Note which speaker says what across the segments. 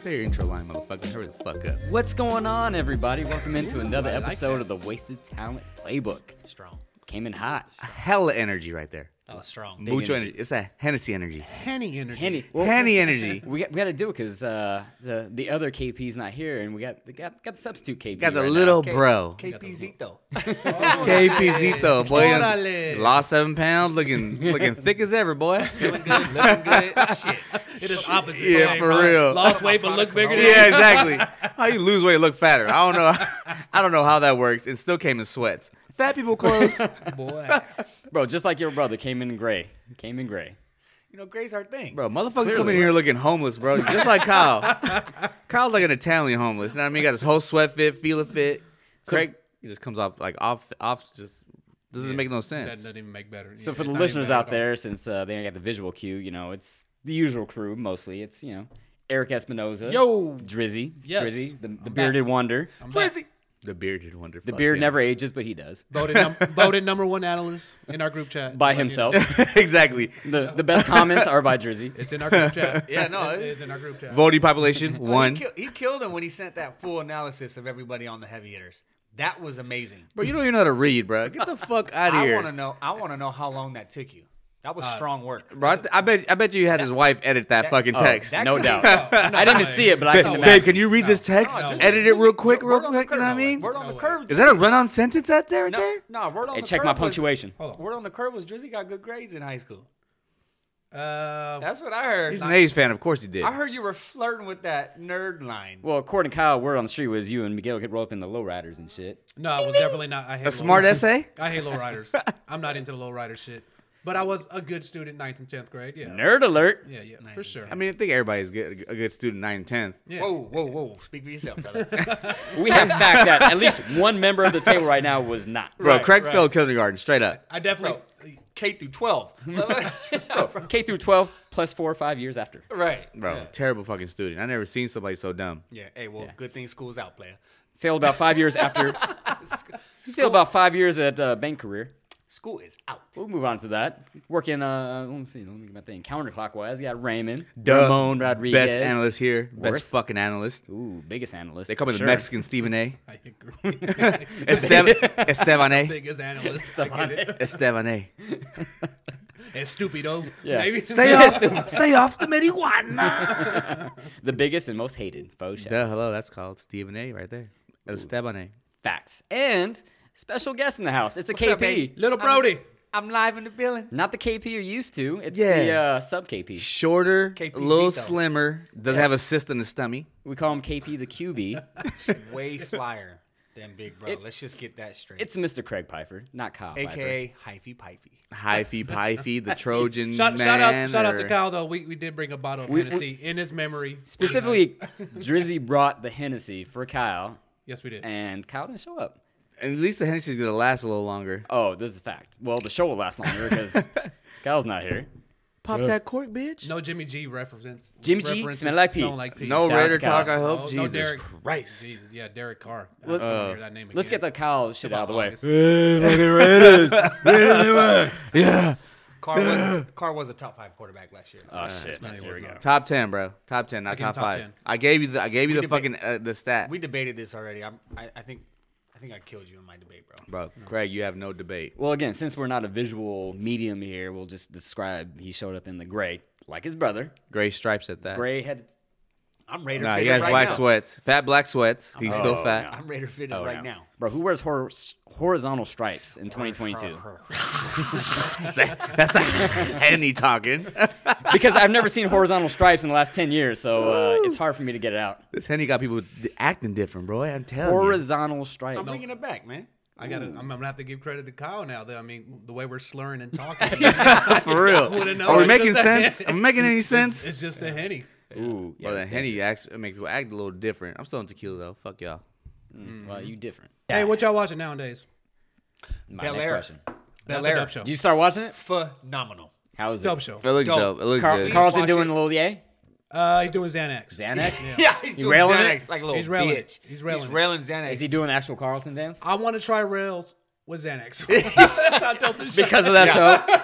Speaker 1: Say your intro line, motherfucker. Hurry the fuck up.
Speaker 2: What's going on, everybody? Welcome into another
Speaker 1: I like
Speaker 2: episode
Speaker 1: that.
Speaker 2: of the Wasted Talent Playbook.
Speaker 3: Strong.
Speaker 2: Came in hot.
Speaker 1: Hella energy right there.
Speaker 3: That was strong.
Speaker 2: Big
Speaker 1: Mucho
Speaker 2: energy.
Speaker 1: energy. It's a Hennessy energy.
Speaker 4: Henny energy.
Speaker 2: Henny. Well,
Speaker 1: Henny energy.
Speaker 2: we got, we got to do it because uh, the the other KP's not here, and we got we got got the substitute KP.
Speaker 1: Got the
Speaker 2: right now.
Speaker 1: little bro.
Speaker 3: KPZito.
Speaker 1: KPZito, boy.
Speaker 4: Órale.
Speaker 1: Lost seven pounds, looking looking thick as ever, boy.
Speaker 3: Feeling good, looking good. Shit.
Speaker 4: It is opposite.
Speaker 1: Yeah,
Speaker 4: way,
Speaker 1: for
Speaker 4: bro.
Speaker 1: real.
Speaker 4: Lost weight but look bigger. Than
Speaker 1: Yeah, exactly. How you lose weight, look fatter. I don't know. I don't know how that works. It still came in sweats. Fat people clothes.
Speaker 4: Boy.
Speaker 2: bro. Just like your brother came in gray. Came in gray.
Speaker 3: You know, gray's our thing.
Speaker 1: Bro, motherfuckers coming here looking homeless, bro. Just like Kyle. Kyle's like an Italian homeless. You know what I mean? Got his whole sweat fit, feel it fit. Craig he just comes off like off off just doesn't make no
Speaker 4: That
Speaker 1: sense.
Speaker 4: doesn't even make better.
Speaker 2: So
Speaker 4: Yeah,
Speaker 2: for
Speaker 4: it's
Speaker 2: the
Speaker 4: not even
Speaker 2: listeners
Speaker 4: better
Speaker 2: out
Speaker 4: at all.
Speaker 2: there, since uh, they ain't got the visual cue, you know it's the usual crew mostly. It's you know Eric Espinoza,
Speaker 4: Yo.
Speaker 2: Drizzy,
Speaker 4: Yes,
Speaker 2: Drizzy, the, the
Speaker 4: back.
Speaker 2: bearded wonder.
Speaker 4: I'm back.
Speaker 3: Drizzy.
Speaker 1: The beard did wonder.
Speaker 2: The beard never ages, but he does
Speaker 4: Voted, num- voted number one analyst in our group chat.
Speaker 2: by
Speaker 4: Like, you
Speaker 2: himself.
Speaker 4: know,
Speaker 1: exactly.
Speaker 2: the the best comments are by Drizzy.
Speaker 4: it's in our group chat.
Speaker 3: Yeah, no,
Speaker 4: it
Speaker 3: it's-
Speaker 4: is in our group chat.
Speaker 1: Voting population
Speaker 3: He,
Speaker 1: one.
Speaker 3: kill- he killed him when he sent that full analysis of everybody on the heavy hitters. That was amazing.
Speaker 1: Bro, you don't even know how to read, bro. Get the fuck out of
Speaker 3: I
Speaker 1: here.
Speaker 3: want to know. I want to know how long that took you. That was strong work.
Speaker 1: Bro, I, th- I bet I bet you had his wife edit that, fucking
Speaker 2: Oh,
Speaker 1: text.
Speaker 3: that-
Speaker 2: no
Speaker 3: could-
Speaker 2: doubt.
Speaker 4: No,
Speaker 2: I didn't
Speaker 4: no,
Speaker 2: see it, but I
Speaker 1: Babe,
Speaker 2: can
Speaker 4: no,
Speaker 2: imagine.
Speaker 1: babe, can you read this text?
Speaker 3: No, just-
Speaker 1: edit it
Speaker 3: just-
Speaker 1: real quick,
Speaker 3: word
Speaker 1: real
Speaker 3: on the
Speaker 1: quick. You
Speaker 3: curve.
Speaker 1: know what I mean?
Speaker 3: Word on
Speaker 4: No
Speaker 3: the
Speaker 4: way.
Speaker 3: curve.
Speaker 1: Is that a run-on sentence out there? Right
Speaker 3: no,
Speaker 1: there?
Speaker 3: no, word on
Speaker 2: Hey,
Speaker 3: the
Speaker 2: check
Speaker 3: curve
Speaker 2: my
Speaker 3: was-
Speaker 2: punctuation.
Speaker 4: Hold on.
Speaker 3: word on the curve was Drizzy got good grades in high school.
Speaker 4: Uh,
Speaker 3: That's what I heard.
Speaker 1: He's an A's fan, of course he did.
Speaker 3: I heard you were flirting with that nerd line.
Speaker 2: Well, according to Kyle, word on the street was you and Miguel could roll up in the lowriders and shit.
Speaker 4: no, I was definitely not. I hate
Speaker 1: A smart essay?
Speaker 4: I hate low riders. I'm not into the low rider shit. But I was a good student, ninth and tenth grade. Yeah.
Speaker 2: Nerd alert.
Speaker 4: Yeah, yeah, for sure.
Speaker 1: I mean, I think everybody's good, a good student, 9 and 10.
Speaker 4: Yeah.
Speaker 3: Whoa, whoa, whoa! Speak for yourself, brother.
Speaker 2: We have fact that at least one member of the table right now was not.
Speaker 1: Bro,
Speaker 3: Right,
Speaker 1: Craig
Speaker 3: right.
Speaker 1: failed kindergarten, straight up.
Speaker 4: I definitely.
Speaker 3: K through twelve.
Speaker 2: K through 12 plus four or five years after.
Speaker 3: right,
Speaker 1: Bro,
Speaker 3: Yeah.
Speaker 1: terrible fucking student. I never seen somebody so dumb.
Speaker 3: Yeah, Hey, well, good thing school's out, player.
Speaker 2: Failed about five years after. Failed about five years at uh, bank career.
Speaker 3: School is out.
Speaker 2: We'll move on to that. Working, uh, let me see, let me get my thing. Counterclockwise, got Raymond,
Speaker 1: Duh.
Speaker 2: Ramon Rodriguez.
Speaker 1: Best analyst here.
Speaker 2: Worst.
Speaker 1: Best fucking analyst.
Speaker 2: Ooh, biggest analyst.
Speaker 1: They call me the
Speaker 2: Sure.
Speaker 1: Mexican Stephen A.
Speaker 4: I agree.
Speaker 1: Esteban, Esteban A.
Speaker 4: Biggest analyst. I get it.
Speaker 1: Esteban A.
Speaker 4: And stupido.
Speaker 2: Yeah.
Speaker 4: Maybe.
Speaker 1: Stay off, stay off the marijuana.
Speaker 2: The biggest and most hated, faux show.
Speaker 1: Duh, hello, that's called Stephen A right there. Esteban A.
Speaker 2: Facts. And special guest in the house. It's a
Speaker 3: up,
Speaker 2: KP.
Speaker 3: baby?
Speaker 4: Little Brody.
Speaker 3: I'm live in the building.
Speaker 2: Not the KP you're used to. It's the
Speaker 1: Yeah.
Speaker 2: uh, sub KP.
Speaker 1: Shorter, a little
Speaker 3: KPZ though.
Speaker 1: slimmer, doesn't have a cyst in the stomach.
Speaker 2: We call him KP the QB.
Speaker 3: Way flyer than Big Bro.
Speaker 2: It-
Speaker 3: Let's just get that straight.
Speaker 2: it's Mr. Craig Piper, not Kyle Piper.
Speaker 3: AKA Hyphy Pipey.
Speaker 1: Hyphy, Pyphy, the Trojan
Speaker 4: Shout,
Speaker 1: man.
Speaker 4: shout out, shout out to
Speaker 1: or-
Speaker 4: Kyle though. We, we did bring a bottle of
Speaker 2: We-
Speaker 4: Tennessee in his memory.
Speaker 2: Specifically, Drizzy brought the Hennessy for Kyle,
Speaker 4: yes, we did.
Speaker 2: and Kyle didn't show up.
Speaker 1: At least the Hennessy's gonna last a little longer.
Speaker 2: Oh, this is fact. Well, the show will last longer because Kyle's not here.
Speaker 1: Pop that cork, bitch.
Speaker 4: No Jimmy G reference.
Speaker 2: Jimmy G,
Speaker 4: references
Speaker 2: smell like pee.
Speaker 4: smell like pee.
Speaker 1: No
Speaker 2: Shout out
Speaker 1: Raider
Speaker 2: to Kyle.
Speaker 1: talk. I hope.
Speaker 4: no
Speaker 1: Jesus
Speaker 4: Derek-
Speaker 1: Christ.
Speaker 4: Jesus, yeah, Derek Carr. I
Speaker 2: Let-
Speaker 4: don't wanna hear that name
Speaker 2: Let's
Speaker 4: again.
Speaker 2: get the Kyle shit out of the way. Oh,
Speaker 4: August.
Speaker 3: Carr was, a, Carr was a top five quarterback last year.
Speaker 2: Oh shit!
Speaker 4: not-
Speaker 2: Here we go.
Speaker 1: Top ten, bro. Top ten, not
Speaker 4: Again,
Speaker 1: top,
Speaker 4: top
Speaker 1: five.
Speaker 4: 10.
Speaker 1: I gave you the. I gave you the
Speaker 3: debate-
Speaker 1: fucking uh, the stat,
Speaker 3: we debated this already. I'm, I, I think I think I killed you in my debate, bro.
Speaker 1: bro. Craig, you have no debate.
Speaker 2: Well, again, since we're not a visual medium here, we'll just describe. He showed up in the gray, like his brother,
Speaker 1: Gray stripes at that.
Speaker 2: gray headed.
Speaker 3: I'm Raider
Speaker 1: Nah, he
Speaker 3: fitted
Speaker 1: has
Speaker 3: right
Speaker 1: black
Speaker 3: now.
Speaker 1: sweats. Fat black sweats. He's still
Speaker 2: Oh,
Speaker 1: fat.
Speaker 3: I'm Raider fitted right now.
Speaker 2: Bro, who wears hor- horizontal stripes in 2022?
Speaker 1: That's like Henny talking.
Speaker 2: because I've never seen horizontal stripes in the last 10 years, so uh, it's hard for me to get it out.
Speaker 1: this Henny got people d- acting different, bro. I'm telling you.
Speaker 2: Horizontal
Speaker 3: I'm
Speaker 2: stripes.
Speaker 3: bringing it back, man.
Speaker 4: I gotta. I'm, I'm gonna have to give credit to Kyle now. Though I mean, the way we're slurring and talking,
Speaker 1: For real.
Speaker 4: wouldn't know.
Speaker 1: Are we
Speaker 4: It's
Speaker 1: making
Speaker 4: just a-
Speaker 1: sense? Am I making any sense?
Speaker 4: it's just a henny.
Speaker 2: Ooh, yeah,
Speaker 1: Well,
Speaker 2: it's
Speaker 1: then Henny acts, it makes you act a little different. I'm still on tequila though. Fuck y'all.
Speaker 2: dangerous. Well, you different.
Speaker 4: Hey, what y'all watching nowadays?
Speaker 2: My
Speaker 3: Bel
Speaker 2: next
Speaker 3: Air.
Speaker 2: question.
Speaker 4: That's
Speaker 3: Bel
Speaker 4: a
Speaker 3: Air.
Speaker 4: dope show.
Speaker 2: Did you start watching it?
Speaker 3: Phenomenal.
Speaker 2: How is it?
Speaker 4: Dope show.
Speaker 1: It looks
Speaker 3: Dope.
Speaker 1: dope. It looks
Speaker 2: Carl-
Speaker 1: good.
Speaker 2: Carlton
Speaker 3: watch
Speaker 2: doing
Speaker 3: it.
Speaker 2: a little yay?
Speaker 4: Uh, he's doing Xanax.
Speaker 2: Xanax?
Speaker 3: Yeah, he's
Speaker 2: You
Speaker 3: doing
Speaker 2: railing it?
Speaker 3: Xanax like a little
Speaker 4: He's railing it.
Speaker 3: bitch.
Speaker 4: He's railing
Speaker 3: He's
Speaker 4: it.
Speaker 3: railing Xanax.
Speaker 2: Is he doing the actual Carlton dance?
Speaker 4: I want to try rails with Xanax. That's how I told this shit.
Speaker 2: Because of that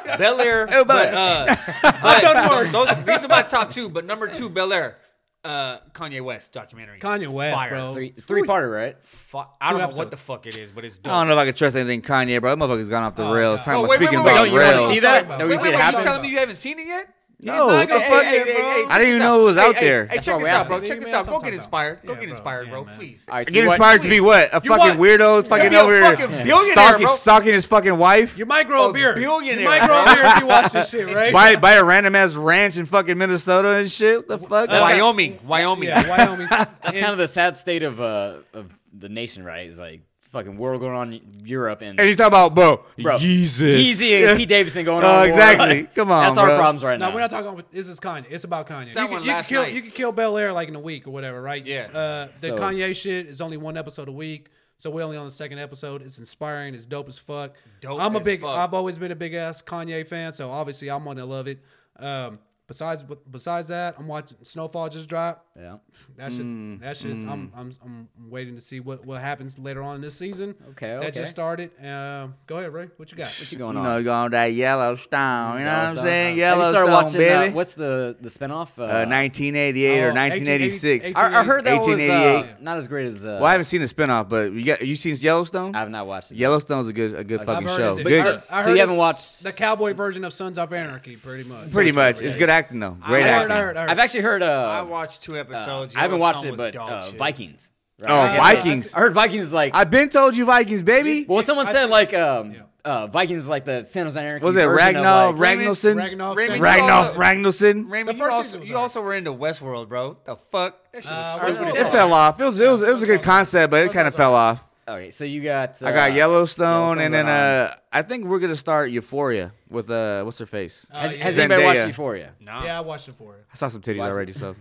Speaker 2: show?
Speaker 3: Bel Air.
Speaker 2: Oh, Bel
Speaker 3: but,
Speaker 2: Air.
Speaker 3: uh,
Speaker 4: I've done
Speaker 3: but
Speaker 4: worse.
Speaker 3: Those, these are my top two, but number two, Bel Air. Uh, Kanye West documentary.
Speaker 4: Kanye West,
Speaker 3: Fire.
Speaker 4: bro.
Speaker 2: Three, three-parter, right?
Speaker 3: Fu- I don't
Speaker 4: Two
Speaker 3: know what
Speaker 4: episodes.
Speaker 3: the fuck it is, but it's
Speaker 1: I
Speaker 3: dope.
Speaker 1: don't know if I can trust anything Kanye, bro. That motherfucker's gone off the rails.
Speaker 4: God.
Speaker 1: Time
Speaker 3: Oh,
Speaker 1: was
Speaker 3: wait, wait,
Speaker 1: speaking
Speaker 3: wait,
Speaker 1: about
Speaker 3: wait. You wanna
Speaker 1: rails.
Speaker 2: see that?
Speaker 4: Sorry,
Speaker 2: No,
Speaker 4: bro.
Speaker 2: you
Speaker 3: Wait,
Speaker 2: see
Speaker 3: wait,
Speaker 2: it
Speaker 3: wait,
Speaker 2: happen?
Speaker 3: you telling me you haven't seen it yet?
Speaker 1: No,
Speaker 4: not
Speaker 1: what the
Speaker 4: gonna-
Speaker 1: fuck?
Speaker 4: hey, hey, hey,
Speaker 1: I
Speaker 3: check
Speaker 4: hey,
Speaker 1: didn't even
Speaker 3: this
Speaker 1: know it was
Speaker 3: Hey,
Speaker 1: out
Speaker 3: hey,
Speaker 1: there.
Speaker 3: Hey,
Speaker 1: That's
Speaker 3: check
Speaker 2: why
Speaker 3: this
Speaker 2: we're
Speaker 3: out, bro.
Speaker 4: asking.
Speaker 3: Check this
Speaker 4: Email
Speaker 3: out. Go
Speaker 4: sometime
Speaker 3: get
Speaker 4: about-
Speaker 3: inspired. Go
Speaker 4: Yeah,
Speaker 3: get
Speaker 4: bro.
Speaker 3: inspired,
Speaker 4: Yeah,
Speaker 3: bro.
Speaker 4: man.
Speaker 3: Please.
Speaker 2: All right,
Speaker 1: Get
Speaker 2: so what-
Speaker 1: inspired to be what? A
Speaker 3: You
Speaker 1: fucking
Speaker 3: want-
Speaker 1: weirdo? Fucking
Speaker 3: be a
Speaker 1: over
Speaker 3: fucking
Speaker 1: here.
Speaker 3: billionaire,
Speaker 1: Stalking,
Speaker 3: bro.
Speaker 1: stalking his fucking wife?
Speaker 4: You might
Speaker 2: Oh,
Speaker 4: grow
Speaker 3: A
Speaker 4: a beard.
Speaker 3: billionaire,
Speaker 4: You might grow
Speaker 3: bro.
Speaker 4: a beard if you watch this shit, right?
Speaker 1: Buy, buy a random ass ranch in fucking Minnesota and shit? What the fuck?
Speaker 3: Wyoming, Wyoming.
Speaker 4: Yeah, Wyoming.
Speaker 2: That's kind of the sad state of uh of the nation, right? It's like fucking world going on in Europe and
Speaker 1: And he's talking about, bro,
Speaker 2: Bro,
Speaker 1: Jesus.
Speaker 2: Yeezy and Pete Davidson going
Speaker 1: Oh,
Speaker 2: on. in the world.
Speaker 1: exactly. Come on,
Speaker 2: That's
Speaker 1: bro.
Speaker 2: our problems right
Speaker 4: No,
Speaker 2: now.
Speaker 4: we're not talking about this. Is Kanye? It's about Kanye.
Speaker 3: That
Speaker 4: you
Speaker 3: one
Speaker 4: can, you can
Speaker 3: last
Speaker 4: kill
Speaker 3: night.
Speaker 4: you can kill Bel Air like in a week or whatever, right?
Speaker 3: Yeah.
Speaker 4: Uh, the
Speaker 2: So-
Speaker 4: Kanye shit is only one episode a week, so we're only on the second episode. It's inspiring. It's dope as fuck.
Speaker 3: Dope
Speaker 4: I'm a
Speaker 3: as
Speaker 4: big.
Speaker 3: fuck.
Speaker 4: I've always been a big ass Kanye fan, so obviously I'm gonna love it. Um, besides besides that, I'm watching Snowfall just drop.
Speaker 2: Yeah.
Speaker 4: That's just
Speaker 2: Mm,
Speaker 4: that's just I'm, I'm I'm waiting to see what what happens later on this season.
Speaker 2: Okay,
Speaker 4: That
Speaker 2: okay.
Speaker 4: just started. Um, go ahead, Ray. What you got?
Speaker 2: What you going
Speaker 1: You
Speaker 2: on?
Speaker 1: know, you on that Yellowstone. You know what I'm saying?
Speaker 2: Have you started
Speaker 1: Yellowstone,
Speaker 2: watching, uh,
Speaker 1: baby.
Speaker 2: what's the the spinoff? Uh,
Speaker 1: Uh, 1988 or
Speaker 4: Oh,
Speaker 1: 1986.
Speaker 4: 1880
Speaker 2: I, I heard that was uh,
Speaker 1: 1888.
Speaker 2: not as great as. Uh,
Speaker 1: Well, I haven't seen the spinoff, but you got you seen Yellowstone?
Speaker 2: I have not watched it.
Speaker 1: Yellowstone's a good a good fucking
Speaker 4: heard
Speaker 1: show.
Speaker 4: it's-
Speaker 1: Good,
Speaker 4: it's- I
Speaker 2: so
Speaker 4: heard
Speaker 2: you haven't
Speaker 4: it's-
Speaker 2: watched.
Speaker 4: The cowboy version of Sons of Anarchy, pretty much.
Speaker 1: pretty much. It's good acting though. Great
Speaker 4: I heard,
Speaker 1: acting.
Speaker 4: I heard, I heard.
Speaker 2: I've actually heard. Uh,
Speaker 3: I watched two episodes.
Speaker 2: I haven't
Speaker 3: Yellowstone
Speaker 2: watched it,
Speaker 3: was
Speaker 2: but
Speaker 3: dog
Speaker 2: uh,
Speaker 3: shit.
Speaker 2: Vikings. Right?
Speaker 1: Oh,
Speaker 4: yeah,
Speaker 1: Vikings.
Speaker 2: I heard Vikings is like.
Speaker 1: I've been told you Vikings, baby.
Speaker 2: well, someone
Speaker 4: I
Speaker 2: said
Speaker 4: see-
Speaker 2: like um, uh, Vikings is like the San Jose Anarchy.
Speaker 1: Was it
Speaker 2: version of,
Speaker 1: Ragnar
Speaker 2: like-
Speaker 1: Ragnarsson?
Speaker 4: Ragnar-
Speaker 3: Raymond, you
Speaker 1: Ragnar
Speaker 3: also-
Speaker 1: Ragnarsson.
Speaker 3: Raymond,
Speaker 4: The
Speaker 3: you
Speaker 4: first
Speaker 3: also,
Speaker 4: season was
Speaker 3: you
Speaker 4: alright.
Speaker 3: also were into Westworld, bro. The fuck? That shit was
Speaker 4: Uh,
Speaker 3: stupid as
Speaker 4: Westworld-
Speaker 1: It
Speaker 3: fuck.
Speaker 1: fell off. It was it was it was a good concept, but it kind of fell off.
Speaker 2: Okay, so you got. Uh,
Speaker 1: I got Yellowstone,
Speaker 2: Yellowstone
Speaker 1: and then
Speaker 2: going on.
Speaker 1: uh, I think we're gonna start Euphoria with uh, what's her face?
Speaker 4: Uh,
Speaker 2: Has,
Speaker 4: yeah.
Speaker 2: has anybody
Speaker 1: Zendaya.
Speaker 2: watched Euphoria?
Speaker 3: Nah.
Speaker 4: yeah, I watched it for it.
Speaker 1: I saw some titties
Speaker 2: Why is it-
Speaker 1: already, so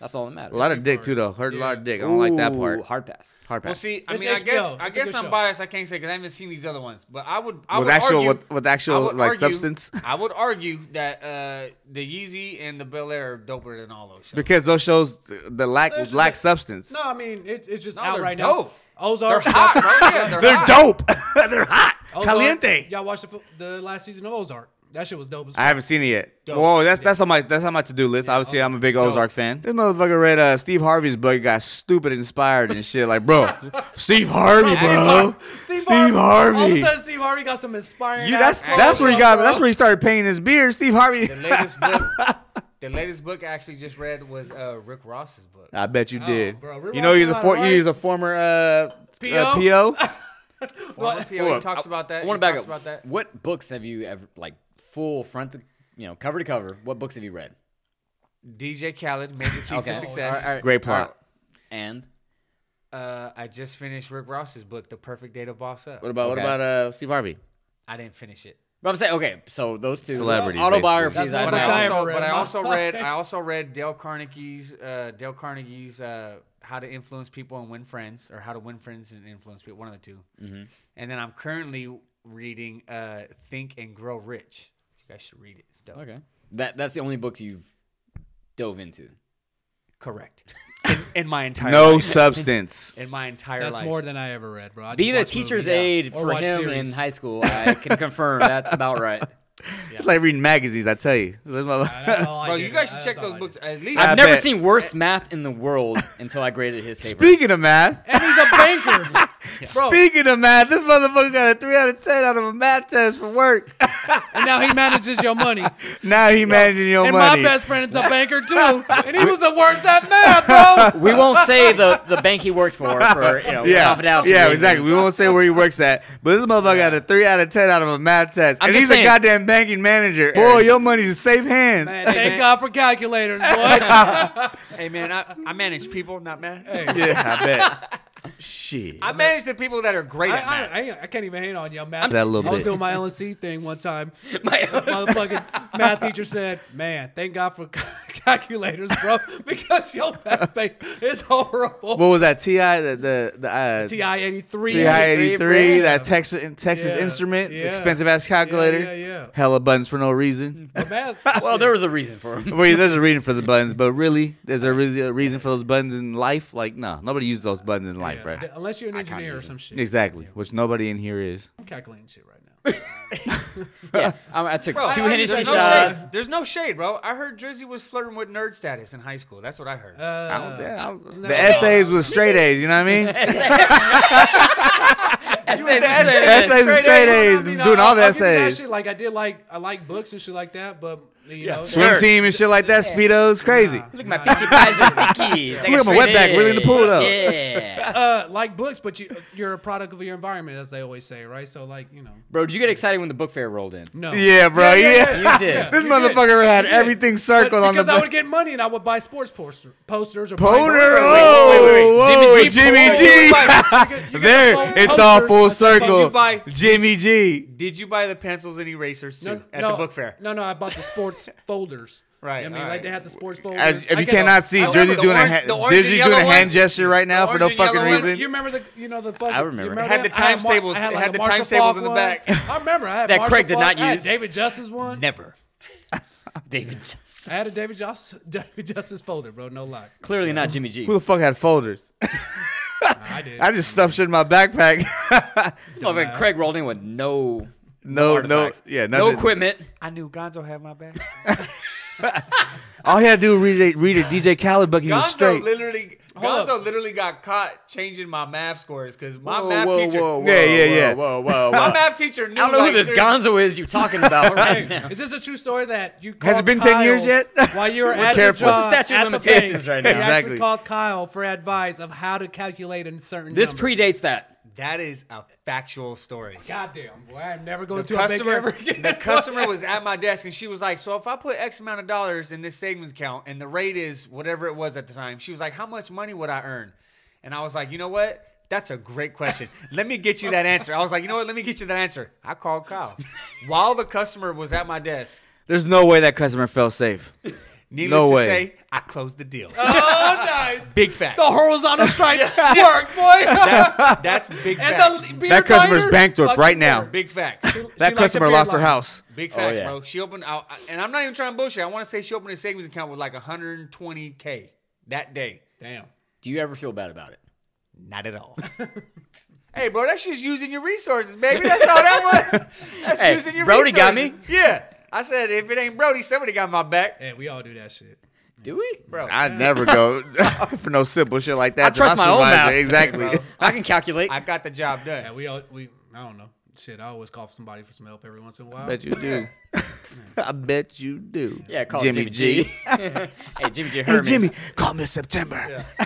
Speaker 2: That's all that matters.
Speaker 1: a lot of dick too though. Heard a lot of dick. I don't like that
Speaker 2: Ooh,
Speaker 1: part.
Speaker 2: Hard pass.
Speaker 1: Hard pass.
Speaker 3: Well, see, I
Speaker 4: It's
Speaker 3: mean, I guess
Speaker 4: HBO.
Speaker 3: I
Speaker 4: It's a
Speaker 3: guess
Speaker 4: good
Speaker 3: I'm
Speaker 4: show.
Speaker 3: biased. I can't say because I haven't seen these other ones, but I would, I
Speaker 1: With
Speaker 3: would
Speaker 1: actual-
Speaker 3: argue,
Speaker 1: with- with actual,
Speaker 3: I would
Speaker 1: like,
Speaker 3: argue-
Speaker 1: substance?
Speaker 3: I would argue that uh, the Yeezy and the Bel Air are doper than all those shows.
Speaker 1: because those shows the lack
Speaker 4: There's
Speaker 1: lack
Speaker 4: just-
Speaker 1: substance.
Speaker 4: No, I mean it, it's just
Speaker 3: No,
Speaker 4: out
Speaker 3: they're
Speaker 4: right
Speaker 3: dope.
Speaker 4: now. Ozark,
Speaker 3: they're hot, bro. Yeah, they're,
Speaker 1: They're
Speaker 3: hot.
Speaker 1: dope. They're hot.
Speaker 4: Ozark-
Speaker 1: Caliente.
Speaker 4: Y'all watched the, fu- the last season of Ozark. That shit was dope as
Speaker 1: I
Speaker 4: fuck.
Speaker 1: haven't seen it yet. Whoa, that's that's on my that's on my to do list. Obviously, I'm a big Ozark fan. This motherfucker read uh, Steve Harvey's book, got stupid inspired and shit. Like, bro, Steve Harvey, bro, Steve,
Speaker 4: All of a
Speaker 1: Harvey.
Speaker 4: sudden, Steve Harvey got some inspiring.
Speaker 1: You,
Speaker 4: ass
Speaker 1: that's
Speaker 4: quotes,
Speaker 1: that's where he got
Speaker 4: bro.
Speaker 1: that's where he started painting his beard. Steve Harvey.
Speaker 3: The latest book, the latest book I actually just read was uh, Rick Ross's book.
Speaker 1: I bet you did.
Speaker 4: Oh, bro, we're
Speaker 1: you know he's a
Speaker 4: watching
Speaker 1: for,
Speaker 4: that, right?
Speaker 1: he's a former uh, PO.
Speaker 4: PO?
Speaker 1: Uh, PO.
Speaker 3: Former PO,
Speaker 2: Hold
Speaker 3: he
Speaker 2: up.
Speaker 3: talks
Speaker 2: I-
Speaker 3: about that.
Speaker 2: I want
Speaker 3: he
Speaker 2: to back
Speaker 3: talks
Speaker 2: up.
Speaker 3: about that.
Speaker 2: What books have you ever like full front to you know cover to cover? What books have you read?
Speaker 3: DJ Khaled, Major Keys to Success.
Speaker 2: All right, all right.
Speaker 1: Great plot.
Speaker 2: All right. And
Speaker 3: Uh, I just finished Rick Ross's book, The Perfect Day to Boss Up.
Speaker 1: What
Speaker 4: Oh,
Speaker 1: about what
Speaker 2: Okay.
Speaker 1: about uh, Steve Harvey?
Speaker 3: I didn't finish it.
Speaker 2: but I'm saying okay, so those two
Speaker 1: Celebrity,
Speaker 2: autobiographies.
Speaker 1: basically.
Speaker 2: I
Speaker 4: That's
Speaker 3: But
Speaker 4: What
Speaker 3: I
Speaker 4: I
Speaker 2: know.
Speaker 4: ever
Speaker 3: also,
Speaker 4: read
Speaker 3: but I
Speaker 4: in my
Speaker 3: also
Speaker 4: life.
Speaker 3: read, I also read Dale Carnegie's, uh, Dale Carnegie's uh, How to Influence People and Win Friends, or How to Win Friends and Influence People, one of the 2 And then I'm currently reading uh, Think and Grow Rich. You guys should read it. It's dope.
Speaker 2: Okay, that that's the only books you've dove into.
Speaker 3: Correct. In, in my entire
Speaker 1: No
Speaker 3: life.
Speaker 1: substance.
Speaker 3: in my entire
Speaker 4: That's
Speaker 3: life.
Speaker 4: more than I ever read, bro. I just
Speaker 2: Being a
Speaker 4: watch
Speaker 2: teacher's
Speaker 4: movies.
Speaker 2: aide
Speaker 4: Or
Speaker 2: for
Speaker 4: watch
Speaker 2: him
Speaker 4: series.
Speaker 2: in high school, I can confirm that's about right.
Speaker 1: It's like reading magazines. I tell you.
Speaker 4: That's all I
Speaker 3: Bro,
Speaker 4: did.
Speaker 3: you guys should
Speaker 4: That's
Speaker 3: check
Speaker 4: all I
Speaker 3: those
Speaker 4: did.
Speaker 3: books. At least
Speaker 1: I
Speaker 2: I've never
Speaker 1: bet.
Speaker 2: seen worse math in the world until I graded his paper.
Speaker 1: Speaking of math,
Speaker 4: And he's a banker. Bro,
Speaker 1: Speaking of math, this motherfucker got a three out of ten out of a math test for work.
Speaker 4: and now he manages your money.
Speaker 1: now he managing your
Speaker 4: and
Speaker 1: money.
Speaker 4: my best friend is a banker too, and he was the worst at math, bro.
Speaker 2: we won't say the, the bank he works for for you know
Speaker 1: yeah,
Speaker 2: confidentiality
Speaker 1: yeah,
Speaker 2: reasons.
Speaker 1: exactly. We won't say where he works at, but this motherfucker got a three out of ten out of a math test,
Speaker 2: I'm
Speaker 1: and
Speaker 2: just
Speaker 1: he's a
Speaker 2: saying-
Speaker 1: goddamn banking manager. Boy, your money's in safe hands.
Speaker 4: Man, thank God for calculators, boy.
Speaker 3: Hey man, I, I manage people, not man.
Speaker 1: Yeah, I bet. Shit.
Speaker 3: I manage the people that are great
Speaker 4: I,
Speaker 3: at math.
Speaker 4: I, I, I can't even hate on you, Matt.
Speaker 1: That little
Speaker 4: I was
Speaker 1: bit.
Speaker 4: doing my LNC thing one time.
Speaker 2: My,
Speaker 4: Motherfucking math teacher said, "Man, thank God for calculators, bro, because your math paper is horrible."
Speaker 1: what was that? Ti the the, the uh,
Speaker 4: Ti eighty three.
Speaker 1: Ti eighty three. That Texas Texas
Speaker 4: Yeah.
Speaker 1: instrument.
Speaker 4: Yeah.
Speaker 1: Expensive ass calculator.
Speaker 4: Yeah, yeah, yeah.
Speaker 1: Hella buttons for no reason.
Speaker 4: math.
Speaker 2: well, there was a reason for him.
Speaker 1: Wait, there's a reason for the buttons, but really, there's a reas- a reason for those buttons in life. Like, no, nobody uses those buttons in life, bro.
Speaker 4: Yeah, d- Unless you're an
Speaker 2: can't
Speaker 4: engineer or
Speaker 2: use it.
Speaker 4: some shit.
Speaker 1: Exactly, which nobody in here is.
Speaker 4: I'm calculating shit right now.
Speaker 2: Yeah, Um, I, I took
Speaker 3: Bro,
Speaker 2: two
Speaker 3: I-
Speaker 2: Hennessy
Speaker 3: there's, no
Speaker 2: shots.
Speaker 3: shade. there's no shade, bro. I heard Drizzy was flirting with nerd status in high school. That's what I heard.
Speaker 1: I
Speaker 4: Uh,
Speaker 1: don't, I don't-
Speaker 4: no.
Speaker 1: the essays was straight A's, you know what I mean?
Speaker 2: That's-
Speaker 1: Essays and straight
Speaker 4: I
Speaker 1: A's,
Speaker 4: mean,
Speaker 1: doing
Speaker 4: I-
Speaker 1: all the
Speaker 4: I'll give you that
Speaker 1: essays.
Speaker 4: shit. Like I did, like I like books and shit like that. But you know,
Speaker 1: Swim team and shit like that, speedos, crazy.
Speaker 2: Look at my peachy pies and dickies. I
Speaker 1: Look at
Speaker 2: got
Speaker 1: my wet
Speaker 2: straight
Speaker 1: back, really in the pool, though.
Speaker 2: Yeah.
Speaker 4: uh, like books, but you you're a product of your environment, as they always say, right? So like you know,
Speaker 2: Bro, did you get excited when the book fair rolled in?
Speaker 4: no.
Speaker 1: Yeah, bro, yeah.
Speaker 2: You did.
Speaker 1: This motherfucker had everything
Speaker 4: But
Speaker 1: circled on the
Speaker 4: because I
Speaker 1: back.
Speaker 4: would get money and I would buy sports poster, posters or
Speaker 1: Boner,
Speaker 4: Playboy-
Speaker 2: wait, wait, wait.
Speaker 1: oh, whoa,
Speaker 2: Jimmy G
Speaker 1: Jimmy
Speaker 2: pulled-
Speaker 1: G.
Speaker 4: you get the
Speaker 1: There,
Speaker 4: full
Speaker 1: it's all
Speaker 4: posters,
Speaker 1: full
Speaker 4: but you- but
Speaker 1: circle.
Speaker 3: you buy-
Speaker 1: Jimmy G.
Speaker 3: Did you buy the pencils and erasers too
Speaker 4: No,
Speaker 3: at
Speaker 4: no,
Speaker 3: the book fair?
Speaker 4: No, no, I bought the sports folders.
Speaker 3: Right,
Speaker 4: I mean, like
Speaker 3: alright.
Speaker 4: they had the sports folders.
Speaker 1: As, if
Speaker 4: I
Speaker 1: you
Speaker 4: got a-
Speaker 1: cannot see,
Speaker 3: I remember
Speaker 1: Drizzy's
Speaker 3: the
Speaker 1: doing a
Speaker 3: orange-
Speaker 1: hand,
Speaker 3: the orange and
Speaker 1: Drizzy's
Speaker 3: yellow
Speaker 1: doing a hand
Speaker 3: ones.
Speaker 1: gesture right now for no
Speaker 3: orange and
Speaker 1: fucking
Speaker 3: yellow ones.
Speaker 1: reason.
Speaker 4: You remember the, you know, the fucking.
Speaker 2: I remember.
Speaker 4: You
Speaker 2: It
Speaker 3: had the
Speaker 4: that? I
Speaker 3: timestables.
Speaker 4: one- I
Speaker 3: It
Speaker 4: like
Speaker 3: had
Speaker 4: a
Speaker 3: the
Speaker 4: Marshall
Speaker 3: timestables
Speaker 4: Falk
Speaker 3: in the
Speaker 4: one.
Speaker 3: back.
Speaker 4: I remember. I had
Speaker 2: That
Speaker 4: Marshall
Speaker 2: Craig did
Speaker 4: Falk.
Speaker 2: not
Speaker 4: I had
Speaker 2: use.
Speaker 4: David Justice one.
Speaker 3: Never.
Speaker 2: David Justice.
Speaker 4: I had a David Justice, David Justice folder, bro. No lie.
Speaker 2: Clearly not Jimmy G.
Speaker 1: Who the fuck had folders?
Speaker 4: I did.
Speaker 1: I just stuffed shit in my backpack.
Speaker 2: Well, then Oh, Craig rolled in with no,
Speaker 1: no, no,
Speaker 2: artifacts.
Speaker 1: yeah,
Speaker 2: no
Speaker 1: nothing.
Speaker 2: equipment.
Speaker 3: I knew Gonzo had my back.
Speaker 1: All he had to do was read, a- read a DJ Khaled book. He was
Speaker 3: Gonzo
Speaker 1: straight.
Speaker 3: literally,
Speaker 4: Hold
Speaker 3: Gonzo literally got caught changing my math scores because my
Speaker 2: Whoa,
Speaker 3: math
Speaker 2: whoa,
Speaker 3: teacher,
Speaker 2: whoa, whoa,
Speaker 1: Yeah, yeah, yeah.
Speaker 2: Whoa, whoa, whoa.
Speaker 3: my
Speaker 2: I
Speaker 3: math teacher knew.
Speaker 2: don't know who
Speaker 3: like,
Speaker 2: this
Speaker 3: there's-
Speaker 2: Gonzo is you talking about right now.
Speaker 4: Is this a true story that you
Speaker 1: Has it
Speaker 4: called
Speaker 1: been 10
Speaker 4: Kyle
Speaker 1: years yet?
Speaker 4: While you were
Speaker 1: We're
Speaker 4: at
Speaker 1: careful.
Speaker 4: your
Speaker 1: What's the
Speaker 4: job
Speaker 2: statute of
Speaker 4: at the
Speaker 2: limitations right
Speaker 4: bank,
Speaker 2: now?
Speaker 4: You
Speaker 1: Exactly.
Speaker 4: actually called Kyle for advice of how to calculate a certain
Speaker 2: This
Speaker 4: number.
Speaker 2: predates that.
Speaker 3: That is a factual story.
Speaker 4: Goddamn, boy, I'm never going
Speaker 3: The
Speaker 4: to a bank ever
Speaker 3: customer,
Speaker 4: again.
Speaker 3: the customer was at my desk and she was like, "So if I put X amount of dollars in this savings account and the rate is whatever it was at the time, she was like, how much money would I earn?" And I was like, "You know what? That's a great question. Let me get you that answer." I was like, "You know what? Let me get you that answer." I called Kyle while the customer was at my desk.
Speaker 1: There's no way that customer felt safe.
Speaker 3: Needless
Speaker 1: No
Speaker 3: to
Speaker 1: way.
Speaker 3: say, I closed the deal.
Speaker 4: oh, nice.
Speaker 3: big fact.
Speaker 4: The horizontal stripes work, boy.
Speaker 3: That's, that's big
Speaker 4: and
Speaker 3: facts.
Speaker 4: the beer
Speaker 1: That customer's
Speaker 4: diner,
Speaker 1: bankrupt right
Speaker 4: fucking
Speaker 1: now.
Speaker 4: work.
Speaker 3: big facts.
Speaker 4: She
Speaker 1: That
Speaker 4: liked the
Speaker 1: customer
Speaker 4: beer
Speaker 1: lost her
Speaker 4: line.
Speaker 1: house.
Speaker 3: Big facts,
Speaker 2: yeah.
Speaker 3: bro. She opened, I, I- and I'm not even trying to bullshit. I want to say she opened a savings account with like 120k that day.
Speaker 4: Damn.
Speaker 2: Do you ever feel bad about it?
Speaker 3: Not at all. hey, bro, that's just using your resources, baby. That's all that was. That's
Speaker 2: Hey,
Speaker 3: using your
Speaker 2: Brody
Speaker 3: resources.
Speaker 2: got
Speaker 3: Yeah. I said, if it ain't Brody, somebody got my back,
Speaker 4: Hey, we all do that shit.
Speaker 2: Do we?
Speaker 3: bro. I,
Speaker 1: I never go for no simple shit like that.
Speaker 2: I
Speaker 1: to
Speaker 2: trust my own
Speaker 1: supervisor.
Speaker 2: mouth.
Speaker 1: Exactly.
Speaker 2: I can calculate.
Speaker 3: got the job
Speaker 4: Yeah,
Speaker 3: done.
Speaker 4: we all we. I don't know. Shit, I always call somebody for some help every once in a while.
Speaker 1: bet you do. I bet you do.
Speaker 2: yeah, call
Speaker 1: Jimmy
Speaker 2: Jimmy G.
Speaker 1: G.
Speaker 2: hey, Jimmy G.
Speaker 1: Hey
Speaker 2: Herman.
Speaker 1: Jimmy, call me September.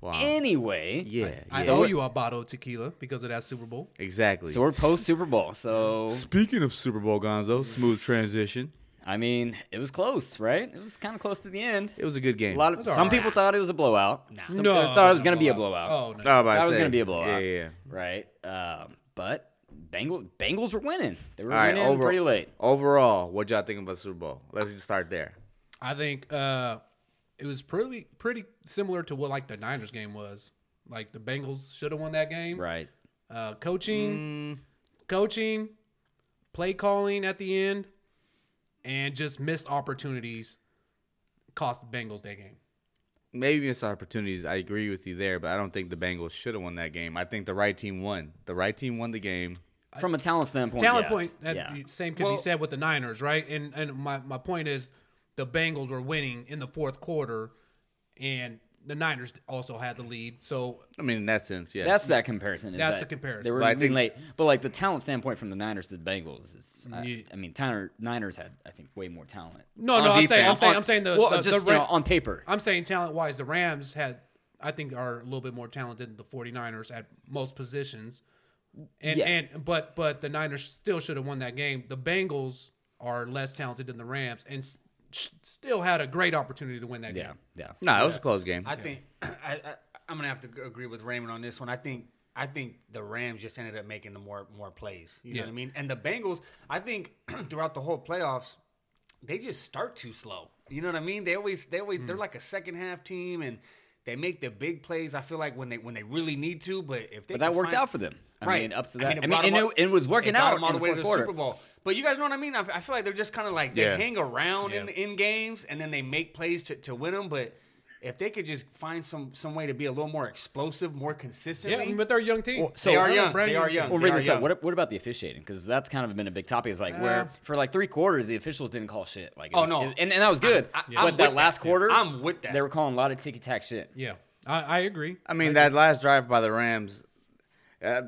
Speaker 1: wow.
Speaker 2: Anyway,
Speaker 1: yeah.
Speaker 4: I
Speaker 1: yeah.
Speaker 4: owe you a bottle of tequila because of that Super Bowl.
Speaker 1: Exactly.
Speaker 2: so we're post Super Bowl. So
Speaker 1: Speaking of Super Bowl, Gonzo, smooth transition.
Speaker 2: I mean, it was close, right? It was kind of close to the end.
Speaker 1: It was a good game.
Speaker 2: A lot of
Speaker 4: was all
Speaker 2: some
Speaker 4: right.
Speaker 2: people thought it was a blowout. Some people thought it was going to be a blowout.
Speaker 1: I
Speaker 4: Oh no.
Speaker 1: was, about to
Speaker 2: That was
Speaker 1: say.
Speaker 2: gonna be a blowout.
Speaker 1: Yeah, yeah. yeah.
Speaker 4: Oh.
Speaker 2: right? Um, but Bengals Bengals were winning. They were
Speaker 1: All right,
Speaker 2: winning
Speaker 1: over-
Speaker 2: pretty late.
Speaker 1: Overall, what y'all think about Super Bowl? Let's just start there.
Speaker 4: I think uh, it was pretty pretty similar to what like the Niners game was. Like the Bengals should have won that game.
Speaker 2: Right. Mm.
Speaker 4: Uh, coaching, coaching, play calling at the end, and just missed opportunities cost the Bengals that game.
Speaker 1: Maybe missed opportunities. I agree with you there, but I don't think the Bengals should have won that game. I think the right team won. The right team won the game.
Speaker 2: From a talent standpoint.
Speaker 4: talent
Speaker 2: yes.
Speaker 4: point that
Speaker 2: yeah.
Speaker 4: same could
Speaker 3: Well-
Speaker 4: be said with the Niners, right? And and my, my point is the Bengals were winning in the fourth quarter and the Niners also had the lead. So
Speaker 1: I mean, in that sense, yes.
Speaker 2: That's that comparison. is
Speaker 4: That's
Speaker 2: that
Speaker 4: a comparison.
Speaker 2: They were
Speaker 1: But I
Speaker 2: winning
Speaker 1: think-
Speaker 2: late, but like the talent standpoint from the Niners to the Bengals is. I,
Speaker 4: Yeah.
Speaker 2: I mean, Tanner, Niners had I think way more talent.
Speaker 4: No,
Speaker 2: on
Speaker 4: no, I'm saying- I'm
Speaker 2: defense.
Speaker 4: saying-
Speaker 2: On-
Speaker 4: I'm saying the-
Speaker 2: well,
Speaker 4: the- the
Speaker 2: just you
Speaker 4: ra-
Speaker 2: know, on paper.
Speaker 4: I'm saying talent wise, the Rams had I think are a little bit more talented than the 49ers at most positions. And
Speaker 2: Yeah.
Speaker 4: and but but the Niners still should have won that game. The Bengals are less talented than the Rams and s- still had a great opportunity to win that
Speaker 2: Yeah,
Speaker 4: game.
Speaker 2: yeah.
Speaker 1: no, it was a close game.
Speaker 3: I think I, I, I'm gonna have to g- agree with Raymond on this one. I think I think the Rams just ended up making the more more plays. You know
Speaker 4: Yeah.
Speaker 3: what I mean? And the Bengals, I think throughout the whole playoffs, they just start too slow. You know what I mean? They always they always
Speaker 2: Mm.
Speaker 3: they're like a second half team and they make the big plays. I feel like when they when they really need to, but if they
Speaker 2: But that
Speaker 3: can
Speaker 2: worked
Speaker 3: find-
Speaker 2: out for them. I
Speaker 3: right
Speaker 2: mean, up to that. I
Speaker 3: it
Speaker 2: mean,
Speaker 3: brought 'em
Speaker 2: and
Speaker 3: all-
Speaker 2: it, it was working
Speaker 3: got
Speaker 2: out
Speaker 3: 'em all
Speaker 2: in
Speaker 3: the
Speaker 2: the
Speaker 3: way to
Speaker 2: fourth quarter.
Speaker 3: the Super Bowl. But you guys know what I mean. I, I feel like they're just kind of like they
Speaker 1: Yeah.
Speaker 3: hang around in,
Speaker 4: Yeah.
Speaker 3: in games and then they make plays to, to win them. But if they could just find some some way to be a little more explosive, more
Speaker 4: Yeah, I
Speaker 3: consistently,
Speaker 4: mean, but they're a young team.
Speaker 2: Well, so
Speaker 3: they are
Speaker 2: They're
Speaker 3: young.
Speaker 4: brand
Speaker 3: They
Speaker 4: new
Speaker 3: are
Speaker 4: team.
Speaker 3: young.
Speaker 2: Well,
Speaker 3: They
Speaker 2: read
Speaker 3: are
Speaker 2: this up.
Speaker 3: young.
Speaker 2: What, what about the officiating? Because that's kind of been a big topic. Is like
Speaker 4: Uh,
Speaker 2: where for like three quarters the officials didn't call shit. Like, it
Speaker 3: Oh,
Speaker 2: was-
Speaker 3: no.
Speaker 2: and, and that was good.
Speaker 3: I- I'm
Speaker 2: but
Speaker 3: with
Speaker 2: that
Speaker 3: that.
Speaker 2: last quarter,
Speaker 3: I'm with that.
Speaker 2: they were calling a lot of ticky tack shit.
Speaker 4: yeah, I, I agree.
Speaker 1: I mean, that last drive by the Rams, uh,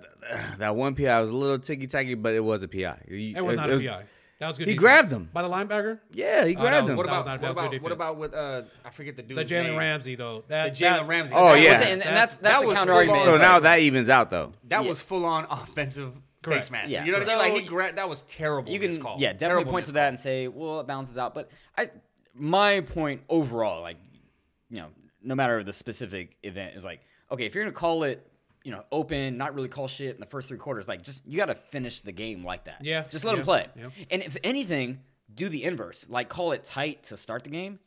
Speaker 1: that one PI was a little ticky tacky, but it was a PI. He-
Speaker 4: It was not a
Speaker 1: was-
Speaker 4: PI. That was good.
Speaker 1: He
Speaker 4: defense.
Speaker 1: grabbed him.
Speaker 4: by the linebacker.
Speaker 1: Yeah, he
Speaker 4: Oh,
Speaker 1: grabbed
Speaker 4: that
Speaker 1: him.
Speaker 4: was-
Speaker 3: What
Speaker 4: that
Speaker 3: about what
Speaker 4: not a bad
Speaker 3: about
Speaker 4: defense.
Speaker 3: what about with uh I forget the dude.
Speaker 4: The Jalen Ramsey though.
Speaker 3: The
Speaker 4: That that-
Speaker 3: Jalen Ramsey.
Speaker 1: Oh,
Speaker 3: That
Speaker 1: yeah.
Speaker 3: was-
Speaker 2: and, and
Speaker 4: That-
Speaker 2: that's that's
Speaker 3: that
Speaker 2: a
Speaker 3: was
Speaker 2: counter
Speaker 3: full
Speaker 2: argument.
Speaker 3: on.
Speaker 1: so
Speaker 2: It's
Speaker 1: now
Speaker 2: like-
Speaker 1: that evens out, though.
Speaker 3: that was full on offensive
Speaker 4: Correct.
Speaker 3: face mask.
Speaker 2: Yeah.
Speaker 3: You know what
Speaker 2: So-
Speaker 3: I mean? Like he gra- that was terrible.
Speaker 2: you can
Speaker 3: missed call.
Speaker 2: yeah definitely
Speaker 3: Terrible
Speaker 2: point to
Speaker 3: missed
Speaker 2: that
Speaker 3: call.
Speaker 2: and say well it balances out but i my point overall like you know no matter the specific event is like okay if you're gonna call it you know open not really call shit in the first three quarters like just you gotta finish the game like that
Speaker 4: Yeah,
Speaker 2: just let them
Speaker 4: yeah,
Speaker 2: play
Speaker 4: yeah.
Speaker 2: and if anything do the inverse like call it tight to start the game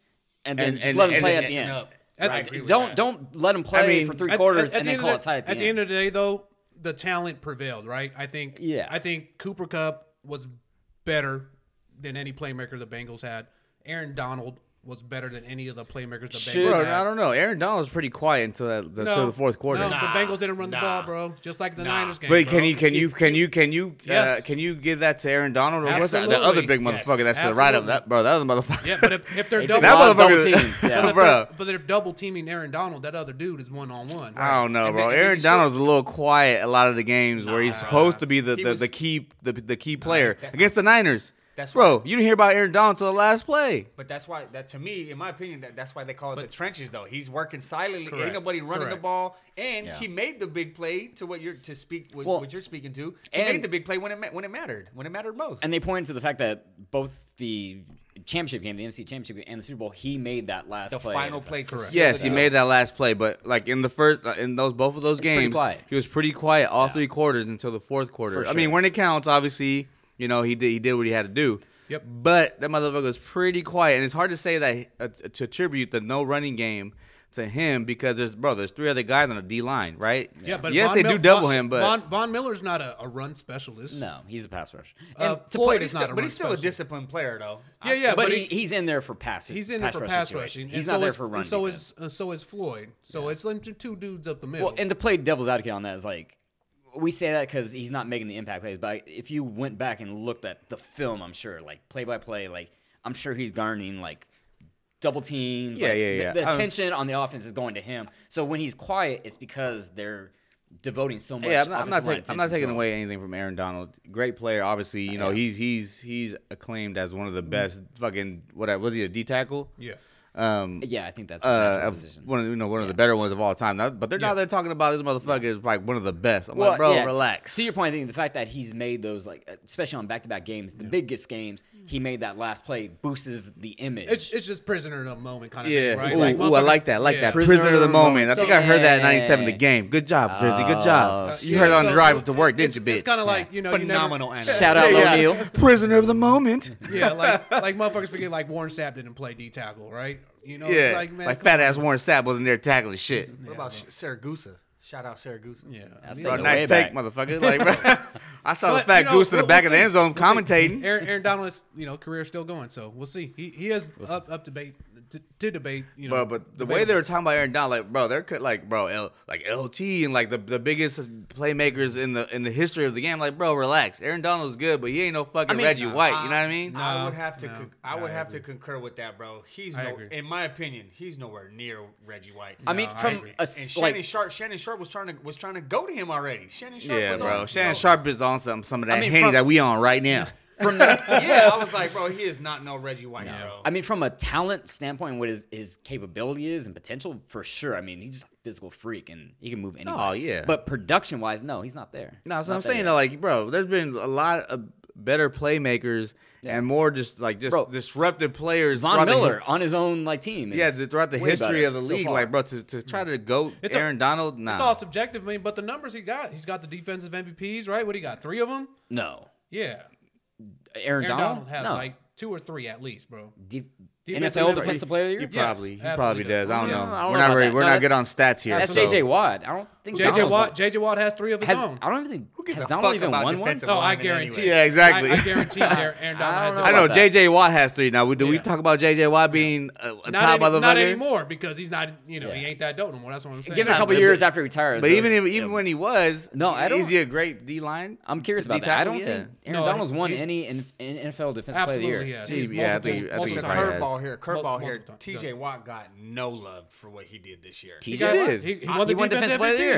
Speaker 2: and then
Speaker 1: And-
Speaker 2: just
Speaker 1: and-
Speaker 2: let them
Speaker 1: and
Speaker 2: play
Speaker 1: then
Speaker 2: at the
Speaker 1: messing
Speaker 2: end
Speaker 3: up.
Speaker 2: Right.
Speaker 3: I agree with
Speaker 2: don't
Speaker 3: that.
Speaker 2: don't let them play
Speaker 1: mean,
Speaker 2: for three
Speaker 4: At-
Speaker 2: quarters
Speaker 4: at- at
Speaker 2: and
Speaker 4: the
Speaker 2: then
Speaker 4: end
Speaker 2: call
Speaker 4: of
Speaker 2: it tight at the, end,
Speaker 4: of the day, though, the talent prevailed, right? I think.
Speaker 2: Yeah.
Speaker 4: I think Cooper Cup was better than any playmaker the Bengals had. Aaron Donald was better than any of the playmakers the
Speaker 2: Sure.
Speaker 4: Bengals
Speaker 1: Bro,
Speaker 4: had.
Speaker 1: I don't know. Aaron Donald was pretty quiet until that, the, until the fourth quarter.
Speaker 4: No, the
Speaker 3: Nah,
Speaker 4: Bengals didn't run the ball,
Speaker 3: nah.
Speaker 4: bro. Just like the
Speaker 3: Nah.
Speaker 4: Niners game.
Speaker 1: But
Speaker 4: bro.
Speaker 1: can you can you can you can you
Speaker 4: Yes.
Speaker 1: uh, can you give that to Aaron Donald or what's that, the
Speaker 4: Absolutely.
Speaker 1: other big
Speaker 4: Yes.
Speaker 1: motherfucker that's to the right of
Speaker 4: Absolutely.
Speaker 1: that bro that other motherfucker
Speaker 4: Yeah, but if, if they're
Speaker 2: It's
Speaker 4: double,
Speaker 2: a lot
Speaker 1: that
Speaker 2: of double
Speaker 1: motherfucker
Speaker 2: teams, yeah.
Speaker 4: but, if
Speaker 1: bro
Speaker 4: they're, but they're double teaming Aaron Donald, that other dude is one on one.
Speaker 1: I don't know
Speaker 3: And
Speaker 1: bro
Speaker 3: then- and then
Speaker 1: Aaron
Speaker 3: you still-
Speaker 1: Donald's a little quiet a lot of the games where he's supposed to be the
Speaker 3: He
Speaker 1: the,
Speaker 3: was-
Speaker 1: the key the, the key player against the Niners
Speaker 3: That's
Speaker 1: bro you didn't hear about Aaron Donald till the last play
Speaker 3: But that's why that to me, in my opinion, that, that's why they call it the trenches. Though he's working silently,
Speaker 4: Correct.
Speaker 3: ain't nobody running
Speaker 4: Correct.
Speaker 3: the ball, and
Speaker 2: Yeah.
Speaker 3: he made the big play to what you're to speak what,
Speaker 2: Well,
Speaker 3: what you're speaking to. He
Speaker 2: and-
Speaker 3: made the big play when it ma- when it mattered, when it mattered most.
Speaker 2: And they pointed to the fact that both the championship game, the MC championship game, and the Super Bowl, he made that last
Speaker 3: the
Speaker 2: play.
Speaker 3: final play, to seal
Speaker 1: yes
Speaker 3: it
Speaker 1: he
Speaker 3: up.
Speaker 1: made that last play but like in the first uh, in those both of those
Speaker 2: pretty
Speaker 1: games
Speaker 2: quiet.
Speaker 1: he was pretty quiet all three quarters until the fourth quarter
Speaker 2: For
Speaker 1: I mean
Speaker 2: sure.
Speaker 1: when it counts obviously you know he did he did what he had to do
Speaker 4: Yep.
Speaker 1: But that motherfucker was pretty quiet, and it's hard to say that uh, to attribute the no running game to him because there's bro, there's three other guys on the D line, right?
Speaker 4: Yeah, but
Speaker 1: yes,
Speaker 4: Von
Speaker 1: they
Speaker 4: Mil-
Speaker 1: do double
Speaker 4: Von-
Speaker 1: him, but
Speaker 4: Von, Von Miller's not a, a run specialist.
Speaker 2: No, he's a pass rusher.
Speaker 4: Uh,
Speaker 2: And
Speaker 3: To
Speaker 4: Floyd
Speaker 3: play,
Speaker 4: is
Speaker 3: he's
Speaker 4: not
Speaker 3: still,
Speaker 4: a
Speaker 3: but
Speaker 4: run
Speaker 3: he's still a
Speaker 4: specialist.
Speaker 3: disciplined player, though.
Speaker 4: Yeah, yeah,
Speaker 2: but he, he's in there for pass.
Speaker 4: He's in there for pass
Speaker 2: situation.
Speaker 4: rushing.
Speaker 2: He's
Speaker 4: and
Speaker 2: not
Speaker 4: so
Speaker 2: there
Speaker 4: is,
Speaker 2: for running.
Speaker 4: And so
Speaker 2: defense.
Speaker 4: is and so is Floyd. So it's them t- two dudes up the middle.
Speaker 2: well, and to play devil's advocate on that is like we say that because he's not making the impact plays. But if you went back and looked at the film, I'm sure, like play by play, like I'm sure he's garnering like double teams.
Speaker 1: Yeah,
Speaker 2: like,
Speaker 1: yeah,
Speaker 2: the-
Speaker 1: yeah.
Speaker 2: The,
Speaker 1: I don't-
Speaker 2: attention on the offense is going to him. So when he's quiet, it's because they're devoting so much.
Speaker 1: yeah, I'm not, I'm not,
Speaker 2: offensive line
Speaker 1: taking, I'm not
Speaker 2: attention to
Speaker 1: taking
Speaker 2: him.
Speaker 1: away anything from Aaron Donald. Great player, obviously. You know,
Speaker 2: Yeah.
Speaker 1: he's he's he's acclaimed as one of the best fucking what was he a D tackle?
Speaker 4: Mm-hmm. yeah,
Speaker 1: Um,
Speaker 2: Yeah, I think that's his
Speaker 1: uh,
Speaker 2: natural
Speaker 1: of-
Speaker 2: position.
Speaker 1: one of the- you know one of the better ones of all time. Now- But they're
Speaker 4: Yeah.
Speaker 1: now they're talking about this motherfucker is like one of the best. I'm like, bro,
Speaker 2: yeah, t-
Speaker 1: relax.
Speaker 2: To your point, I think the fact that he's made those, like, especially on back-to-back games, the biggest games, he made that last play boosts the image.
Speaker 4: it's it's just prisoner of the moment kind of
Speaker 1: Yeah.
Speaker 4: thing, right?
Speaker 1: Ooh,
Speaker 4: Like,
Speaker 1: ooh, I
Speaker 4: motherfucker-
Speaker 1: like that. I like
Speaker 4: yeah.
Speaker 1: that. Prisoner, of the moment. I
Speaker 4: So-
Speaker 1: think I heard that at 97 the
Speaker 2: Yeah.
Speaker 1: game. Good job, Drizzy. Good job.
Speaker 2: Oh,
Speaker 1: you heard it on
Speaker 4: so
Speaker 1: the drive to work,
Speaker 4: it's-
Speaker 1: didn't you, bitch?
Speaker 4: It's kind of like you know you never-
Speaker 3: Phenomenal analyst.
Speaker 2: Shout out
Speaker 1: Yeah.
Speaker 2: O'Neal.
Speaker 1: Prisoner of the moment.
Speaker 4: Yeah, like like motherfuckers forget like Warren Sapp didn't play D tackle, right? You know,
Speaker 1: yeah.
Speaker 4: it's like
Speaker 1: Like,
Speaker 4: man, come
Speaker 1: fat ass Warren Sapp wasn't there tackling shit.
Speaker 3: What about Saragusa? Shout out Saragusa.
Speaker 4: on. yeah.
Speaker 2: That's
Speaker 4: I mean,
Speaker 1: Bro,
Speaker 2: the
Speaker 1: nice
Speaker 2: way
Speaker 1: take,
Speaker 2: back.
Speaker 1: motherfucker. Like, bro, I saw the
Speaker 4: but,
Speaker 1: fat
Speaker 4: you know,
Speaker 1: goose in the
Speaker 4: we'll-
Speaker 1: back
Speaker 4: we'll
Speaker 1: of the
Speaker 4: see.
Speaker 1: end zone
Speaker 4: We'll see.
Speaker 1: commentating.
Speaker 4: Aaron, Aaron Donald's you know career is still going, so we'll see. He he is up up debate to, to debate. You
Speaker 1: Bro,
Speaker 4: know,
Speaker 1: but the way they were talking about Aaron Donald, like, bro, they're cut- like, bro, L, like LT and like the, the biggest playmakers in the in the history of the game. Like, bro, relax. Aaron Donald's good, but he ain't no fucking
Speaker 2: mean,
Speaker 1: Reggie White. You know what I mean?
Speaker 4: No,
Speaker 3: I would have to.
Speaker 4: no,
Speaker 3: con- I
Speaker 4: no,
Speaker 3: would
Speaker 4: I
Speaker 3: have to
Speaker 4: agree.
Speaker 3: concur with that, bro. He's
Speaker 4: I
Speaker 3: no,
Speaker 4: agree.
Speaker 3: in my opinion, he's nowhere near Reggie White.
Speaker 2: I mean,
Speaker 4: I
Speaker 2: from
Speaker 4: agree.
Speaker 2: a
Speaker 3: and
Speaker 2: s-
Speaker 3: Shannon
Speaker 2: like,
Speaker 3: Sharp, Shannon Sharp was trying to was trying to go to him already. Shannon Sharp,
Speaker 1: Yeah,
Speaker 3: was
Speaker 1: bro.
Speaker 3: on-
Speaker 1: Shannon
Speaker 3: Yo.
Speaker 1: Sharp is on some some of that
Speaker 2: I mean,
Speaker 1: handy
Speaker 2: from-
Speaker 1: that we on right now.
Speaker 2: from the,
Speaker 3: Yeah, I was like, bro, he is not no Reggie White, bro.
Speaker 2: I mean, from a talent standpoint, what his his capability is and potential for sure. I mean, he's just a physical freak and he can move anywhere.
Speaker 1: Oh, yeah.
Speaker 2: But production wise, no, he's not there.
Speaker 1: No, that's what
Speaker 2: Not
Speaker 1: I'm
Speaker 2: there
Speaker 1: saying
Speaker 2: yet.
Speaker 1: though, like, bro, there's been a lot of better playmakers and more just like just
Speaker 2: Bro,
Speaker 1: disruptive players.
Speaker 2: Von
Speaker 1: throughout the hi-
Speaker 2: Miller on his own like team.
Speaker 1: yeah,
Speaker 2: is
Speaker 1: th- throughout the
Speaker 2: way
Speaker 1: history
Speaker 2: better
Speaker 1: of the
Speaker 2: so
Speaker 1: league,
Speaker 2: far.
Speaker 1: like bro, to, to try to go
Speaker 4: It's a-
Speaker 1: Aaron Donald, nah.
Speaker 4: It's all subjective, I mean, but the numbers he got, he's got the defensive MVPs, right? What do you got? Three of them?
Speaker 2: no,
Speaker 4: Yeah.
Speaker 2: Aaron,
Speaker 4: Aaron
Speaker 2: Donald,
Speaker 4: Donald has
Speaker 2: no.
Speaker 4: like two or three at least, bro.
Speaker 2: De-
Speaker 4: Defensive
Speaker 2: NFL
Speaker 4: member-
Speaker 2: defensive player of the year.
Speaker 4: He-
Speaker 1: He probably,
Speaker 4: Yes,
Speaker 1: he probably
Speaker 4: absolutely
Speaker 1: does.
Speaker 4: does.
Speaker 1: I don't know.
Speaker 4: Yeah,
Speaker 2: I
Speaker 1: we're
Speaker 2: don't know
Speaker 1: not
Speaker 2: about
Speaker 1: very,
Speaker 2: that.
Speaker 1: we're
Speaker 2: No,
Speaker 1: not good on
Speaker 2: that's-
Speaker 1: stats here.
Speaker 2: That's
Speaker 1: so-
Speaker 2: JJ Watt. I don't think
Speaker 4: JJ
Speaker 2: Donald-
Speaker 4: Watt, JJ Watt has three of his
Speaker 2: Has,
Speaker 4: own.
Speaker 2: I don't even think
Speaker 3: gives
Speaker 2: has
Speaker 3: a
Speaker 2: Donald
Speaker 3: fuck
Speaker 2: even
Speaker 3: about
Speaker 2: won one.
Speaker 3: defensive
Speaker 4: Oh, I
Speaker 3: linemen
Speaker 4: guarantee.
Speaker 3: anyway?
Speaker 1: Yeah, exactly.
Speaker 4: I, I guarantee Aaron Aaron
Speaker 2: I
Speaker 4: Donald
Speaker 2: don't
Speaker 4: has
Speaker 1: I
Speaker 4: it.
Speaker 2: know.
Speaker 1: know
Speaker 2: about that.
Speaker 1: JJ Watt has three now. We, do we
Speaker 4: Yeah.
Speaker 1: talk about JJ Watt being a, a
Speaker 4: Not,
Speaker 1: top
Speaker 4: any-
Speaker 1: motherfucker?
Speaker 4: not anymore because he's not, you know, he ain't that dope no more. That's what I'm saying.
Speaker 2: Give it a couple
Speaker 1: but-
Speaker 2: years
Speaker 1: but-
Speaker 2: after he retires.
Speaker 1: But
Speaker 2: though,
Speaker 1: even if,
Speaker 2: yeah.
Speaker 1: even when he was,
Speaker 2: No, I don't-
Speaker 1: Is he a great D line?
Speaker 2: I'm curious
Speaker 1: To be
Speaker 2: about that. I
Speaker 1: tackled?
Speaker 2: don't
Speaker 1: Yeah.
Speaker 2: think Aaron
Speaker 4: No,
Speaker 2: Donald's won
Speaker 4: he's-
Speaker 2: any in, in NFL defensive player of the
Speaker 4: Absolutely,
Speaker 2: year.
Speaker 4: yes.
Speaker 1: Gee,
Speaker 4: He's
Speaker 1: yeah, I think-
Speaker 4: multiple-
Speaker 1: I think
Speaker 3: It's
Speaker 1: he
Speaker 3: a
Speaker 4: multiple
Speaker 1: probably
Speaker 4: times.
Speaker 1: has.
Speaker 3: curveball here, curveball here.
Speaker 4: multiple times.
Speaker 3: TJ Watt got no love for what he did this year.
Speaker 1: He
Speaker 2: TJ Watt?
Speaker 1: did.
Speaker 4: He, he
Speaker 2: He
Speaker 4: won the
Speaker 2: won defensive
Speaker 4: defensive
Speaker 2: player of the
Speaker 4: MVP.
Speaker 2: year.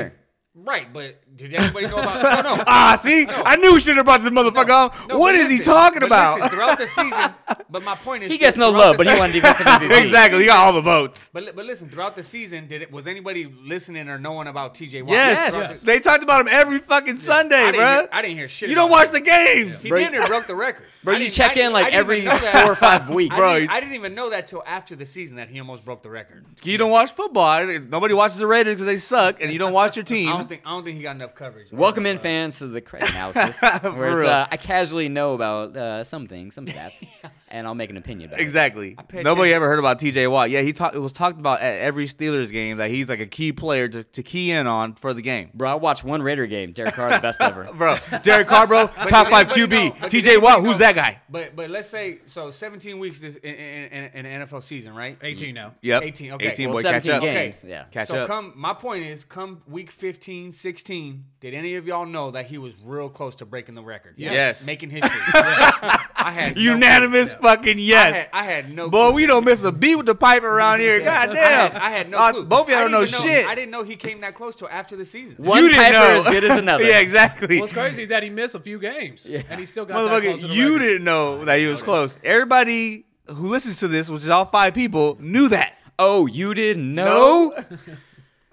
Speaker 3: Right, but did everybody know about? No, no.
Speaker 1: ah, see, I knew we should have brought this motherfucker on.
Speaker 3: No,
Speaker 1: what
Speaker 3: but
Speaker 1: is he
Speaker 3: listen,
Speaker 1: talking
Speaker 3: but
Speaker 1: about?
Speaker 3: Listen, throughout the season, but my point is
Speaker 2: He gets no
Speaker 3: throughout
Speaker 2: love,
Speaker 3: the
Speaker 2: but he
Speaker 3: season-
Speaker 2: won defensive MVP.
Speaker 1: exactly, he got all the votes.
Speaker 3: But, li- but listen, throughout the season, did it was anybody listening or knowing about TJ Watt?
Speaker 1: Yes.
Speaker 3: Throughout the-
Speaker 1: they talked about him every fucking
Speaker 3: I
Speaker 1: Sunday,
Speaker 3: didn't,
Speaker 1: bro.
Speaker 3: hear, I didn't hear shit.
Speaker 1: You don't
Speaker 3: about
Speaker 1: watch
Speaker 3: it.
Speaker 1: the games.
Speaker 3: He
Speaker 2: Bro,
Speaker 3: damn near broke the record.
Speaker 2: Bro,
Speaker 3: I
Speaker 2: you
Speaker 3: didn't-
Speaker 2: check
Speaker 3: I
Speaker 2: in like
Speaker 3: didn't even
Speaker 2: every
Speaker 3: know that.
Speaker 2: four or five weeks.
Speaker 3: I
Speaker 1: Bro,
Speaker 3: didn't,
Speaker 1: you-
Speaker 3: I didn't even know that till after the season that he almost broke the record.
Speaker 1: You don't watch football. I- Nobody watches the Raiders because they suck, and you don't watch your team.
Speaker 3: I don't think I don't think he got enough coverage.
Speaker 2: Welcome in, fans, to the credit analysis, where it's,
Speaker 1: real.
Speaker 2: uh, I casually know about uh, some things, some stats, and I'll make an opinion about
Speaker 1: Exactly.
Speaker 3: pay
Speaker 1: Nobody
Speaker 3: attention.
Speaker 1: ever heard about T.J. Watt. Yeah, he talked. It was talked about at every Steelers game that he's like a key player to, to key in on for the game.
Speaker 2: it. Bro, I watched one Raider game. Derek Carr, the best ever.
Speaker 1: Bro, Derek Carr, bro, top
Speaker 3: did
Speaker 1: five
Speaker 3: anybody know-
Speaker 1: QB.
Speaker 3: but did
Speaker 1: T.J. Watt,
Speaker 3: anybody
Speaker 1: who's
Speaker 3: know-
Speaker 1: that guy?
Speaker 3: But but let's say so 17 weeks this in, in, in, in an NFL season, right?
Speaker 4: 18 now.
Speaker 1: Yep.
Speaker 3: 18, okay.
Speaker 1: 18
Speaker 2: Well,
Speaker 1: boy, catch
Speaker 2: 17
Speaker 1: up.
Speaker 2: games. Yeah.
Speaker 1: Catch
Speaker 3: so
Speaker 1: up.
Speaker 3: come my point is come week 15, 16, did any of y'all know that he was real close to breaking the record?
Speaker 1: Yes. Yes.
Speaker 3: Making history. yes. I had no clue.
Speaker 1: Unanimous fucking
Speaker 3: I
Speaker 1: yes.
Speaker 3: had, I had no
Speaker 1: Boy,
Speaker 3: clue.
Speaker 1: we don't miss a beat with the pipe around here.
Speaker 3: I
Speaker 1: God
Speaker 3: had-
Speaker 1: damn.
Speaker 3: I had, I had no
Speaker 1: Uh,
Speaker 3: clue.
Speaker 1: Both of y'all
Speaker 3: I
Speaker 1: don't know
Speaker 3: didn't even
Speaker 1: shit.
Speaker 3: I didn't know he came that close till after the season.
Speaker 2: One
Speaker 1: you didn't
Speaker 2: Piper
Speaker 1: know.
Speaker 2: as good as another.
Speaker 1: yeah, exactly.
Speaker 4: What's crazy is that he missed a few games, and he still got that close to
Speaker 1: Motherfucker,
Speaker 4: the
Speaker 1: you
Speaker 4: record.
Speaker 1: didn't know that he was close. Everybody who listens to this, which is all five people, knew that.
Speaker 2: Oh, you didn't know?
Speaker 1: No.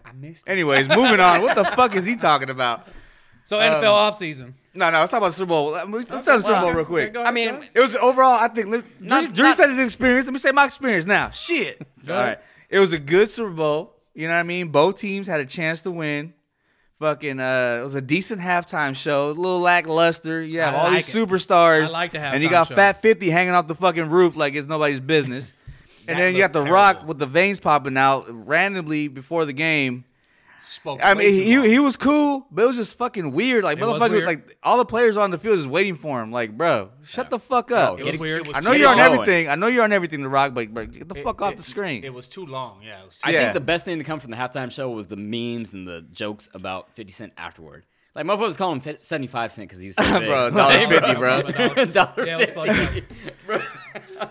Speaker 3: I missed. it.
Speaker 1: Anyways, moving on. What the fuck is he talking about?
Speaker 4: So
Speaker 1: um,
Speaker 4: NFL offseason.
Speaker 1: No, no, let's talk about Super Bowl. Let's talk about Super Bowl real quick.
Speaker 4: go
Speaker 2: I
Speaker 4: ahead,
Speaker 2: mean,
Speaker 4: go ahead.
Speaker 1: It was overall, I think. Let,
Speaker 2: Not-
Speaker 1: Drew, Drew
Speaker 2: not-
Speaker 1: said his experience. Let me say my experience now. Shit.
Speaker 2: All right.
Speaker 1: It was a good Super Bowl. You know what I mean? Both teams had a chance to win. Fucking, uh, it was a decent halftime show. A little lackluster. You have
Speaker 4: I
Speaker 1: all
Speaker 4: like
Speaker 1: these
Speaker 4: it.
Speaker 1: superstars.
Speaker 4: I like the
Speaker 1: And you
Speaker 4: halftime
Speaker 1: got
Speaker 4: show.
Speaker 1: Fat 50 hanging off the fucking roof like it's nobody's business. and
Speaker 3: That
Speaker 1: then you got
Speaker 3: looked
Speaker 1: The Rock
Speaker 3: terrible.
Speaker 1: with the veins popping out randomly before the game.
Speaker 3: Spoke
Speaker 1: I
Speaker 3: way
Speaker 1: mean,
Speaker 3: too long.
Speaker 1: he, he was cool, but it was just fucking weird. Like,
Speaker 4: was
Speaker 1: motherfucker,
Speaker 4: weird.
Speaker 1: like, all the players on the field is waiting for him. Like, bro, shut the fuck up.
Speaker 2: It
Speaker 4: It was
Speaker 2: Get-
Speaker 4: weird.
Speaker 1: I know
Speaker 2: Get
Speaker 1: you're on
Speaker 2: it going.
Speaker 1: everything. I know you're on everything, The Rock, but, but get the fuck off
Speaker 3: It-
Speaker 1: the screen.
Speaker 3: It was too long. Yeah. It was too
Speaker 2: I
Speaker 1: Yeah.
Speaker 2: think the best thing to come from the halftime show was the memes and the jokes about 50 Cent afterward. Like, motherfuckers was calling him fif- 75 Cent because he was so big.
Speaker 1: bro, dollar fifty, bro.
Speaker 2: Dollar
Speaker 4: Yeah, it was fucked
Speaker 2: fifty.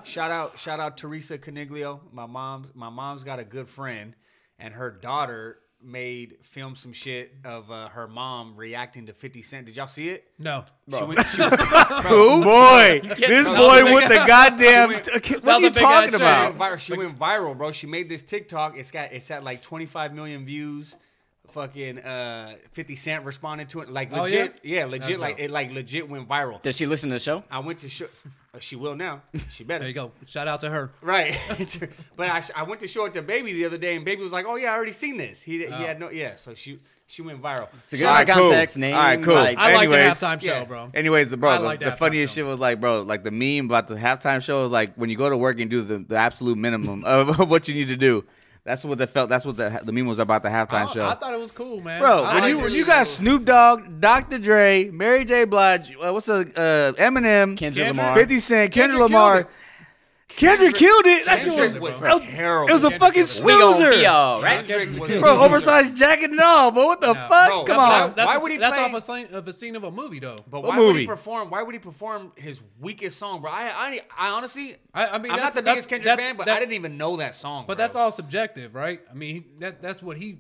Speaker 3: Shout out, shout out Teresa Caniglio. My mom's my mom's got a good friend, and her daughter made film some shit of uh, her mom reacting to Fifty Cent. Did y'all see it?
Speaker 4: No.
Speaker 3: She went, she,
Speaker 1: Who? Boy, this
Speaker 3: no,
Speaker 1: boy
Speaker 3: that was
Speaker 1: with
Speaker 3: a
Speaker 1: the goddamn.
Speaker 3: That
Speaker 1: What are
Speaker 4: was
Speaker 1: you
Speaker 4: a big ass
Speaker 1: talking
Speaker 4: shit.
Speaker 3: she went
Speaker 1: about?
Speaker 3: viral, she went viral, bro. She made this TikTok. It's got it's at like 25 million views. Fucking uh, 50 Cent responded to it like
Speaker 4: Oh,
Speaker 3: legit. yeah?
Speaker 4: That's
Speaker 3: legit. Like
Speaker 4: dope.
Speaker 3: it like legit went viral.
Speaker 2: Does she listen to the show?
Speaker 3: I went to show. uh, She will now. She better.
Speaker 4: There you go. Shout out to her.
Speaker 3: Right. but I, sh- I went to show it to Baby the other day, and Baby was like, "Oh yeah, I already seen this." He, he had no yeah, so she she went viral.
Speaker 2: So
Speaker 3: So-
Speaker 2: give us
Speaker 1: Alright,
Speaker 2: the
Speaker 1: cool.
Speaker 2: context, name.
Speaker 1: Alright, cool.
Speaker 2: Like,
Speaker 4: I
Speaker 1: Anyways,
Speaker 4: like the halftime
Speaker 3: yeah.
Speaker 4: show, bro.
Speaker 1: Anyways, the bro,
Speaker 4: I
Speaker 1: the,
Speaker 4: like
Speaker 1: the
Speaker 4: the halftime
Speaker 1: funniest
Speaker 4: show.
Speaker 1: shit was like, bro, like the meme about the halftime show is like when you go to work and do the, the absolute minimum of, of what you need to do. That's what that felt. That's what the, the meme was about the halftime
Speaker 4: I,
Speaker 1: show.
Speaker 4: I thought it was cool, man.
Speaker 1: Bro,
Speaker 4: I
Speaker 1: when
Speaker 4: like
Speaker 1: you
Speaker 4: it.
Speaker 1: when you got Snoop Dogg, Dr. Dre, Mary J. Blige, uh, what's the uh, Eminem,
Speaker 2: Kendrick
Speaker 4: Kendrick?
Speaker 2: Lamar.
Speaker 1: 50 Cent, Kendrick,
Speaker 4: Kendrick
Speaker 1: Lamar,
Speaker 4: killed
Speaker 1: Kendrick, killed it. That shit
Speaker 3: Kendrick
Speaker 1: was,
Speaker 3: was
Speaker 1: that-
Speaker 3: terrible.
Speaker 1: It was a
Speaker 4: Kendrick
Speaker 1: fucking
Speaker 4: killed
Speaker 2: we gonna be
Speaker 1: snoozer,
Speaker 2: all right.
Speaker 3: Kendrick was-
Speaker 1: bro. Oversized jacket and all, but what the
Speaker 4: Yeah.
Speaker 1: fuck?
Speaker 3: Bro,
Speaker 1: Come
Speaker 3: that-
Speaker 1: on,
Speaker 4: That's, that's,
Speaker 3: Why
Speaker 4: why
Speaker 3: would he
Speaker 4: that's
Speaker 3: play-
Speaker 4: off a scene, of a scene of a movie, though.
Speaker 3: But
Speaker 1: What
Speaker 3: why would
Speaker 1: movie?
Speaker 3: he perform? Why would he perform his weakest song, bro? I I, I honestly,
Speaker 4: I- I mean,
Speaker 3: I'm
Speaker 4: that's-
Speaker 3: not the
Speaker 4: that's-
Speaker 3: biggest Kendrick
Speaker 4: that's-
Speaker 3: fan, but
Speaker 4: that-
Speaker 3: I didn't even know that song.
Speaker 4: But
Speaker 3: bro.
Speaker 4: that's all subjective, right? I mean, he- that that's what he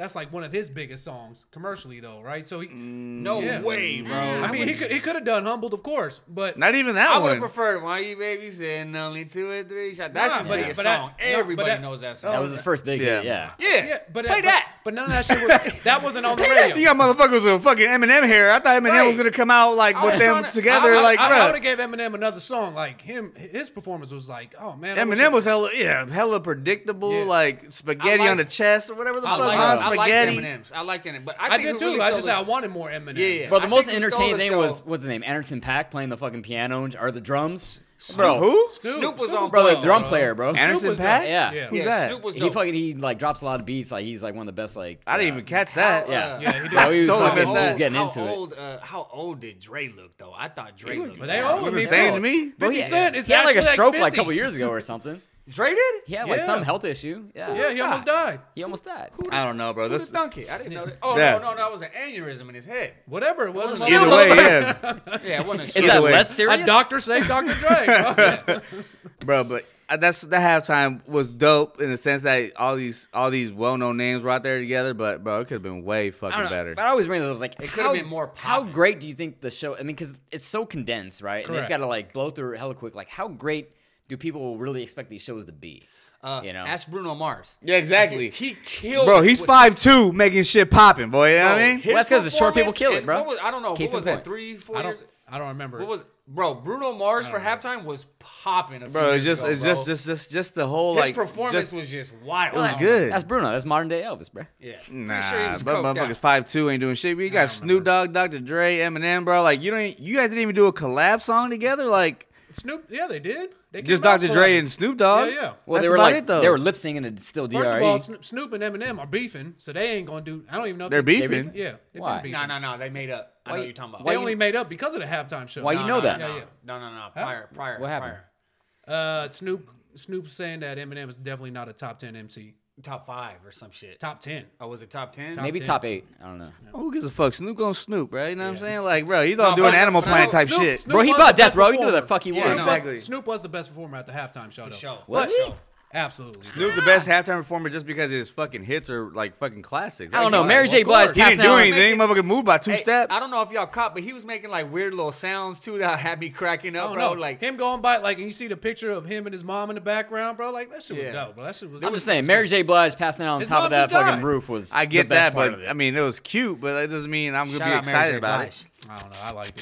Speaker 4: That's like one of his biggest songs commercially, though, right? So he,
Speaker 1: Mm,
Speaker 3: No
Speaker 4: Yeah.
Speaker 3: way, bro.
Speaker 4: I mean, he could he could have done humbled, of course, but
Speaker 1: Not even that
Speaker 3: I would
Speaker 1: one.
Speaker 3: have preferred "Why You Baby Sitting Only Two or Three Shots." That's
Speaker 4: Nah,
Speaker 3: his
Speaker 4: but-
Speaker 3: biggest
Speaker 4: but that-
Speaker 3: song.
Speaker 4: no, but
Speaker 3: Everybody
Speaker 4: that- Oh.
Speaker 3: knows that song.
Speaker 2: That was his first big
Speaker 1: Yeah.
Speaker 2: hit. Yeah.
Speaker 3: yeah.
Speaker 4: yeah, but
Speaker 3: play
Speaker 4: but-
Speaker 3: that.
Speaker 4: But, none of that shit was that wasn't on the radio.
Speaker 1: You got motherfuckers with fucking Eminem hair. I thought Eminem
Speaker 3: Right.
Speaker 1: was gonna come out like
Speaker 3: I
Speaker 1: with
Speaker 3: was
Speaker 1: them
Speaker 3: tryna-
Speaker 1: together.
Speaker 3: I- I-
Speaker 1: like,
Speaker 4: I,
Speaker 1: bruh.
Speaker 4: would have gave Eminem another song. Like him, his performance was like, oh man, I wish I-
Speaker 1: Eminem was hella, yeah, hella predictable,
Speaker 4: Yeah.
Speaker 1: like spaghetti
Speaker 3: I
Speaker 1: on the
Speaker 3: liked-
Speaker 1: chest or whatever the
Speaker 3: I
Speaker 1: fuck.
Speaker 3: like,
Speaker 1: hot
Speaker 3: I like
Speaker 1: spaghetti.
Speaker 3: Eminem's. I liked Eminem, but I,
Speaker 4: I
Speaker 3: think
Speaker 4: did
Speaker 3: who really
Speaker 4: too. I
Speaker 3: stole
Speaker 4: just
Speaker 3: the-
Speaker 4: I wanted more Eminem.
Speaker 3: Yeah, yeah.
Speaker 2: Bro, the
Speaker 3: I
Speaker 2: most
Speaker 3: think who stole
Speaker 2: entertaining
Speaker 3: the
Speaker 2: thing
Speaker 3: show-
Speaker 2: was what's his name? Anderson Pack playing the fucking piano or the drums.
Speaker 1: Bro, who?
Speaker 3: Snoop was on
Speaker 2: Bro, the
Speaker 3: Wow,
Speaker 2: drum
Speaker 4: bro.
Speaker 2: player, bro.
Speaker 1: Anderson
Speaker 4: was
Speaker 1: Paak?
Speaker 4: dope.
Speaker 2: Yeah.
Speaker 4: Yeah.
Speaker 1: Who's
Speaker 3: yeah,
Speaker 1: that?
Speaker 3: Snoop was
Speaker 2: He
Speaker 3: dope.
Speaker 2: fucking he like drops a lot of beats. Like he's like one of the best. Like
Speaker 1: I didn't
Speaker 2: uh,
Speaker 1: even catch
Speaker 3: How,
Speaker 1: that.
Speaker 2: Yeah.
Speaker 3: uh,
Speaker 4: Yeah, he did.
Speaker 2: Bro, he was
Speaker 1: Totally
Speaker 2: fucking
Speaker 1: missed
Speaker 2: he
Speaker 1: that.
Speaker 2: was getting
Speaker 3: how
Speaker 2: into it.
Speaker 3: old, Uh, how old did Dre look though? I thought Dre looked.
Speaker 4: but they
Speaker 3: young.
Speaker 4: old.
Speaker 1: You
Speaker 4: I
Speaker 1: were
Speaker 4: mean,
Speaker 1: saying
Speaker 4: bro.
Speaker 1: to me?
Speaker 2: Bro,
Speaker 4: 50
Speaker 2: he,
Speaker 4: Cent is
Speaker 2: Oh, he had like a
Speaker 4: actually, like,
Speaker 2: stroke like a
Speaker 4: 50.
Speaker 2: couple years ago or something.
Speaker 3: Dre did.
Speaker 2: He had like
Speaker 4: Yeah.
Speaker 2: some health issue. Yeah.
Speaker 4: Yeah, he almost died.
Speaker 2: He almost died.
Speaker 1: I don't know, bro.
Speaker 3: Who the
Speaker 1: This
Speaker 3: dunk it? I didn't know that. Oh
Speaker 1: Yeah.
Speaker 3: no, no, no, that was an aneurysm in his head.
Speaker 4: Whatever it was.
Speaker 2: Well,
Speaker 1: either way, yeah,
Speaker 3: Yeah, it wasn't. a
Speaker 2: Is
Speaker 3: stroke.
Speaker 2: that
Speaker 1: way.
Speaker 2: less serious?
Speaker 4: a doctor saved Dr. Dre. bro.
Speaker 1: bro. But uh, that's the halftime was dope in the sense that all these all these well known names were out there together. But bro, it could have been way
Speaker 2: I
Speaker 1: fucking
Speaker 2: don't know,
Speaker 1: better.
Speaker 2: But I always bring this up. I was like, it
Speaker 3: could've been more
Speaker 2: How
Speaker 3: poppin'.
Speaker 2: great do you think the show? I mean, because it's so condensed, right? And it's
Speaker 4: Correct.
Speaker 2: got to like blow through hella quick. Like, how great do people really expect these shows to be?
Speaker 3: Uh,
Speaker 2: you know,
Speaker 3: ask Bruno Mars.
Speaker 1: Yeah, exactly.
Speaker 3: He killed.
Speaker 1: Bro, he's
Speaker 3: with- Oh,
Speaker 1: five two, making shit popping, boy. You know what I mean?
Speaker 3: his
Speaker 2: that's 'cause the short people
Speaker 3: performance
Speaker 2: kill it,
Speaker 3: and
Speaker 2: bro.
Speaker 3: What was, I don't know.
Speaker 2: Case in
Speaker 3: what was that?
Speaker 2: point.
Speaker 3: Three, four
Speaker 4: I don't
Speaker 3: years.
Speaker 4: I don't remember.
Speaker 3: What was bro? Bruno Mars for halftime was popping. A few
Speaker 1: Bro, it's
Speaker 3: years
Speaker 1: just
Speaker 3: ago,
Speaker 1: it's
Speaker 3: bro.
Speaker 1: just just just just the whole
Speaker 3: his
Speaker 1: like
Speaker 3: performance
Speaker 1: just-
Speaker 3: was just wild.
Speaker 1: was good.
Speaker 2: That's Bruno. That's modern day Elvis, bro.
Speaker 3: Yeah, Pretty
Speaker 1: Nah,
Speaker 3: sure he was
Speaker 1: but
Speaker 3: coked
Speaker 1: motherfuckers
Speaker 3: out.
Speaker 1: five two ain't doing shit. But you got Snoop Dogg, Dr. Dre, Eminem, bro. Like you don't, e, you guys didn't even do a collab song together. Like
Speaker 4: Snoop? Yeah, they did. They
Speaker 1: just
Speaker 4: came out
Speaker 1: Dr.
Speaker 4: for
Speaker 1: Dre
Speaker 4: it.
Speaker 1: and Snoop Dogg.
Speaker 4: Yeah, yeah.
Speaker 2: Well,
Speaker 1: That's
Speaker 2: they were
Speaker 1: about
Speaker 2: like
Speaker 1: it though.
Speaker 2: they were lip synging to still E. DRE.
Speaker 1: E.
Speaker 4: First of all, Snoop, Snoop and Eminem are beefing, so they ain't gonna do. I don't even know. if
Speaker 1: They're
Speaker 4: they-
Speaker 1: beefing.
Speaker 4: Yeah, they've been
Speaker 2: Why?
Speaker 4: beefing.
Speaker 3: No, no, no. They made up. I know
Speaker 2: Why-
Speaker 3: what you're talking about.
Speaker 2: why
Speaker 4: They
Speaker 2: you-
Speaker 4: only made up because of the halftime show.
Speaker 2: Why you
Speaker 3: No,
Speaker 2: know
Speaker 3: no,
Speaker 2: that?
Speaker 3: No,
Speaker 4: Yeah, yeah.
Speaker 3: no, no, no. Prior, prior,
Speaker 2: What happened?
Speaker 3: prior.
Speaker 4: Uh, Snoop Snoop saying that Eminem is definitely not a top ten MC.
Speaker 3: Top five or some shit.
Speaker 4: Top ten.
Speaker 3: Oh, was it top ten?
Speaker 2: Maybe
Speaker 4: 10.
Speaker 2: top eight. I don't know.
Speaker 1: Who gives a fuck? Snoop on Snoop, right? You know what I'm
Speaker 4: Yeah.
Speaker 1: saying? Like, bro, he's
Speaker 3: No,
Speaker 1: on doing
Speaker 3: but-
Speaker 1: Animal
Speaker 3: but
Speaker 1: Planet
Speaker 3: Snoop-
Speaker 1: type
Speaker 4: Snoop-
Speaker 1: shit.
Speaker 4: Snoop
Speaker 2: Bro, he
Speaker 4: was
Speaker 2: bought
Speaker 4: the
Speaker 2: death
Speaker 4: best
Speaker 2: row. You know
Speaker 4: performer.
Speaker 2: the fuck he was.
Speaker 4: Snoop
Speaker 1: no.
Speaker 4: was-
Speaker 1: Exactly.
Speaker 4: Snoop was the best performer at the halftime show. Though.
Speaker 3: show.
Speaker 2: Was
Speaker 4: But-
Speaker 2: he?
Speaker 4: Absolutely.
Speaker 1: Snoop's the best halftime performer just because his fucking hits are like fucking classics.
Speaker 2: I don't
Speaker 1: That's
Speaker 2: know.
Speaker 1: why.
Speaker 2: Mary J.
Speaker 4: of
Speaker 2: Blige
Speaker 4: course.
Speaker 1: He
Speaker 2: passing
Speaker 1: didn't do
Speaker 2: out.
Speaker 1: anything. Motherfucker moved by two
Speaker 3: Hey,
Speaker 1: steps.
Speaker 3: I don't know if y'all caught, but he was making like weird little sounds too that had me cracking
Speaker 4: I
Speaker 3: up,
Speaker 4: don't
Speaker 3: bro.
Speaker 4: know.
Speaker 3: Like
Speaker 4: Oh, him going by, like, and you see the picture of him and his mom in the background, bro. Like that shit was
Speaker 3: Yeah.
Speaker 4: dope, bro. That shit was.
Speaker 2: I'm just saying, Mary J. Blige passing out on
Speaker 4: His
Speaker 2: top of
Speaker 4: mom
Speaker 2: that
Speaker 4: just
Speaker 2: fucking
Speaker 4: died.
Speaker 2: roof was.
Speaker 1: I get
Speaker 2: the best
Speaker 1: that,
Speaker 2: part
Speaker 1: but
Speaker 2: of it.
Speaker 1: I mean, it was cute, but that doesn't mean I'm gonna
Speaker 3: shout
Speaker 1: be
Speaker 3: out Mary
Speaker 1: excited
Speaker 3: J.
Speaker 1: about it.
Speaker 3: Blige.
Speaker 4: I don't know. I liked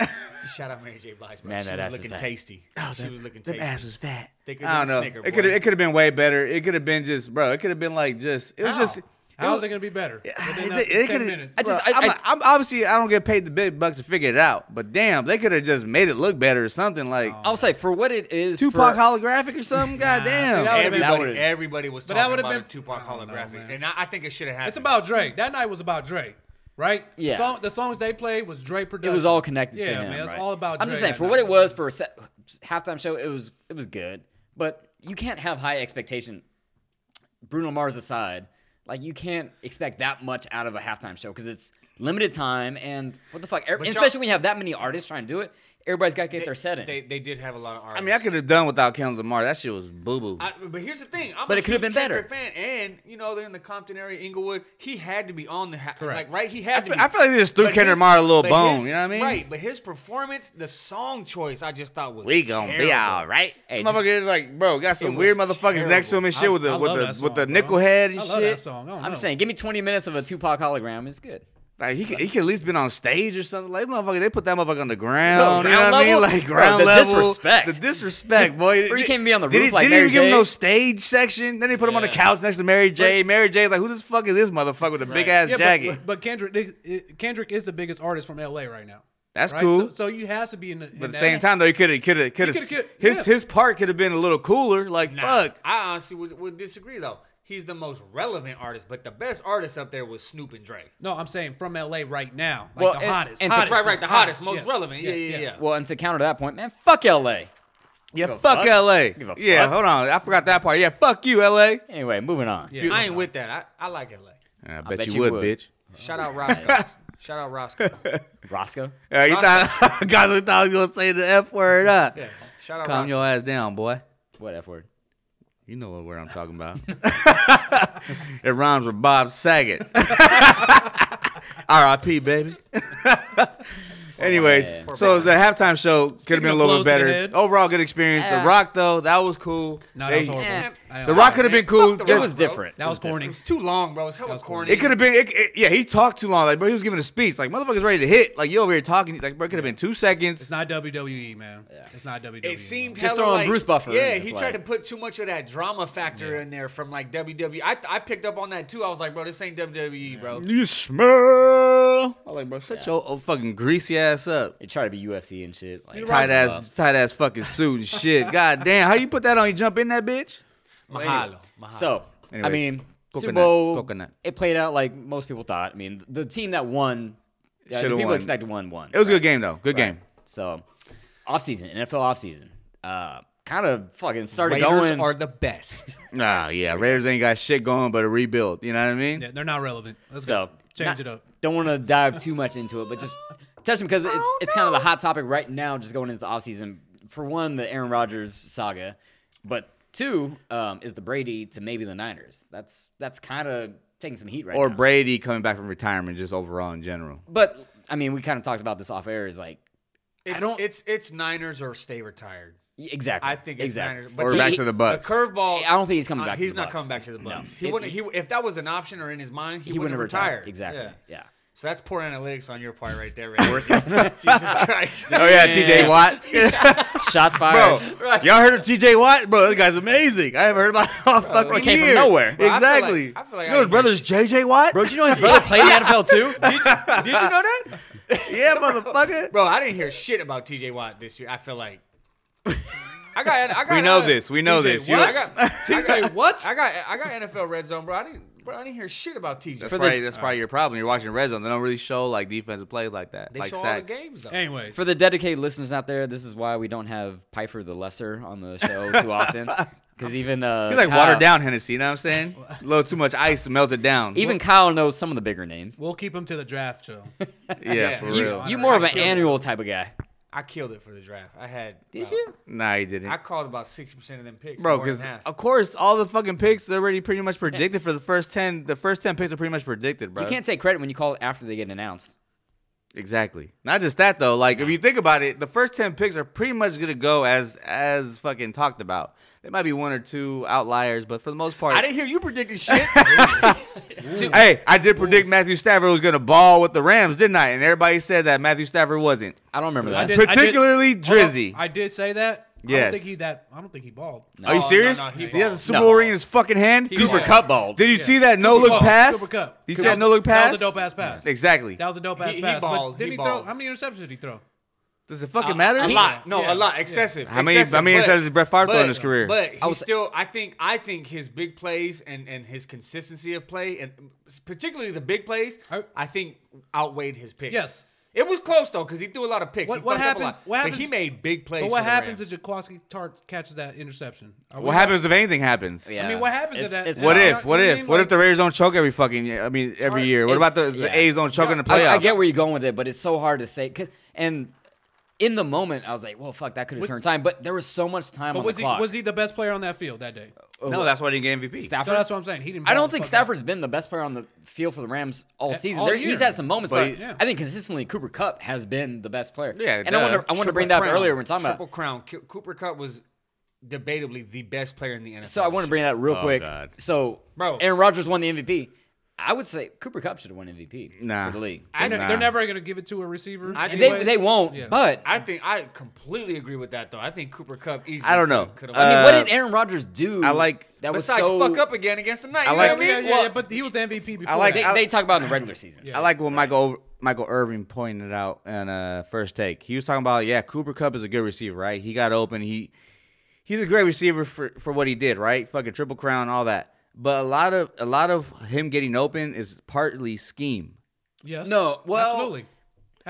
Speaker 4: it.
Speaker 3: Shout out Mary J. Blige, bro.
Speaker 2: Man,
Speaker 3: she
Speaker 2: that ass
Speaker 3: was
Speaker 2: is
Speaker 3: looking
Speaker 2: fat.
Speaker 3: tasty. she was looking
Speaker 1: Them
Speaker 3: tasty.
Speaker 1: ass was fat.
Speaker 3: Thicker
Speaker 1: I don't
Speaker 3: than
Speaker 1: know.
Speaker 3: a Snicker,
Speaker 1: it could
Speaker 3: boy.
Speaker 1: it could have been way better. It could have been just, bro. It could have been like just. It was
Speaker 3: How?
Speaker 1: just. it
Speaker 4: How
Speaker 1: was-
Speaker 4: is it gonna be better? Within
Speaker 1: It-
Speaker 4: that
Speaker 1: it
Speaker 4: ten
Speaker 1: coulda-
Speaker 4: minutes.
Speaker 1: I just, I,
Speaker 2: Bro,
Speaker 1: am
Speaker 2: I-
Speaker 1: obviously I don't get paid the big bucks to figure it out, but damn, they could have just made it look better or something like
Speaker 4: Oh.
Speaker 2: I'll say for what it is.
Speaker 1: Tupac
Speaker 2: for-
Speaker 1: holographic or something. God damn,
Speaker 4: that would've been-
Speaker 2: That
Speaker 3: everybody,
Speaker 2: would've-
Speaker 3: everybody was
Speaker 4: But
Speaker 3: talking
Speaker 4: that
Speaker 3: about
Speaker 4: would've
Speaker 3: been,
Speaker 4: been-
Speaker 3: Tupac
Speaker 4: I don't know,
Speaker 3: holographic,
Speaker 4: man.
Speaker 3: and I, I think it should have happened.
Speaker 4: It's about Drake. That night was about Drake, right?
Speaker 2: Yeah.
Speaker 4: The, song, the songs they played was Drake
Speaker 2: it
Speaker 4: production.
Speaker 2: was all connected
Speaker 4: Yeah,
Speaker 2: to him.
Speaker 4: man. It's
Speaker 2: right?
Speaker 4: all about.
Speaker 2: I'm just
Speaker 4: Dre
Speaker 2: saying,
Speaker 4: that
Speaker 2: for what
Speaker 4: night.
Speaker 2: it was for a set, halftime show, it was it was good, but you can't have high expectation. Bruno Mars aside, like you can't expect that much out of a halftime show because it's limited time and what the fuck, every,
Speaker 3: y'all-
Speaker 2: especially when you have that many artists trying to do it, everybody's got to get
Speaker 3: they,
Speaker 2: their set in.
Speaker 3: They, they did have a lot of.
Speaker 1: I
Speaker 3: Artists.
Speaker 1: mean, I could have done without Kendrick Lamar. That shit was boo boo.
Speaker 3: I, but here's the thing. I'm
Speaker 2: But
Speaker 3: a
Speaker 2: it could've
Speaker 3: huge
Speaker 2: been better.
Speaker 3: Kendrick Fan, and you know they're in the Compton area, Inglewood. He had to be on the ha-
Speaker 4: Correct.
Speaker 3: like right. He had
Speaker 1: I
Speaker 3: to.
Speaker 1: feel-
Speaker 3: be.
Speaker 1: I feel like they just threw
Speaker 3: But
Speaker 1: Kendrick
Speaker 3: his-
Speaker 1: Lamar a little
Speaker 3: but
Speaker 1: bone,
Speaker 3: his-
Speaker 1: you know what I mean?
Speaker 3: Right. But his performance, the song choice, I just thought was
Speaker 1: We gonna be
Speaker 3: terrible.
Speaker 1: all right.
Speaker 2: Hey,
Speaker 1: Motherfucker is like, bro, got some
Speaker 3: was
Speaker 1: weird motherfuckers next to him and shit with
Speaker 4: I
Speaker 1: the with
Speaker 4: love
Speaker 1: the
Speaker 4: that
Speaker 1: with the
Speaker 4: song, bro.
Speaker 1: nickel head and
Speaker 4: I
Speaker 1: shit.
Speaker 4: love that song. I don't
Speaker 2: I'm
Speaker 4: know.
Speaker 2: just saying, give me 20 minutes of a Tupac hologram, it's good.
Speaker 1: Like he could, he could at least been on stage or something. Like motherfucker, they put that motherfucker on the
Speaker 2: Bro,
Speaker 1: ground. you know
Speaker 2: ground
Speaker 1: what I mean?
Speaker 2: level?
Speaker 1: Like
Speaker 2: Bro,
Speaker 1: ground
Speaker 2: the
Speaker 1: level,
Speaker 2: disrespect.
Speaker 1: the disrespect, boy.
Speaker 2: Bro, you can't be on the
Speaker 1: Did
Speaker 2: roof
Speaker 1: he-
Speaker 2: like
Speaker 1: didn't
Speaker 2: Mary
Speaker 1: even give him
Speaker 2: J.
Speaker 1: no stage section. Then they put him on the
Speaker 2: Yeah.
Speaker 1: couch next to Mary J. Mary J's like, who the fuck is this motherfucker with a big ass
Speaker 4: Yeah,
Speaker 1: jacket?
Speaker 4: But, but Kendrick, Kendrick is the biggest artist from LA right now.
Speaker 1: That's
Speaker 4: right?
Speaker 1: cool.
Speaker 4: So, so you has to be in the.
Speaker 1: but at the same time, though, he could have could have could
Speaker 4: coulda
Speaker 1: have
Speaker 4: kid-
Speaker 1: his
Speaker 4: yeah.
Speaker 1: his part could have been a little cooler. Like
Speaker 3: Nah,
Speaker 1: fuck.
Speaker 3: I honestly would, would disagree though. He's the most relevant artist, but the best artist up there was Snoop and Dre.
Speaker 4: No, I'm saying from LA right now, like
Speaker 2: Well,
Speaker 4: the
Speaker 2: and-
Speaker 4: hottest,
Speaker 2: and to-
Speaker 4: hottest,
Speaker 3: Right, right, the hottest, most
Speaker 4: yes.
Speaker 3: relevant. Yeah, yeah, yeah.
Speaker 2: Well, and to counter that point, man, fuck LA.
Speaker 1: Yeah,
Speaker 2: give a
Speaker 1: fuck,
Speaker 2: fuck.
Speaker 1: L.A.
Speaker 2: Give a
Speaker 1: yeah,
Speaker 2: fuck.
Speaker 1: hold on, I forgot that part. Yeah, fuck you, L.A.
Speaker 2: Anyway, moving on.
Speaker 4: Yeah.
Speaker 3: I ain't with that. I, I like LA.
Speaker 1: I bet,
Speaker 2: bet
Speaker 1: you,
Speaker 2: you
Speaker 1: would,
Speaker 2: would.
Speaker 1: bitch.
Speaker 3: Shout out Roscoe. Shout out Roscoe.
Speaker 2: Roscoe.
Speaker 1: Yeah, you
Speaker 3: Roscoe.
Speaker 1: thought guys we thought I was gonna say the f word. Huh?
Speaker 3: Shout out
Speaker 1: Calm
Speaker 3: Roscoe.
Speaker 1: your ass down, boy.
Speaker 2: What F word?
Speaker 1: You know what word I'm talking about. it rhymes with Bob Saget. R.I.P. Baby. Anyways,
Speaker 2: man.
Speaker 1: so the halftime show could have been a
Speaker 4: of
Speaker 1: little bit
Speaker 4: blows to the
Speaker 1: better.
Speaker 4: head.
Speaker 1: Overall, good experience.
Speaker 2: Yeah.
Speaker 1: The Rock though, that was cool.
Speaker 4: No,
Speaker 1: They-
Speaker 4: that was horrible.
Speaker 2: eh.
Speaker 4: I don't
Speaker 1: The
Speaker 4: know.
Speaker 1: Rock could have been cool.
Speaker 3: Fuck the
Speaker 1: Just-
Speaker 2: It
Speaker 3: Rock,
Speaker 2: was
Speaker 3: bro.
Speaker 2: different.
Speaker 4: That was corny.
Speaker 3: It was too long, bro. It was hella corny.
Speaker 1: It could have been, it, it- yeah. He talked too long, like bro. He was giving a speech, like motherfuckers ready to hit, like you over here talking, like bro. It could have been two seconds.
Speaker 4: It's not WWE, man. It's not WWE.
Speaker 2: E
Speaker 3: It seemed
Speaker 2: Just
Speaker 3: hella
Speaker 2: throw in
Speaker 3: like,
Speaker 2: Bruce Buffer in,
Speaker 3: Yeah,
Speaker 2: it's
Speaker 3: he
Speaker 2: like-
Speaker 3: tried to put too much of that drama factor in there from like WWE. I, I picked up on that too. I was like, bro, this ain't WWE, bro.
Speaker 1: You smell. I'm like, bro, shut your old fucking greasy ass up.
Speaker 2: It tried to be UFC and shit. Like,
Speaker 1: Tight ass, tight ass fucking suit and shit. God damn, how you put that on? You jump in that bitch?
Speaker 2: Well, anyway,
Speaker 3: Mahalo, mahalo.
Speaker 2: So, I
Speaker 1: Anyways,
Speaker 2: mean, Super
Speaker 1: coconut,
Speaker 2: Bowl,
Speaker 1: coconut.
Speaker 2: it played out like most people thought. I mean, the team that won, uh, the
Speaker 1: Shoulda
Speaker 2: people
Speaker 1: won.
Speaker 2: expected won, won.
Speaker 1: It was a good game though. Good game.
Speaker 2: So, offseason, NFL offseason, uh, kind of fucking started
Speaker 3: Raiders
Speaker 2: going.
Speaker 3: are the best.
Speaker 1: Nah, yeah. Raiders ain't got shit going but a rebuild. You know what I mean?
Speaker 4: Yeah, they're not relevant. Let's
Speaker 2: so,
Speaker 4: go. Change
Speaker 2: not-
Speaker 4: it up.
Speaker 2: Don't want to dive too much into it, but just touch them because it's it's kind of the hot topic right now, just going into the offseason. For one, the Aaron Rodgers saga, but two um, is the Brady to maybe the Niners. That's that's kind of taking some heat right
Speaker 1: Or
Speaker 2: now.
Speaker 1: Brady coming back from retirement, just overall in general.
Speaker 2: But I mean, we kind of talked about this off air. Is like
Speaker 3: It's,
Speaker 2: don't-
Speaker 3: It's it's Niners or stay retired.
Speaker 2: exactly.
Speaker 3: I think it's
Speaker 2: exactly.
Speaker 3: Niners.
Speaker 1: Or
Speaker 3: the-
Speaker 1: back to the Bucks.
Speaker 3: The curveball.
Speaker 2: I don't think he's coming
Speaker 3: uh,
Speaker 2: back.
Speaker 3: he's
Speaker 2: to the
Speaker 3: not
Speaker 2: Bucks.
Speaker 3: coming back to the
Speaker 2: No.
Speaker 3: Bucks. He
Speaker 2: It-
Speaker 3: wouldn't. He, if that was an option or in his mind, he,
Speaker 2: wouldn't have retired.
Speaker 3: retired.
Speaker 2: Exactly.
Speaker 3: Yeah.
Speaker 2: Yeah.
Speaker 3: So that's poor analytics on your part right there. Ray. Jesus Christ.
Speaker 1: Oh yeah, TJ Watt.
Speaker 2: Shots
Speaker 1: Bro,
Speaker 2: fired.
Speaker 3: Right.
Speaker 1: y'all heard of TJ Watt? Bro, this guy's amazing. I haven't heard about him in a fucking
Speaker 2: came from
Speaker 1: year.
Speaker 2: nowhere.
Speaker 3: Bro, I feel like-
Speaker 1: exactly.
Speaker 3: I feel like
Speaker 1: you
Speaker 3: I
Speaker 1: know his brother's JJ Watt?
Speaker 2: Bro, did you know his brother played in the NFL too?
Speaker 3: Did you know that?
Speaker 1: yeah, motherfucker.
Speaker 3: Bro, I didn't hear shit about TJ Watt this year. I feel like I got. I got
Speaker 1: We know
Speaker 3: uh,
Speaker 1: this. We know
Speaker 3: TJ
Speaker 1: this. You-
Speaker 3: Watt. I got,
Speaker 4: TJ, what?
Speaker 3: I got. I got NFL red zone, bro. I didn't. Bro, I didn't hear shit about TJ.
Speaker 1: That's
Speaker 2: the-
Speaker 1: probably, that's probably your problem. You're watching Red Zone. They don't really show like defensive plays like that.
Speaker 3: They
Speaker 1: like
Speaker 3: show all the
Speaker 1: sacks.
Speaker 3: games though.
Speaker 4: Anyways,
Speaker 2: For the dedicated listeners out there, this is why we don't have Piper the Lesser on the show too often. Because even uh,
Speaker 1: He's like
Speaker 2: Kyle-
Speaker 1: watered down Hennessy, you know what I'm saying? A little too much ice melted down.
Speaker 2: Even Kyle knows some of the bigger names.
Speaker 4: we'll keep him to the draft show.
Speaker 1: yeah, for
Speaker 3: you-
Speaker 1: real.
Speaker 2: You more of
Speaker 3: I
Speaker 2: an
Speaker 3: killed
Speaker 2: annual type of guy.
Speaker 3: I killed it for the draft. I had.
Speaker 2: Did
Speaker 3: about-
Speaker 2: you?
Speaker 1: nah, he didn't.
Speaker 3: I called about sixty percent of them picks.
Speaker 1: Bro,
Speaker 3: more than
Speaker 1: because
Speaker 3: half.
Speaker 1: of course all the fucking picks are already pretty much predicted for the first ten. The first ten picks are pretty much predicted, bro.
Speaker 2: You can't take credit when you call it after they get announced.
Speaker 1: Exactly. Not just that though. Like if you think about it, the first ten picks are pretty much gonna go as as fucking talked about. There might be one or two outliers, but for the most part,
Speaker 3: I didn't hear you predicting shit.
Speaker 1: hey, I did predict Matthew Stafford was gonna ball with the Rams, didn't I? And everybody said that Matthew Stafford wasn't,
Speaker 2: I don't remember
Speaker 4: I
Speaker 2: that.
Speaker 4: did- I did-
Speaker 1: particularly
Speaker 4: Hold on,
Speaker 1: Drizzy.
Speaker 4: I did say that. I
Speaker 1: Yes.
Speaker 4: don't think he that. I don't think he balled.
Speaker 1: Are you
Speaker 3: No, no,
Speaker 1: serious?
Speaker 3: no, he
Speaker 1: Oh, he has a
Speaker 3: balled.
Speaker 1: Super
Speaker 2: No.
Speaker 1: Bowl ring in his fucking hand.
Speaker 2: Cooper
Speaker 3: Yeah.
Speaker 2: Cup ball.
Speaker 1: Did you see that no
Speaker 4: Cooper
Speaker 1: look
Speaker 4: Cup,
Speaker 1: pass?
Speaker 4: Cooper Cup.
Speaker 1: You see
Speaker 4: Cooper
Speaker 1: that no look
Speaker 4: That
Speaker 1: pass?
Speaker 4: was a dope ass pass.
Speaker 1: Exactly.
Speaker 4: That was a dope
Speaker 3: He-
Speaker 4: ass
Speaker 3: he
Speaker 4: pass.
Speaker 3: balled.
Speaker 4: But didn't
Speaker 3: He
Speaker 4: he, throw?
Speaker 3: balled.
Speaker 4: How many interceptions did he throw?
Speaker 1: Does it fucking matter?
Speaker 3: A
Speaker 2: He-
Speaker 3: lot. No,
Speaker 4: yeah.
Speaker 3: a lot. Excessive.
Speaker 1: How many- how
Speaker 3: Excessive.
Speaker 1: many
Speaker 3: But-
Speaker 1: interceptions did Brett Favre throw in
Speaker 3: but-
Speaker 1: his career?
Speaker 3: But he
Speaker 2: I was-
Speaker 3: still, I think, I think his big plays and and his consistency of play, and particularly the big plays,
Speaker 4: I-
Speaker 3: I think outweighed his picks.
Speaker 4: Yes.
Speaker 3: It was close though, because he threw a lot of picks.
Speaker 4: What-
Speaker 3: He
Speaker 4: what
Speaker 3: fucked up a
Speaker 4: happens-
Speaker 3: lot.
Speaker 4: what
Speaker 3: But
Speaker 4: happens-
Speaker 3: he made big plays.
Speaker 4: But
Speaker 3: for
Speaker 4: what
Speaker 3: the
Speaker 4: happens
Speaker 3: Rams.
Speaker 4: if Jaquaski Tart catches that interception? Are we
Speaker 1: what happens if anything happens?
Speaker 2: Yeah.
Speaker 4: I mean, what happens
Speaker 2: It's-
Speaker 4: if that?
Speaker 2: it's-
Speaker 1: What
Speaker 2: Yeah.
Speaker 1: if? What
Speaker 4: I
Speaker 1: if?
Speaker 4: mean,
Speaker 1: What
Speaker 4: like,
Speaker 1: if the Raiders don't choke every fucking? year? I mean, every year. What about
Speaker 2: It's-
Speaker 1: the, the
Speaker 2: yeah.
Speaker 1: A's don't choke in the playoffs?
Speaker 2: I, I get where you're going with it, but it's so hard to say. 'cause- and in the moment, I was like, "Well, fuck, that could have
Speaker 4: Was-
Speaker 2: turned time." But there was so much time
Speaker 4: But
Speaker 2: on
Speaker 4: was
Speaker 2: the
Speaker 4: he
Speaker 2: clock.
Speaker 4: was he the best player on that field that day?
Speaker 1: No, that's why they didn't get MVP.
Speaker 2: Stafford?
Speaker 4: So that's what I'm saying. He didn't.
Speaker 2: I
Speaker 4: ball
Speaker 2: don't
Speaker 4: the
Speaker 2: think
Speaker 4: fuck out.
Speaker 2: Stafford's been the best player on the field for the Rams all
Speaker 4: Yeah,
Speaker 2: season.
Speaker 4: all
Speaker 2: There-
Speaker 4: year.
Speaker 2: he's had some moments,
Speaker 1: But
Speaker 2: but,
Speaker 1: he- Yeah.
Speaker 2: I think consistently Cooper Cup has been the best player.
Speaker 1: Yeah,
Speaker 2: and I
Speaker 1: duh.
Speaker 2: want to I want to bring that up
Speaker 3: Crown.
Speaker 2: earlier when we're talking
Speaker 3: Triple
Speaker 2: about.
Speaker 3: Crown. Cu- Cooper Cup was debatably the best player in the NFL.
Speaker 2: So I want to bring that real
Speaker 1: Oh,
Speaker 2: quick.
Speaker 1: God.
Speaker 2: So,
Speaker 3: Bro.
Speaker 2: Aaron Rodgers won the MVP. I would say Cooper Cup should have won MVP
Speaker 1: Nah.
Speaker 2: for the league.
Speaker 3: I,
Speaker 4: They're,
Speaker 1: Nah.
Speaker 4: they're never going to give it to a receiver.
Speaker 3: I-
Speaker 2: They,
Speaker 4: anyways.
Speaker 2: they won't,
Speaker 4: Yeah.
Speaker 2: but
Speaker 3: I think I completely agree with that though. I think Cooper Cup easily.
Speaker 1: I don't know.
Speaker 3: Could
Speaker 2: I mean,
Speaker 3: have.
Speaker 2: what
Speaker 1: Uh,
Speaker 2: did Aaron Rodgers do?
Speaker 1: I like-
Speaker 2: that was
Speaker 3: Besides,
Speaker 2: so.
Speaker 3: fuck up again against the night.
Speaker 1: I
Speaker 3: you
Speaker 1: like-
Speaker 3: know what
Speaker 4: Yeah,
Speaker 3: I
Speaker 4: yeah,
Speaker 3: mean?
Speaker 4: yeah, yeah, but he was the MVP before.
Speaker 1: like-
Speaker 2: They,
Speaker 4: that.
Speaker 1: I-
Speaker 2: they talk about it in the regular season.
Speaker 1: I like what Michael Michael Irvin pointed out in uh, first take. He was talking about yeah, Cooper Cup is a good receiver, right? He got open. He he's a great receiver for, for what he did, right? Fucking triple crown, all that. But a lot of a lot of him getting open is partly scheme,
Speaker 4: Yes.
Speaker 2: No, well-
Speaker 4: absolutely,
Speaker 1: and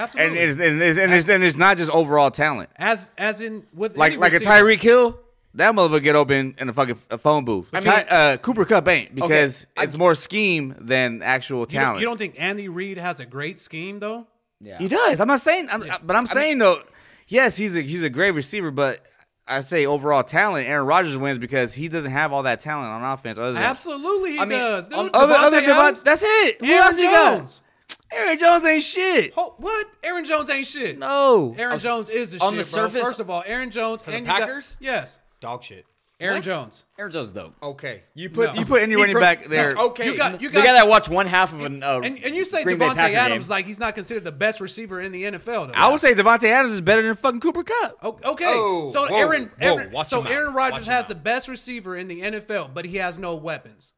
Speaker 4: absolutely.
Speaker 1: it's and it's, and it's, and it's not just overall talent.
Speaker 4: as as in with
Speaker 1: Like
Speaker 4: any
Speaker 1: like a
Speaker 4: receiver.
Speaker 1: Tyreek Hill, that motherfucker get open in a fucking a phone booth.
Speaker 2: mean-
Speaker 1: Ty- uh, Cooper Cup ain't because it's more scheme than actual
Speaker 4: You don't,
Speaker 1: talent.
Speaker 4: you don't think Andy Reid has a great scheme though?
Speaker 2: Yeah.
Speaker 1: He does. I'm not saying, I'm, but I'm saying though, yes, he's a he's a great receiver, but I say overall talent, Aaron Rodgers wins because he doesn't have all that talent on offense. Other than
Speaker 4: Absolutely, he
Speaker 2: I mean,
Speaker 4: does. Dude,
Speaker 2: um,
Speaker 1: other, other
Speaker 4: Devontae
Speaker 1: than Devont-
Speaker 4: Adams,
Speaker 1: that's it. Who
Speaker 4: Aaron
Speaker 1: else you got?
Speaker 4: Jones.
Speaker 1: Aaron Jones ain't shit.
Speaker 4: Ho- what? Aaron Jones ain't shit.
Speaker 1: No.
Speaker 4: Aaron Jones is the
Speaker 2: on
Speaker 4: shit,
Speaker 2: the surface-
Speaker 4: bro. First of all, Aaron Jones
Speaker 3: the
Speaker 4: and you got-
Speaker 3: Packers?
Speaker 4: yes,
Speaker 3: Dog shit.
Speaker 4: Aaron
Speaker 2: What?
Speaker 4: Jones.
Speaker 2: Aaron Jones dope.
Speaker 3: Okay.
Speaker 1: You put
Speaker 4: No.
Speaker 1: you put any running
Speaker 2: from-
Speaker 1: back
Speaker 4: That's
Speaker 1: there.
Speaker 3: okay.
Speaker 4: You got you
Speaker 2: the guy
Speaker 4: got
Speaker 2: that watched one half of an uh,
Speaker 4: and, and you say
Speaker 2: Green Bay
Speaker 4: Devontae
Speaker 2: Packer
Speaker 4: Adams
Speaker 2: game.
Speaker 4: like he's not considered the best receiver in the NFL. Though.
Speaker 1: I would say Devontae Adams is better than fucking Cooper Cup.
Speaker 4: O- Okay,
Speaker 3: Oh,
Speaker 4: so
Speaker 3: whoa,
Speaker 4: Aaron,
Speaker 3: whoa,
Speaker 4: Aaron
Speaker 3: watch
Speaker 4: so
Speaker 3: him out,
Speaker 4: Aaron
Speaker 3: watch
Speaker 4: Rodgers
Speaker 3: him
Speaker 4: has
Speaker 3: out.
Speaker 4: the best receiver in the NFL, but he has no weapons.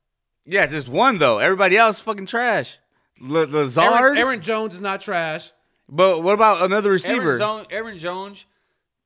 Speaker 1: Yeah, just one though. Everybody else fucking trash. L- Lazard.
Speaker 4: Aaron, Aaron Jones is not trash.
Speaker 1: but what about another
Speaker 3: Aaron,
Speaker 1: receiver?
Speaker 3: Zone, Aaron Jones,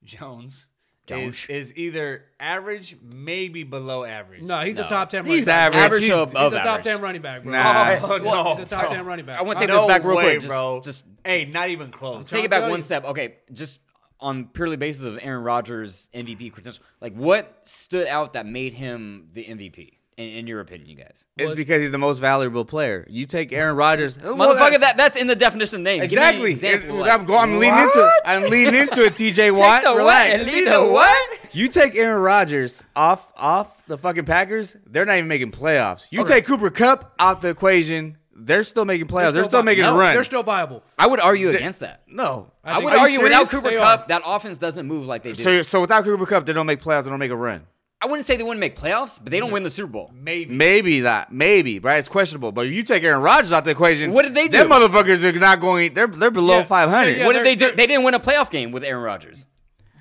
Speaker 3: Jones,
Speaker 2: Jones.
Speaker 3: Is, is either average, maybe below average.
Speaker 4: No, he's a
Speaker 2: No.
Speaker 4: top ten.
Speaker 1: He's
Speaker 4: running
Speaker 1: average.
Speaker 4: Back.
Speaker 2: average
Speaker 1: He's-
Speaker 2: to
Speaker 1: he's
Speaker 4: He's
Speaker 2: above
Speaker 4: a top
Speaker 2: average.
Speaker 4: ten running back, bro.
Speaker 1: Nah.
Speaker 3: Oh,
Speaker 4: Well,
Speaker 3: no.
Speaker 4: he's a top 10 running back.
Speaker 2: I want to
Speaker 3: No
Speaker 2: take this back real
Speaker 3: way,
Speaker 2: quick, just-
Speaker 3: bro.
Speaker 2: Just,
Speaker 3: hey, not even close.
Speaker 4: trying
Speaker 2: take
Speaker 4: to
Speaker 2: it back
Speaker 4: tell
Speaker 2: one
Speaker 4: you.
Speaker 2: step. Okay, just on purely basis of Aaron Rodgers MVP credentials, like what stood out that made him the MVP in, in your opinion, you guys?
Speaker 1: It's because he's the most valuable player. You take Aaron Rodgers.
Speaker 2: Motherfucker, that, that's in the definition of name. Give me an
Speaker 1: exactly.
Speaker 2: example,
Speaker 1: It-
Speaker 2: like-
Speaker 1: I'm, go- I'm leaning into it. I'm leaning into it. TJ Watt,
Speaker 2: the what
Speaker 1: relax.
Speaker 2: and leave the what?
Speaker 1: You take Aaron Rodgers off off the fucking Packers. They're not even making playoffs. You take Cooper Cup out the equation. They're still making playoffs. They're, still
Speaker 4: vi-
Speaker 1: making
Speaker 4: no,
Speaker 1: a run.
Speaker 4: They're still viable.
Speaker 2: I would argue against that.
Speaker 1: no.
Speaker 4: I
Speaker 2: I,
Speaker 4: think-
Speaker 2: would
Speaker 4: Are you
Speaker 2: argue without
Speaker 4: serious?
Speaker 2: Cooper
Speaker 4: They
Speaker 2: Cup,
Speaker 4: are.
Speaker 2: that offense doesn't move like they do.
Speaker 1: So so without Cooper Cup, they don't make playoffs. They don't make a run.
Speaker 2: I wouldn't say they wouldn't make playoffs, but they don't win the Super Bowl.
Speaker 3: Maybe.
Speaker 1: Maybe that. Maybe right. It's questionable. But you take Aaron Rodgers out the equation.
Speaker 2: What did they
Speaker 1: Them
Speaker 2: do?
Speaker 1: motherfuckers are not going. They're they're below
Speaker 4: Yeah.
Speaker 1: five hundred.
Speaker 4: Yeah,
Speaker 2: what
Speaker 4: they're-
Speaker 2: did they do?
Speaker 4: they're-
Speaker 2: They didn't win a playoff game with Aaron Rodgers.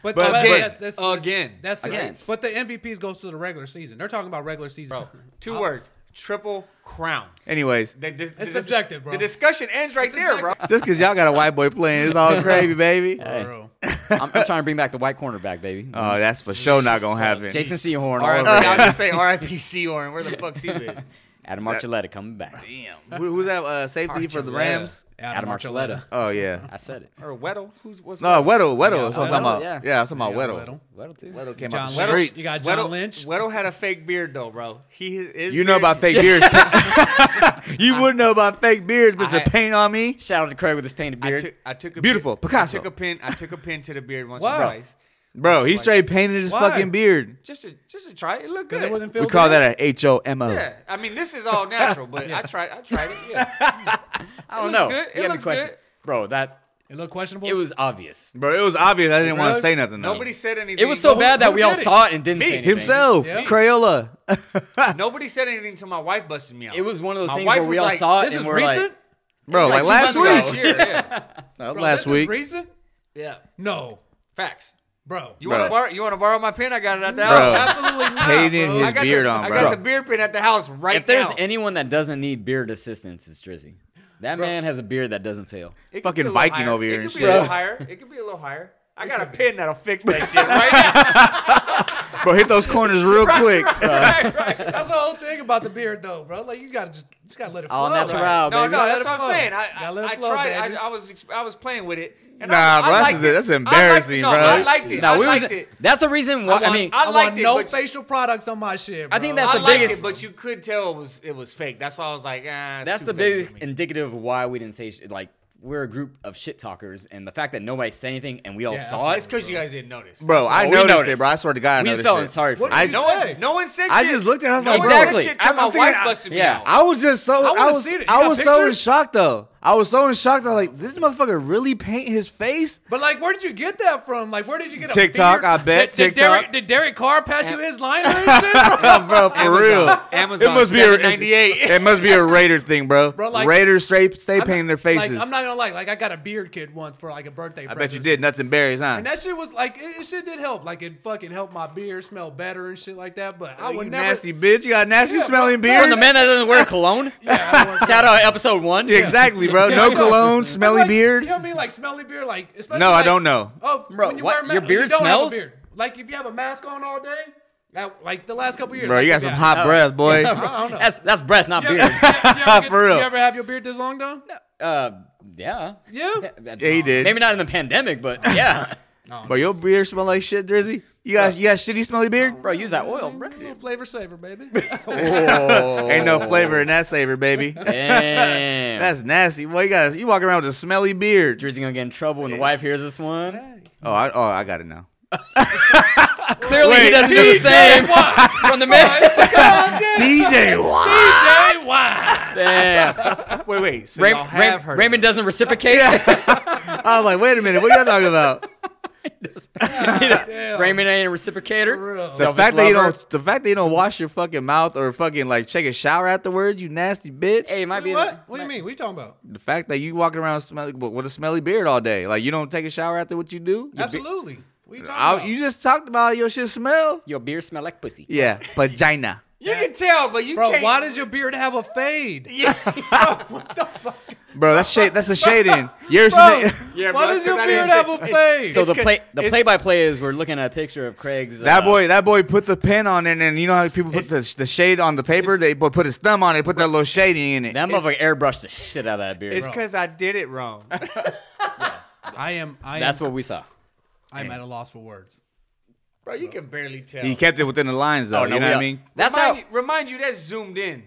Speaker 4: But,
Speaker 1: But-
Speaker 4: but
Speaker 1: but-
Speaker 4: that's, that's,
Speaker 3: again.
Speaker 4: that's it.
Speaker 2: Again.
Speaker 4: But the MVPs goes to the regular season. They're talking about regular season.
Speaker 3: Bro, two
Speaker 4: Uh,
Speaker 3: words. Triple crown.
Speaker 1: Anyways,
Speaker 3: The, the, the-
Speaker 4: subjective, bro.
Speaker 3: The discussion ends right there, bro.
Speaker 1: just because y'all got a white boy playing, it's all crazy, baby.
Speaker 2: Hey,
Speaker 4: Bro.
Speaker 2: I'm, I'm trying to bring back the white cornerback, baby.
Speaker 1: Oh, that's for sure not gonna happen.
Speaker 2: Jason Seahorn, all
Speaker 3: All right,
Speaker 2: over
Speaker 3: I was
Speaker 2: again.
Speaker 3: gonna say R.I.P. Seahorn. Where the fuck's he been?
Speaker 2: Adam Archuleta coming back.
Speaker 1: Who- who's that uh, safety for the
Speaker 3: Archuleta.
Speaker 1: Rams?
Speaker 2: Adam Archuleta.
Speaker 1: Oh yeah.
Speaker 2: I said it.
Speaker 3: Or Weddle? Who's what's
Speaker 1: No, Weddle. Weddle. that's what I'm
Speaker 2: Weddle,
Speaker 1: talking about. Yeah,
Speaker 2: yeah.
Speaker 1: that's what I'm
Speaker 4: Yeah,
Speaker 1: talking about. Weddle.
Speaker 4: Weddle.
Speaker 2: Weddle too.
Speaker 1: Weddle came
Speaker 4: John
Speaker 1: out the
Speaker 4: Weddle.
Speaker 1: streets.
Speaker 4: You got John
Speaker 3: Weddle,
Speaker 4: Lynch.
Speaker 3: Weddle had a fake beard though, bro. He is.
Speaker 1: You know about fake beards. you wouldn't know about fake beards, but the
Speaker 3: I-
Speaker 1: paint on me.
Speaker 2: Shout out to Craig with his painted
Speaker 3: I
Speaker 2: beard.
Speaker 3: took, I took a
Speaker 1: Beautiful,
Speaker 3: pin-
Speaker 1: Picasso.
Speaker 3: I took a pin. I took a pin to the beard once
Speaker 4: Wow.
Speaker 3: or twice.
Speaker 1: Bro, he straight painted his
Speaker 4: Why?
Speaker 1: fucking beard.
Speaker 3: Just to just to try it. It looked good.
Speaker 4: Because it wasn't
Speaker 1: We
Speaker 4: filled
Speaker 1: call
Speaker 4: in.
Speaker 1: that a H O M O.
Speaker 3: Yeah, I mean this is all natural, but I tried. I tried it. Yeah,
Speaker 2: I don't
Speaker 3: looks
Speaker 2: know.
Speaker 3: good.
Speaker 2: You
Speaker 3: It
Speaker 2: have a
Speaker 3: looks
Speaker 2: question,
Speaker 3: good.
Speaker 2: bro? That
Speaker 4: It looked questionable.
Speaker 2: it was obvious.
Speaker 1: Bro, it was obvious. I didn't want to
Speaker 4: Really?
Speaker 1: say nothing. Though.
Speaker 3: nobody said anything.
Speaker 2: It was so
Speaker 4: Who-
Speaker 2: bad that
Speaker 4: who
Speaker 2: we all
Speaker 4: did it?
Speaker 2: saw it and didn't say anything.
Speaker 1: himself.
Speaker 4: Yeah.
Speaker 1: Crayola.
Speaker 3: Nobody said anything till my wife busted me out.
Speaker 2: It was one of those
Speaker 3: My
Speaker 2: things
Speaker 3: wife
Speaker 2: where we
Speaker 3: was
Speaker 2: all
Speaker 3: like,
Speaker 2: saw it
Speaker 4: this
Speaker 2: and
Speaker 4: is
Speaker 2: we're
Speaker 4: recent.
Speaker 2: like,
Speaker 1: Bro, like,
Speaker 3: Two
Speaker 1: last
Speaker 3: months ago.
Speaker 1: week.
Speaker 3: Yeah, yeah.
Speaker 1: That was
Speaker 4: Bro,
Speaker 1: last
Speaker 4: this is
Speaker 1: week.
Speaker 4: recent.
Speaker 3: yeah.
Speaker 4: No,
Speaker 3: Facts.
Speaker 4: bro.
Speaker 3: You
Speaker 1: Bro.
Speaker 3: want to borrow? You want to borrow my pin? I got it at the
Speaker 1: Bro.
Speaker 3: house.
Speaker 4: Absolutely not.
Speaker 1: Painted
Speaker 4: bro.
Speaker 1: his
Speaker 3: I got
Speaker 1: beard
Speaker 3: the,
Speaker 1: on,
Speaker 3: I
Speaker 1: bro.
Speaker 3: got the beard pin at the house right
Speaker 2: if there's
Speaker 3: now.
Speaker 2: anyone that doesn't need beard assistance, it's Drizzy. That man has a beard that doesn't fail.
Speaker 3: It could
Speaker 1: fucking
Speaker 3: be a little
Speaker 1: Viking
Speaker 3: higher.
Speaker 1: over here
Speaker 3: It
Speaker 1: and
Speaker 3: could be
Speaker 1: shit.
Speaker 3: a little higher. It could be a little higher. I got a pin that'll fix that shit right
Speaker 1: Bro, hit those corners real quick.
Speaker 3: now. right, right.
Speaker 4: That's the whole thing about the beard, though, bro. Like you gotta just, just gotta let it flow.
Speaker 2: All natural,
Speaker 4: Right.
Speaker 3: No,
Speaker 2: baby.
Speaker 3: no,
Speaker 4: Let
Speaker 3: that's
Speaker 4: it
Speaker 3: what I'm
Speaker 4: flow.
Speaker 3: saying. I,
Speaker 4: Gotta let it
Speaker 3: I, I
Speaker 4: flow,
Speaker 3: tried.
Speaker 4: baby.
Speaker 3: I, I was ex- I was playing with it. And
Speaker 1: Nah,
Speaker 3: I,
Speaker 1: bro,
Speaker 3: I
Speaker 1: that's-
Speaker 3: liked it.
Speaker 1: that's
Speaker 3: I liked it.
Speaker 1: embarrassing,
Speaker 3: no,
Speaker 1: bro.
Speaker 3: I liked it.
Speaker 2: No,
Speaker 3: I
Speaker 2: we was.
Speaker 3: liked it.
Speaker 2: That's a reason why. I, mean,
Speaker 4: I,
Speaker 3: I
Speaker 4: want
Speaker 3: liked it,
Speaker 4: no
Speaker 3: but-
Speaker 4: facial products on my shit. Bro.
Speaker 2: I think that's
Speaker 3: I
Speaker 2: the
Speaker 3: liked
Speaker 2: biggest-
Speaker 3: it, but you could tell it was it was fake. That's why I was like, ah, it's
Speaker 2: that's
Speaker 3: too
Speaker 2: the
Speaker 3: fake
Speaker 2: biggest
Speaker 3: for me.
Speaker 2: indicative of why we didn't say shit. Like we're a group of shit talkers, and the fact that nobody said anything and we all
Speaker 4: Yeah,
Speaker 2: saw
Speaker 3: It's
Speaker 2: it.
Speaker 3: because you guys didn't notice,
Speaker 1: Bro, I
Speaker 2: we
Speaker 1: noticed, it,
Speaker 2: noticed.
Speaker 1: bro. I swear to God, I
Speaker 2: We just
Speaker 1: noticed
Speaker 2: felt
Speaker 1: it.
Speaker 2: sorry for
Speaker 4: What
Speaker 2: it.
Speaker 1: I
Speaker 4: did you
Speaker 3: No
Speaker 4: say?
Speaker 3: one, no one said shit.
Speaker 1: I just looked at it, I was
Speaker 3: no
Speaker 1: like,
Speaker 3: one said
Speaker 2: Exactly.
Speaker 3: shit till
Speaker 1: I'm-
Speaker 3: my
Speaker 1: I'm thinking-
Speaker 3: wife busted me
Speaker 2: yeah.
Speaker 3: out.
Speaker 1: I was just so
Speaker 4: I
Speaker 1: I,
Speaker 4: wanna
Speaker 1: was
Speaker 4: see it. You
Speaker 1: I
Speaker 4: got
Speaker 1: was so in
Speaker 4: pictures?
Speaker 1: shock though. I was so in shock that like this motherfucker really paint his face.
Speaker 4: But like, where did you get that from? Like, where did you get a
Speaker 1: TikTok,
Speaker 4: beard?
Speaker 1: I bet,
Speaker 4: Did, did
Speaker 1: TikTok.
Speaker 4: Derek, did Derek Carr pass you his line or shit, bro?
Speaker 1: bro, for real.
Speaker 3: Amazon
Speaker 1: It,
Speaker 3: 798.
Speaker 1: must be a Raider thing, bro.
Speaker 4: Bro, like-
Speaker 1: Raiders stay stay
Speaker 4: I'm
Speaker 1: painting
Speaker 4: not-
Speaker 1: their faces.
Speaker 4: Like, I'm not gonna lie. Like, I got a beard kid once for like a birthday.
Speaker 1: I bet you did nuts and berries, huh?
Speaker 4: And that shit was like, it, it shit did help. Like, it fucking helped my beard smell better and shit like that. But I
Speaker 1: you
Speaker 4: would never.
Speaker 1: nasty bitch. You got nasty
Speaker 4: Yeah, bro.
Speaker 1: smelling
Speaker 4: No,
Speaker 1: beard.
Speaker 2: From the man that doesn't wear cologne.
Speaker 4: Yeah, I would-
Speaker 2: Shout out episode one.
Speaker 1: Yeah, Exactly, bro. No
Speaker 4: Yeah.
Speaker 1: cologne, smelly
Speaker 4: Like,
Speaker 1: beard.
Speaker 4: You know what I mean? Like smelly beard, like especially
Speaker 1: No, I
Speaker 4: like-
Speaker 1: don't know.
Speaker 4: Oh,
Speaker 2: Bro,
Speaker 4: when you
Speaker 2: what?
Speaker 4: wear a ma-
Speaker 2: Your
Speaker 4: when
Speaker 2: beard
Speaker 4: you don't
Speaker 2: smells?
Speaker 4: Have a beard. Like if you have a mask on all day, that, like the last couple years.
Speaker 1: Bro, you got
Speaker 4: like,
Speaker 1: some
Speaker 4: yeah.
Speaker 1: hot breath, boy.
Speaker 4: I don't know.
Speaker 2: That's that's breath, not
Speaker 4: You ever-
Speaker 2: beard.
Speaker 4: you ever get-
Speaker 1: For real.
Speaker 4: You ever have your beard this long done?
Speaker 2: Uh, yeah.
Speaker 4: Yeah.
Speaker 2: That's-
Speaker 1: Yeah, he did.
Speaker 2: Maybe not in the pandemic, but yeah.
Speaker 1: Bro, your beard smell like shit, Drizzy. You got you got shitty smelly beard.
Speaker 2: Bro, use that oil,
Speaker 4: A
Speaker 2: bro.
Speaker 4: little flavor saver, baby.
Speaker 1: Ain't no flavor in that savor, baby.
Speaker 2: Damn.
Speaker 1: That's nasty. Boy, you got you walking around with a smelly beard.
Speaker 2: Drizzy gonna get in trouble when the wife hears this one.
Speaker 1: Oh, I, oh, I got it now.
Speaker 2: Clearly, he
Speaker 1: Wait,
Speaker 2: doesn't do the same from the man.
Speaker 1: DJ Watt.
Speaker 3: DJ Watt.
Speaker 2: Damn.
Speaker 3: Wait, wait. So
Speaker 2: Ray-
Speaker 3: y'all have
Speaker 2: Ray-
Speaker 3: heard of
Speaker 2: Raymond doesn't reciprocate.
Speaker 1: I was like, wait a minute, what are y'all talking about?
Speaker 2: Raymond ain't a reciprocator.
Speaker 1: The
Speaker 2: Selfish
Speaker 1: fact that you
Speaker 2: lover.
Speaker 1: don't, the fact that you don't wash your fucking mouth or fucking like take a shower afterwards, you nasty bitch.
Speaker 2: Hey, it might be.
Speaker 4: What? What do you mean? What are you talking about?
Speaker 1: The fact that you walking around smelly, with a smelly beard all day, like you don't take a shower after what you do.
Speaker 4: Absolutely. What are you talking
Speaker 1: I,
Speaker 4: about?
Speaker 1: you just talked about how your shit smell.
Speaker 2: Your beer smell like pussy.
Speaker 1: Yeah, vagina.
Speaker 3: You can tell, but you
Speaker 4: Bro,
Speaker 3: can't.
Speaker 4: why does your beard have a fade?
Speaker 1: Bro, that's shade. That's a shade in. You're
Speaker 4: Bro,
Speaker 3: Yeah,
Speaker 4: why
Speaker 3: bro,
Speaker 4: does your
Speaker 3: that's 'cause I didn't
Speaker 4: beard have a
Speaker 3: say-
Speaker 4: fade?
Speaker 2: So the
Speaker 3: good.
Speaker 2: play, the
Speaker 3: It's-
Speaker 2: play-by-play is we're looking at a picture of Craig's.
Speaker 1: That
Speaker 2: uh,
Speaker 1: boy, that boy put the pen on it, and you know how people put the, the shade on the paper. They bu- put his thumb on it, put that little shading in it.
Speaker 2: That motherfucker airbrushed the shit out of that beer.
Speaker 3: It's because I did it wrong.
Speaker 4: I am. I
Speaker 2: That's
Speaker 4: am,
Speaker 2: what we saw.
Speaker 4: I'm at a loss for words.
Speaker 3: Bro, you can barely tell.
Speaker 1: he kept it within the lines, though.
Speaker 2: Oh, no,
Speaker 1: Oh, you know what
Speaker 2: we
Speaker 1: I
Speaker 2: all-
Speaker 1: mean?
Speaker 2: That's how.
Speaker 3: remind You, remind you that's zoomed in.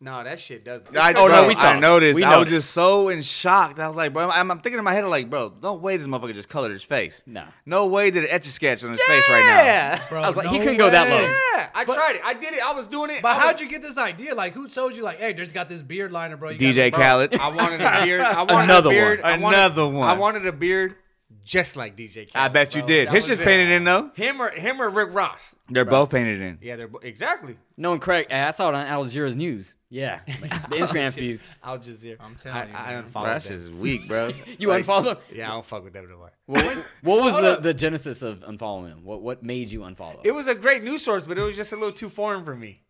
Speaker 3: No, that shit does.
Speaker 1: I,
Speaker 2: Oh, no,
Speaker 1: bro,
Speaker 2: we saw
Speaker 1: I
Speaker 2: it.
Speaker 1: noticed.
Speaker 2: We
Speaker 1: I was
Speaker 2: noticed.
Speaker 1: just so in shock. I was like, bro, I'm, I'm thinking in my head, I'm like, bro, no way this motherfucker just colored his face.
Speaker 2: No.
Speaker 1: No way did it etch a sketch on his face right now.
Speaker 3: Yeah.
Speaker 4: Bro,
Speaker 2: I was like,
Speaker 4: no
Speaker 2: he couldn't go that
Speaker 4: way.
Speaker 2: low.
Speaker 3: Yeah, I tried it. I did it. I was doing it.
Speaker 4: But
Speaker 3: I
Speaker 4: how'd
Speaker 3: was-
Speaker 4: you get this idea? Like, who told you? Like, hey, there's got this beard liner, bro. You
Speaker 1: DJ
Speaker 4: gotta- bro,
Speaker 1: Khaled.
Speaker 3: I wanted a beard. I wanted
Speaker 1: Another
Speaker 3: a beard.
Speaker 1: one.
Speaker 3: I wanted-
Speaker 1: Another one.
Speaker 3: I wanted a beard just like DJ. Khaled,
Speaker 1: I bet you
Speaker 3: bro.
Speaker 1: did.
Speaker 3: That
Speaker 1: His
Speaker 3: was
Speaker 1: shit's
Speaker 3: it.
Speaker 1: painted in, though.
Speaker 3: Him or him or Rick Ross.
Speaker 1: They're both painted in.
Speaker 3: Yeah, they're bo- exactly.
Speaker 2: Knowing Craig, I saw it on Al Jazeera's news. Yeah, the Instagram feeds.
Speaker 3: Al Jazeera. I'm
Speaker 4: telling you,
Speaker 3: I, I
Speaker 4: man.
Speaker 1: Bro,
Speaker 3: unfollowed
Speaker 1: that's
Speaker 3: them.
Speaker 1: just weak, bro.
Speaker 2: You
Speaker 1: Like,
Speaker 2: unfollow him.
Speaker 3: Yeah, I don't fuck with them anymore.
Speaker 2: What was
Speaker 4: Hold
Speaker 2: the,
Speaker 4: up.
Speaker 2: the genesis of unfollowing him? What what made you unfollow?
Speaker 3: It was a great news source, but it was just a little too foreign for me.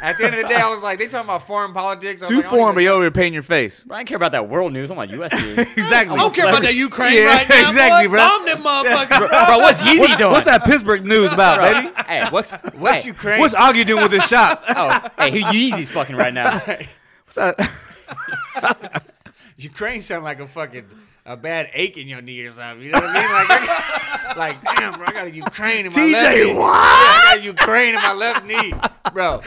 Speaker 3: At the end of the day, I was like, they talking about foreign politics. I was
Speaker 1: Too
Speaker 3: like, I don't
Speaker 1: foreign, but
Speaker 3: even-
Speaker 1: you over here painting your face.
Speaker 2: I don't care about that world news. I'm like U.S. news.
Speaker 1: Exactly.
Speaker 4: I don't care about that Ukraine
Speaker 1: Yeah,
Speaker 4: right now.
Speaker 1: exactly,
Speaker 4: boy.
Speaker 1: bro.
Speaker 4: Bomb them motherfuckers. bro.
Speaker 2: Bro, what's Yeezy doing?
Speaker 1: What's that Pittsburgh news about, baby?
Speaker 2: Hey,
Speaker 1: What's
Speaker 3: What's
Speaker 2: Hey.
Speaker 3: Ukraine?
Speaker 1: what's Augie doing with his shop?
Speaker 2: oh, hey, who Yeezy's fucking right now?
Speaker 1: What's that?
Speaker 3: Ukraine sound like a fucking a bad ache in your knee or something. You know what I mean? Like, I got- like damn, bro, I got a Ukraine in my left
Speaker 1: TJ
Speaker 3: knee. I got
Speaker 1: Watt.
Speaker 3: a Ukraine in my left knee, bro. What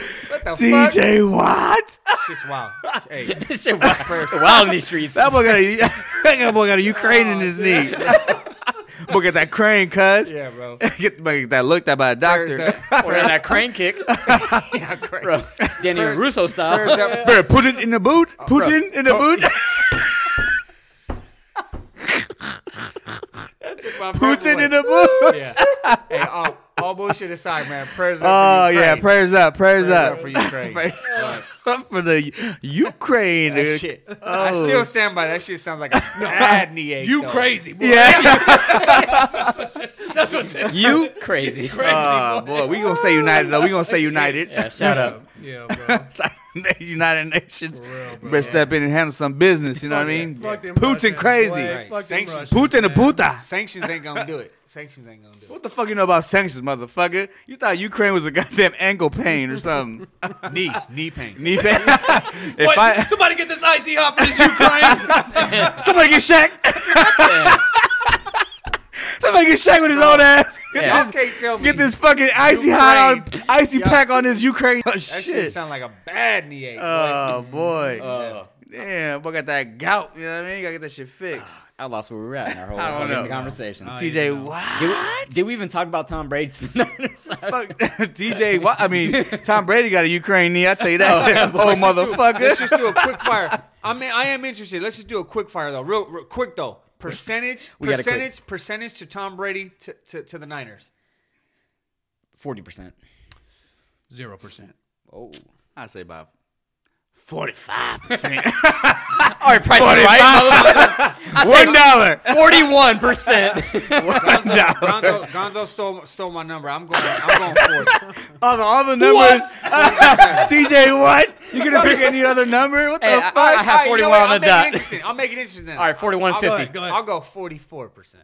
Speaker 3: the fuck?
Speaker 1: DJ Watt.
Speaker 3: Shit's wild. Hey,
Speaker 2: this shit wild, wild in these streets.
Speaker 1: That boy got a that boy got a Ukraine in his knee. boy got that crane, cuz.
Speaker 3: yeah, bro.
Speaker 1: Get, boy, get that looked at by a
Speaker 3: Prayers
Speaker 1: doctor.
Speaker 3: up.
Speaker 2: Or that crane kick,
Speaker 3: Yeah, great.
Speaker 2: bro. Danny
Speaker 3: Prayers-
Speaker 2: Russo
Speaker 3: Prayers
Speaker 2: style.
Speaker 3: up.
Speaker 1: Better put it in the boot. Putin in the
Speaker 2: Oh.
Speaker 1: boot.
Speaker 3: My prayers
Speaker 1: Putin
Speaker 3: away.
Speaker 1: in the boot.
Speaker 3: Yeah. Hey, all, all bullshit aside, man. Prayers up.
Speaker 1: Oh
Speaker 3: for
Speaker 1: yeah,
Speaker 3: Ukraine.
Speaker 1: prayers up, prayers,
Speaker 3: Prayers
Speaker 1: up.
Speaker 3: up for Ukraine.
Speaker 1: Prayers up for the Ukraine.
Speaker 3: That
Speaker 1: dude.
Speaker 3: shit. I
Speaker 1: Oh.
Speaker 3: still stand by that. Shit sounds like a bad knee ache.
Speaker 4: You
Speaker 3: though.
Speaker 4: crazy, boy.
Speaker 1: Yeah.
Speaker 4: That's what they
Speaker 2: You crazy?
Speaker 1: Oh boy, we gonna stay united though. We gonna stay united.
Speaker 2: Yeah, shout out.
Speaker 4: Yeah, bro.
Speaker 1: It's like the United Nations
Speaker 4: real, bro.
Speaker 1: better step in and handle some business. You know what I mean?
Speaker 4: Fuck them
Speaker 1: Putin
Speaker 4: Russians,
Speaker 1: crazy.
Speaker 4: boy.
Speaker 3: Right.
Speaker 4: Fuck them
Speaker 3: Sanctions.
Speaker 4: Russians,
Speaker 1: Putin the
Speaker 4: man.
Speaker 1: puta.
Speaker 3: Sanctions ain't gonna do it. Sanctions ain't gonna do it.
Speaker 1: What the fuck you know about sanctions, motherfucker? You thought Ukraine was a goddamn ankle pain or something?
Speaker 3: knee, knee pain.
Speaker 1: Need that? if
Speaker 4: What?
Speaker 1: I
Speaker 4: Somebody get this icy hot for this Ukraine.
Speaker 1: somebody get Shaq,
Speaker 2: Yeah.
Speaker 1: somebody get Shaq with his own ass. Get
Speaker 2: Yeah.
Speaker 1: this-
Speaker 3: Y'all can't tell me.
Speaker 1: Get this fucking icy hot on icy
Speaker 3: Yeah.
Speaker 1: pack on this Ukraine. Oh,
Speaker 3: That shit,
Speaker 1: shit.
Speaker 3: sound like a bad knee ache. boy.
Speaker 1: Oh boy.
Speaker 2: Uh,
Speaker 1: Damn, boy got that gout. You know what I mean? You gotta get that shit fixed.
Speaker 3: Ah,
Speaker 2: I lost where we were at in our whole
Speaker 1: I don't
Speaker 2: fucking
Speaker 1: know.
Speaker 2: conversation.
Speaker 4: Uh,
Speaker 1: TJ,
Speaker 4: you know.
Speaker 1: what?
Speaker 2: Did we, did we even talk about Tom Brady tonight?
Speaker 1: Fuck, DJ. What? I mean, Tom Brady got a Ukraine knee. I tell you that. oh,
Speaker 3: Let's
Speaker 1: motherfucker.
Speaker 3: just do a quick fire. I mean, I am interested. Let's just do a quick fire though, real, real quick though. Percentage,
Speaker 2: We gotta quit.
Speaker 3: percentage, percentage to Tom Brady to, to, to the Niners.
Speaker 2: Forty percent.
Speaker 4: Zero percent.
Speaker 2: Oh,
Speaker 1: I say about forty-five percent.
Speaker 2: all right, price
Speaker 1: Forty-five. One dollar.
Speaker 2: Forty-one percent.
Speaker 1: One dollar.
Speaker 3: Gonzo, Gonzo stole stole my number. I'm going. I'm going for it.
Speaker 1: All the, all the numbers. TJ, what? You gonna pick any other number? What
Speaker 2: Hey,
Speaker 1: the
Speaker 2: I-
Speaker 1: fuck?
Speaker 2: I have
Speaker 3: All right, you know
Speaker 2: 41
Speaker 3: what?
Speaker 2: on the
Speaker 3: I'll make it
Speaker 2: dot.
Speaker 3: interesting. I'll make it interesting.
Speaker 2: All right, forty-one
Speaker 3: I'll
Speaker 2: fifty.
Speaker 4: ahead, go
Speaker 3: I'll go forty-four percent.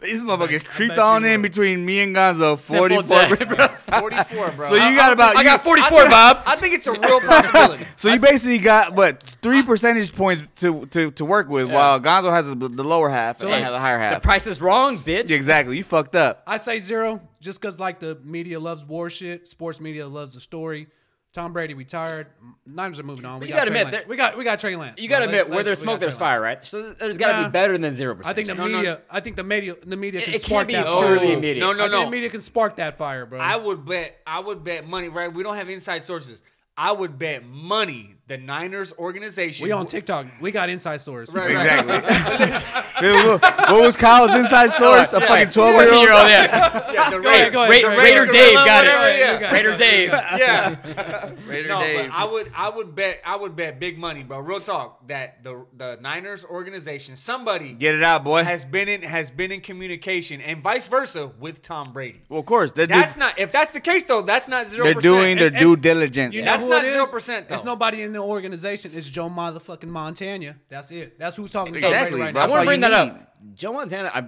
Speaker 1: These motherfuckers
Speaker 4: I
Speaker 1: creeped
Speaker 4: bet
Speaker 1: on
Speaker 4: you
Speaker 1: in
Speaker 4: would.
Speaker 1: between me and Gonzo.
Speaker 2: Simple
Speaker 1: Forty-four.
Speaker 2: Jack,
Speaker 1: percent.
Speaker 3: Forty-four, bro.
Speaker 1: So you
Speaker 3: I-
Speaker 1: got about.
Speaker 2: I
Speaker 1: you-
Speaker 2: got
Speaker 3: I
Speaker 2: forty-four,
Speaker 3: think-
Speaker 2: Bob.
Speaker 3: I think it's a real possibility.
Speaker 1: So you basically got what three percentage points to to, to work with, while Gonzo has the, the lower half and I
Speaker 2: Hey,
Speaker 1: have the higher
Speaker 2: The
Speaker 1: half.
Speaker 2: price is wrong, bitch.
Speaker 1: Yeah, exactly. You fucked up.
Speaker 4: I say zero just because, like, the media loves war shit. Sports media loves the story. Tom Brady retired. Niners are moving on. We
Speaker 2: you
Speaker 4: got
Speaker 2: gotta
Speaker 4: Trey
Speaker 2: admit,
Speaker 4: Lance.
Speaker 2: there-
Speaker 4: we got we got Trey Lance.
Speaker 2: You gotta
Speaker 4: Let-
Speaker 2: admit,
Speaker 4: let-
Speaker 2: where there's
Speaker 4: we
Speaker 2: smoke,
Speaker 4: got
Speaker 2: there's
Speaker 4: Trey Lance.
Speaker 2: fire, right? So there's gotta
Speaker 4: Nah.
Speaker 2: be better than zero percent.
Speaker 4: I think the
Speaker 3: No, no.
Speaker 4: media. I think the media. The media
Speaker 2: It-
Speaker 4: can
Speaker 2: it can't
Speaker 4: spark
Speaker 2: be
Speaker 4: that Oh.
Speaker 2: purely
Speaker 4: fire.
Speaker 2: immediate.
Speaker 3: No, no,
Speaker 4: I think
Speaker 3: no.
Speaker 4: The media can spark that fire, bro.
Speaker 3: I would bet. I would bet money. Right? We don't have inside sources. I would bet money the Niners organization.
Speaker 4: we on TikTok. We got inside source.
Speaker 3: Right, right.
Speaker 1: Exactly. Dude, what, what was Kyle's inside source? A fucking 12 year old?
Speaker 2: old. Yeah.
Speaker 3: Yeah, the
Speaker 4: ahead,
Speaker 3: Raiders.
Speaker 4: go ahead.
Speaker 2: Ra-
Speaker 4: Raider
Speaker 2: Raider Dave
Speaker 3: Gorilla,
Speaker 2: got
Speaker 3: whatever,
Speaker 2: it.
Speaker 3: yeah.
Speaker 4: You got
Speaker 2: Raider Dave.
Speaker 3: Yeah.
Speaker 1: Raider
Speaker 3: no,
Speaker 1: Dave.
Speaker 3: but I would. I would bet. I would bet big money, bro. Real talk. That the the Niners organization, somebody
Speaker 1: Get it out, boy.
Speaker 3: has been in has been in communication, and vice versa with Tom Brady.
Speaker 1: well, of course. They're, do-
Speaker 3: That's not. If that's the case, though, that's not zero.
Speaker 1: they're doing their
Speaker 4: and-
Speaker 1: due
Speaker 4: and-
Speaker 1: diligence.
Speaker 4: You know
Speaker 3: That's
Speaker 4: who
Speaker 3: not
Speaker 4: it is?
Speaker 3: 0% though.
Speaker 4: It's nobody in the organization. It's Joe motherfucking Montana. That's it. That's who's talking
Speaker 1: Exactly,
Speaker 4: to
Speaker 1: bro.
Speaker 4: Tom Brady right
Speaker 2: I
Speaker 1: That's
Speaker 2: want
Speaker 1: all
Speaker 2: to bring
Speaker 1: you
Speaker 2: that up. Joe Montana, I